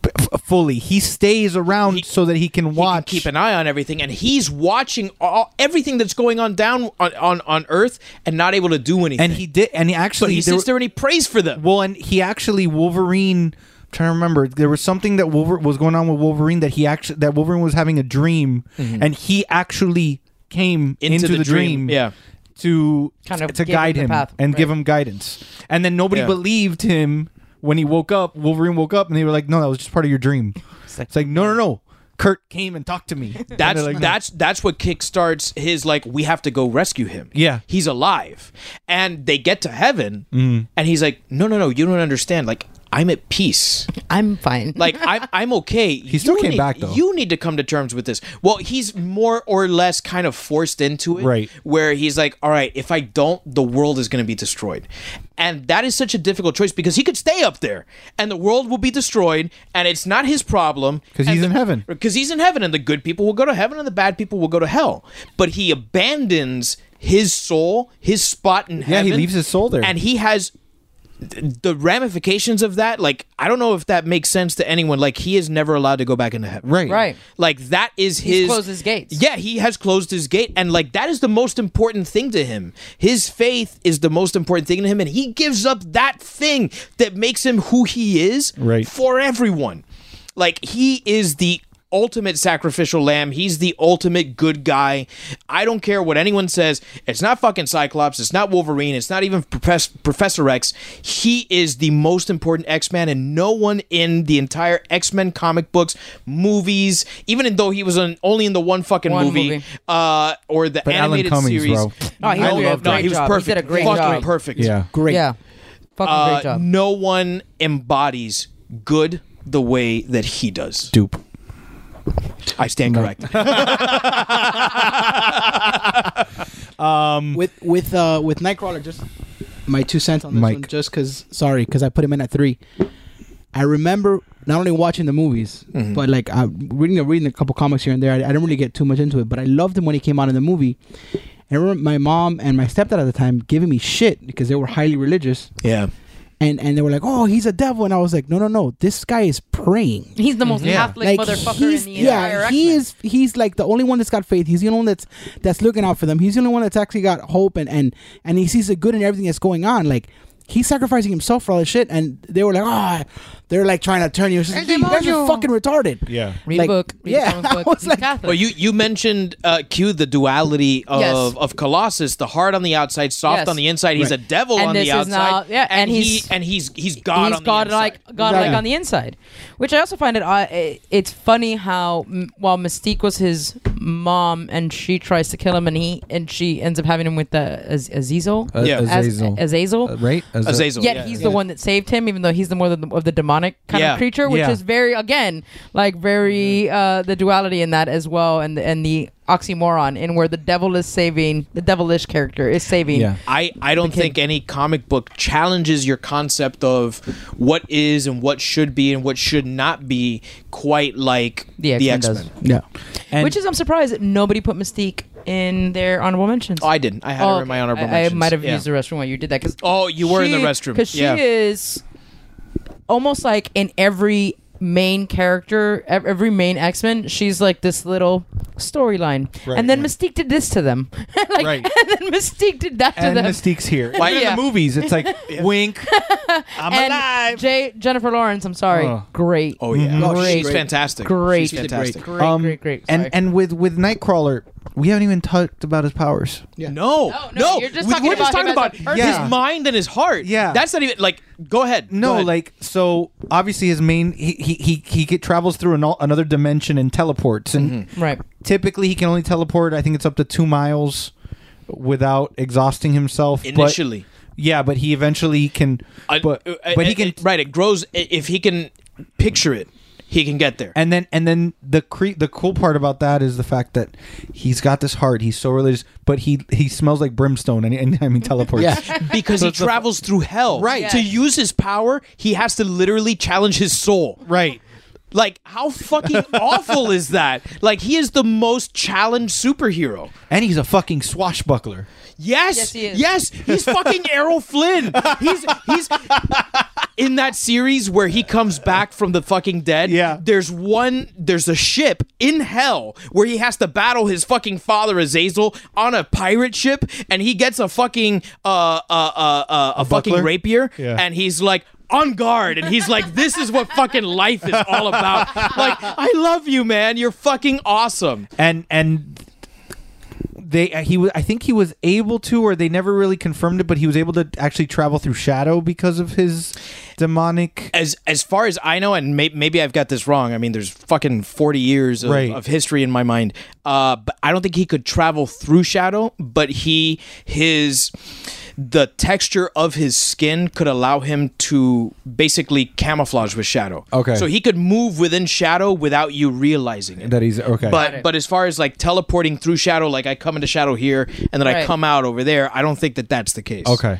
Speaker 3: p- f- fully. He stays around so that he can
Speaker 2: he can
Speaker 3: watch.
Speaker 2: keep an eye on everything, and he's watching all everything that's going on down on on, on Earth, and not able to do anything.
Speaker 3: and he did. And he
Speaker 2: but
Speaker 3: actually
Speaker 2: he
Speaker 3: there-
Speaker 2: sits there and he prays for them.
Speaker 3: Well, and he actually Wolverine. I'm trying to remember, there was something that Wolver was going on with Wolverine that he actually that Wolverine was having a dream, and he actually came Mm-hmm. into, the, dream.
Speaker 2: yeah.
Speaker 3: To
Speaker 4: Kind of
Speaker 3: to
Speaker 4: give him
Speaker 3: guide
Speaker 4: the
Speaker 3: him,
Speaker 4: path,
Speaker 3: and
Speaker 4: right.
Speaker 3: give him guidance, and then nobody
Speaker 2: Yeah.
Speaker 3: believed him when he woke up. Wolverine woke up, and they were like, "No, that was just part of your dream." It's like, "No, no, no." Kurt came and talked to me. And they're
Speaker 2: That's
Speaker 3: like, "No."
Speaker 2: that's that's what kickstarts his like we have to go rescue him.
Speaker 3: Yeah.
Speaker 2: he's alive, and they get to heaven,
Speaker 3: Mm.
Speaker 2: and he's like, no, no, no, you don't understand. Like I'm at peace.
Speaker 4: I'm fine.
Speaker 2: Like I'm, I'm okay. He
Speaker 3: still came back, though.
Speaker 2: You need to come to terms with this. Well, he's more or less kind of forced into it,
Speaker 3: Right.
Speaker 2: Where he's like, all right, if I don't, the world is going to be destroyed, and that is such a difficult choice because he could stay up there, and the world will be destroyed, and it's not his problem
Speaker 3: 'Cause
Speaker 2: and
Speaker 3: he's
Speaker 2: the-
Speaker 3: in heaven.
Speaker 2: Because he's in heaven, and the good people will go to heaven, and the bad people will go to hell. But he abandons his soul, his spot in
Speaker 3: he
Speaker 2: heaven.
Speaker 3: leaves his soul there.
Speaker 2: and he has the ramifications of that, like I don't know if that makes sense to anyone. Like he is never allowed to go back into heaven.
Speaker 3: right,
Speaker 4: right.
Speaker 2: Like that is his
Speaker 4: closed his gates.
Speaker 2: Yeah, he has closed his gate, and like that is the most important thing to him. His faith is the most important thing to him, and he gives up that thing that makes him who he is
Speaker 3: Right.
Speaker 2: for everyone. Like he is the ultimate sacrificial lamb. He's the ultimate good guy. I don't care what anyone says. It's not fucking Cyclops. It's not Wolverine. It's not even Profess- Professor X. He is the most important X-Man and no one in the entire X-Men comic books, movies, even though he was on, only in the one fucking
Speaker 4: One
Speaker 2: movie,
Speaker 4: movie.
Speaker 2: uh or the
Speaker 3: But Alan
Speaker 2: animated
Speaker 3: Cummings,
Speaker 2: series.
Speaker 3: bro.
Speaker 4: Oh, he
Speaker 2: no,
Speaker 4: did a
Speaker 2: no,
Speaker 4: great
Speaker 2: he was
Speaker 4: job. He
Speaker 2: perfect.
Speaker 4: did a great
Speaker 2: fucking
Speaker 4: job.
Speaker 2: perfect.
Speaker 3: Yeah,
Speaker 6: Great.
Speaker 4: Yeah. Fucking
Speaker 2: Uh,
Speaker 4: great job.
Speaker 2: no one embodies good the way that he does.
Speaker 3: dupe.
Speaker 2: I stand corrected.
Speaker 6: with with uh with Nightcrawler. Just my two cents on this
Speaker 3: Mike.
Speaker 6: one, just because. Sorry, because I put him in at three. I remember not only watching the movies,
Speaker 3: Mm-hmm.
Speaker 6: but like I reading reading a couple comics here and there. I, I didn't really get too much into it, but I loved him when he came out in the movie. And I remember my mom and my stepdad at the time giving me shit because they were highly religious,
Speaker 2: Yeah.
Speaker 6: and and they were like, "Oh, he's a devil," and I was like, "No, no, no! This guy is praying."
Speaker 4: He's the most Catholic motherfucker in
Speaker 6: he's-
Speaker 4: the entire
Speaker 6: yeah, he is. He's like the only one that's got faith. He's the only one that's that's looking out for them. He's the only one that's actually got hope and and and he sees the good in everything that's going on. Like he's sacrificing himself for all this shit. And they were like, ah, they're like trying to turn you. It's just, "Dude, You guys are fucking retarded.
Speaker 3: Yeah.
Speaker 4: Read
Speaker 6: Like,
Speaker 4: a book. Read
Speaker 6: yeah,
Speaker 4: someone's
Speaker 6: I
Speaker 4: book.
Speaker 6: was
Speaker 4: He's
Speaker 6: like-
Speaker 4: Catholic.
Speaker 2: Well, you you mentioned uh, cue the duality of
Speaker 4: Yes.
Speaker 2: of Colossus, the hard on the outside, soft
Speaker 4: Yes.
Speaker 2: on the inside. He's
Speaker 6: Right.
Speaker 2: a devil
Speaker 4: And
Speaker 2: on
Speaker 4: this
Speaker 2: the
Speaker 4: is
Speaker 2: outside,
Speaker 4: now- yeah, and
Speaker 2: he-
Speaker 4: he's-
Speaker 2: and he's he's God
Speaker 4: he's
Speaker 2: on the
Speaker 4: godlike,
Speaker 2: inside.
Speaker 4: godlike
Speaker 6: Exactly.
Speaker 4: on the inside, which I also find it. odd- i it's funny how m- while Mystique was his mom and she tries to kill him, and he and she ends up having him with the Az- Azizel,
Speaker 2: Yeah.
Speaker 4: Az-
Speaker 7: Azazel.
Speaker 4: Azazel.
Speaker 7: Uh, right? Azazel.
Speaker 2: Azazel,
Speaker 4: Yet
Speaker 2: yeah.
Speaker 4: he's the one that saved him, even though he's the more of the, of the demonic kind
Speaker 2: Yeah. Mm-hmm.
Speaker 4: of creature, which
Speaker 3: Yeah.
Speaker 4: is very again like very uh, the duality in that as well, and and the oxymoron in where the devil is saving the devilish character is saving.
Speaker 6: Yeah.
Speaker 2: I, I don't think any comic book challenges your concept of what is and what should be and what should not be quite like
Speaker 4: The X-Men does.
Speaker 6: Yeah. And
Speaker 4: Which is I'm surprised that nobody put Mystique in their honorable mentions.
Speaker 2: Oh, I didn't. I had
Speaker 4: Oh,
Speaker 2: her in my honorable
Speaker 4: I-
Speaker 2: mentions.
Speaker 4: I might have
Speaker 2: Yeah.
Speaker 4: used the restroom while you did that. Cause
Speaker 2: Oh, you were in the restroom.
Speaker 4: Because she
Speaker 2: Yeah.
Speaker 4: is almost like in every main character, ev- every main X Men, she's like this little storyline. and then Mystique did this to them. like,
Speaker 3: Right.
Speaker 4: And then Mystique did that to
Speaker 3: and
Speaker 4: them.
Speaker 3: Mystique's here.
Speaker 2: Why-
Speaker 3: Why in
Speaker 4: Yeah.
Speaker 3: the movies? It's like wink. I'm
Speaker 4: and
Speaker 3: alive.
Speaker 4: J- Jennifer Lawrence, I'm sorry.
Speaker 3: Oh.
Speaker 4: Great.
Speaker 2: Oh yeah,
Speaker 4: Oh, she's
Speaker 2: she's
Speaker 4: great.
Speaker 2: fantastic.
Speaker 4: Great.
Speaker 2: she's
Speaker 4: She did
Speaker 2: fantastic.
Speaker 4: Great,
Speaker 3: Um,
Speaker 4: great, great.
Speaker 3: And
Speaker 4: Sorry.
Speaker 3: and with with Nightcrawler, we haven't even talked about his powers.
Speaker 2: No,
Speaker 4: No,
Speaker 2: no,
Speaker 4: no, you're just
Speaker 2: we-
Speaker 4: talking
Speaker 2: we're just
Speaker 4: about
Speaker 2: talking
Speaker 4: him
Speaker 2: about
Speaker 4: as a
Speaker 2: his
Speaker 3: person. Yeah.
Speaker 2: mind and his heart.
Speaker 3: Yeah.
Speaker 2: that's not even like. Go ahead. Go
Speaker 3: No,
Speaker 2: ahead.
Speaker 3: like so. Obviously, his main he he he, he get, travels through an, another dimension and teleports. And
Speaker 2: Mm-hmm.
Speaker 4: right.
Speaker 3: typically, he can only teleport. I think it's up to two miles without exhausting himself. but-
Speaker 2: Initially.
Speaker 3: yeah, but he eventually can.
Speaker 2: I-
Speaker 3: but
Speaker 2: uh,
Speaker 3: but he
Speaker 2: uh,
Speaker 3: can.
Speaker 2: uh, right. It grows i- if he can picture it. He can get there.
Speaker 3: and then and then the cre- the cool part about that is the fact that he's got this heart. He's so religious, but he he smells like brimstone, and, and I mean teleports.
Speaker 2: because he travels through hell.
Speaker 3: Right.
Speaker 2: To use his power, he has to literally challenge his soul.
Speaker 3: Right.
Speaker 2: Like, how fucking awful is that? Like, he is the most challenged superhero.
Speaker 3: And he's a fucking swashbuckler.
Speaker 2: Yes,
Speaker 4: Yes, he is.
Speaker 2: yes, he's fucking Errol Flynn. He's he's in that series where he comes back from the fucking dead.
Speaker 3: Yeah.
Speaker 2: there's one, there's a ship in hell where he has to battle his fucking father Azazel on a pirate ship, and he gets a fucking uh uh uh, uh a fucking
Speaker 3: buckler?
Speaker 2: rapier,
Speaker 3: Yeah.
Speaker 2: and he's like. On guard, and he's like, "This is what fucking life is all about." Like, I love you, man. You're fucking awesome.
Speaker 3: and and they uh, he was I think he was able to or they never really confirmed it but he was able to actually travel through shadow because of his demonic
Speaker 2: as as far as I know, and may, maybe I've got this wrong. I mean, there's fucking forty years of,
Speaker 3: Right.
Speaker 2: of history in my mind. Uh, but I don't think he could travel through shadow. But he his the texture of his skin could allow him to basically camouflage with shadow.
Speaker 3: Okay.
Speaker 2: so he could move within shadow without you realizing it.
Speaker 3: that he's okay
Speaker 2: but but as far as like teleporting through shadow, like I come into shadow here and then I
Speaker 4: Right.
Speaker 2: come out over there, I don't think that that's the case.
Speaker 3: okay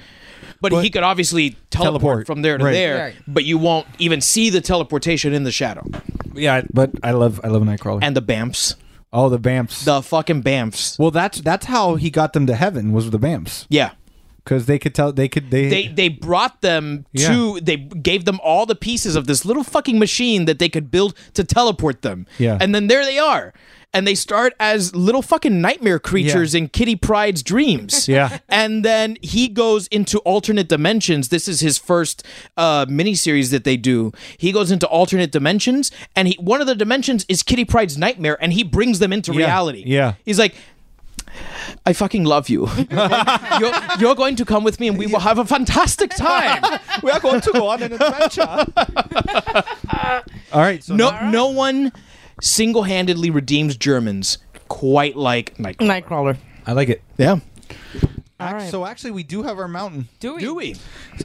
Speaker 2: But, he could obviously teleport,
Speaker 3: Teleport,
Speaker 2: from there to
Speaker 3: right.
Speaker 2: there,
Speaker 4: Right.
Speaker 2: but you won't even see the teleportation in the shadow.
Speaker 3: yeah but I love I love Nightcrawler
Speaker 2: And the BAMFs.
Speaker 3: oh the Bamps
Speaker 2: The fucking BAMFs.
Speaker 3: well that's that's how he got them to heaven was with the Bamps
Speaker 2: yeah.
Speaker 3: because they could tell they could they,
Speaker 2: They they brought them to they gave them all the pieces of this little fucking machine that they could build to teleport them.
Speaker 3: Yeah.
Speaker 2: And then there they are. And they start as little fucking nightmare creatures in Kitty Pride's dreams.
Speaker 3: Yeah.
Speaker 2: And then he goes into alternate dimensions. This is his first uh, miniseries that they do. He goes into alternate dimensions, and he, one of the dimensions is Kitty Pride's nightmare, and he brings them into
Speaker 3: Yeah,
Speaker 2: reality.
Speaker 3: yeah.
Speaker 2: He's like, I fucking love you. you're, you're going to come with me, and we will have a fantastic time.
Speaker 3: we are going to go on an adventure all right so
Speaker 2: No, no one single-handedly redeems Germans quite like Nightcrawler.
Speaker 4: Nightcrawler.
Speaker 3: I like it
Speaker 2: yeah.
Speaker 4: All right.
Speaker 3: so actually we do have our mountain
Speaker 4: do we?
Speaker 2: Dewey.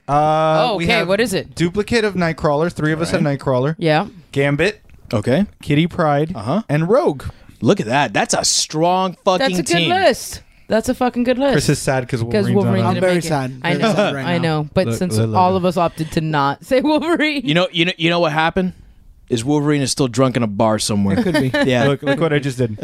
Speaker 3: uh,
Speaker 4: Oh,
Speaker 3: we
Speaker 4: okay.
Speaker 3: have
Speaker 4: What is it?
Speaker 3: duplicate of Nightcrawler three of us have Nightcrawler
Speaker 4: Yeah.
Speaker 3: Gambit
Speaker 2: Okay.
Speaker 3: Kitty Pride,
Speaker 2: Uh-huh.
Speaker 3: and Rogue.
Speaker 2: Look at that. That's a strong fucking
Speaker 4: That's a good
Speaker 2: team.
Speaker 4: list. That's a fucking good list.
Speaker 3: Chris is sad because
Speaker 4: because
Speaker 3: Wolverine's
Speaker 4: Wolverine.
Speaker 3: on
Speaker 4: didn't
Speaker 3: it.
Speaker 6: very
Speaker 4: make it.
Speaker 6: sad.
Speaker 4: I
Speaker 6: Very
Speaker 4: know.
Speaker 6: sad right
Speaker 4: I
Speaker 6: now.
Speaker 4: know. But
Speaker 3: Look,
Speaker 4: since
Speaker 3: I love
Speaker 4: all
Speaker 3: it.
Speaker 4: of us opted to not say Wolverine,
Speaker 2: You know, you know, you know what happened? Is Wolverine is still drunk in a bar somewhere.
Speaker 6: could be.
Speaker 2: yeah.
Speaker 3: Look, look what I just did.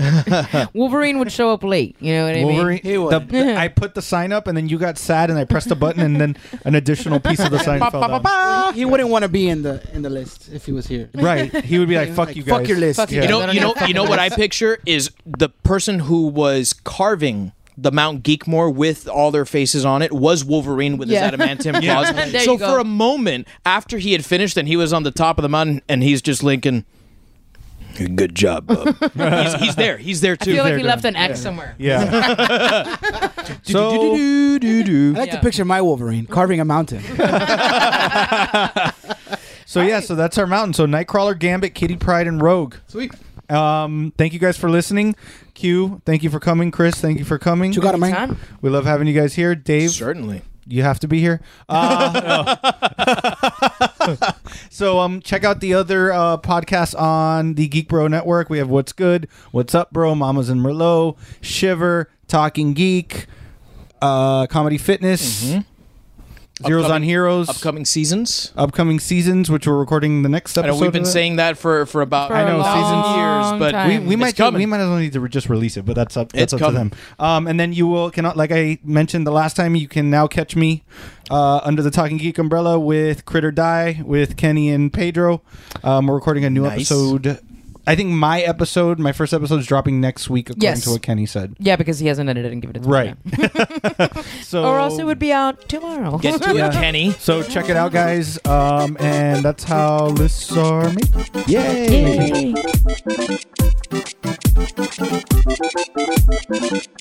Speaker 4: Wolverine would show up late. You know what I mean?
Speaker 3: Wolverine. the- the- I put the sign up, and then you got sad, and I pressed the button, and then an additional piece of the sign fell down.
Speaker 6: He wouldn't want to be in the in the list if he was here.
Speaker 3: Right. He would be like, "Fuck you guys."
Speaker 6: Fuck your list.
Speaker 4: Fuck you
Speaker 3: Yeah.
Speaker 2: you know,
Speaker 4: guys.
Speaker 2: you know, you know what I picture is the person who was carving the Mount Geekmore with all their faces on it was Wolverine with
Speaker 4: Yeah.
Speaker 2: his adamantium claws.
Speaker 4: There
Speaker 2: so
Speaker 4: you go.
Speaker 2: for a moment after he had finished and he was on the top of the mountain and he's just Lincoln. Good job. Bub." he's, he's there. He's there
Speaker 4: I
Speaker 2: too.
Speaker 4: feel like he
Speaker 3: done.
Speaker 4: left an X somewhere.
Speaker 3: Yeah. so
Speaker 6: I like
Speaker 4: Yeah.
Speaker 6: to picture my Wolverine carving a mountain.
Speaker 3: so yeah. So that's our mountain. So Nightcrawler, Gambit, Kitty Pride, and Rogue.
Speaker 6: Sweet.
Speaker 3: Um, thank you guys for listening. Q, thank you for coming. Chris, thank you for coming.
Speaker 6: You got it, man.
Speaker 4: Time?
Speaker 3: We love having you guys here. Dave,
Speaker 2: Certainly.
Speaker 3: you have to be here. Uh, So um, check out the other uh, podcasts on the Geek Bro Network. We have What's Good, What's Up, Bro, Mamas and Merlot, Shiver, Talking Geek, uh, Comedy Fitness, Zeros on
Speaker 2: Mm-hmm. Upcoming-
Speaker 3: Heroes,
Speaker 2: Upcoming seasons.
Speaker 3: upcoming seasons, which we're recording the next
Speaker 2: I
Speaker 3: episode.
Speaker 2: know we've been
Speaker 3: of that.
Speaker 2: saying that for for about
Speaker 4: For I
Speaker 3: know, a
Speaker 4: long
Speaker 2: years, but
Speaker 4: time.
Speaker 3: We, we
Speaker 2: it's
Speaker 3: might ju-
Speaker 2: coming.
Speaker 3: we might as well need to re- just release it, but that's up
Speaker 2: It's
Speaker 3: that's up to
Speaker 2: coming.
Speaker 3: them. Um, and then you will cannot like I mentioned the last time you can now catch me uh, under the Talking Geek umbrella with Critter Die with Kenny and Pedro. Um, we're recording a new
Speaker 2: Nice.
Speaker 3: episode. I think my episode, my first episode, is dropping next week, according
Speaker 4: Yes.
Speaker 3: to what Kenny said.
Speaker 4: Yeah, because he hasn't edited and given it to me
Speaker 3: Right.
Speaker 4: yet.
Speaker 3: so
Speaker 4: Or else it would be out tomorrow.
Speaker 2: Get to it, Kenny.
Speaker 3: So check it out, guys. Um, and that's how lists are made.
Speaker 4: Yay.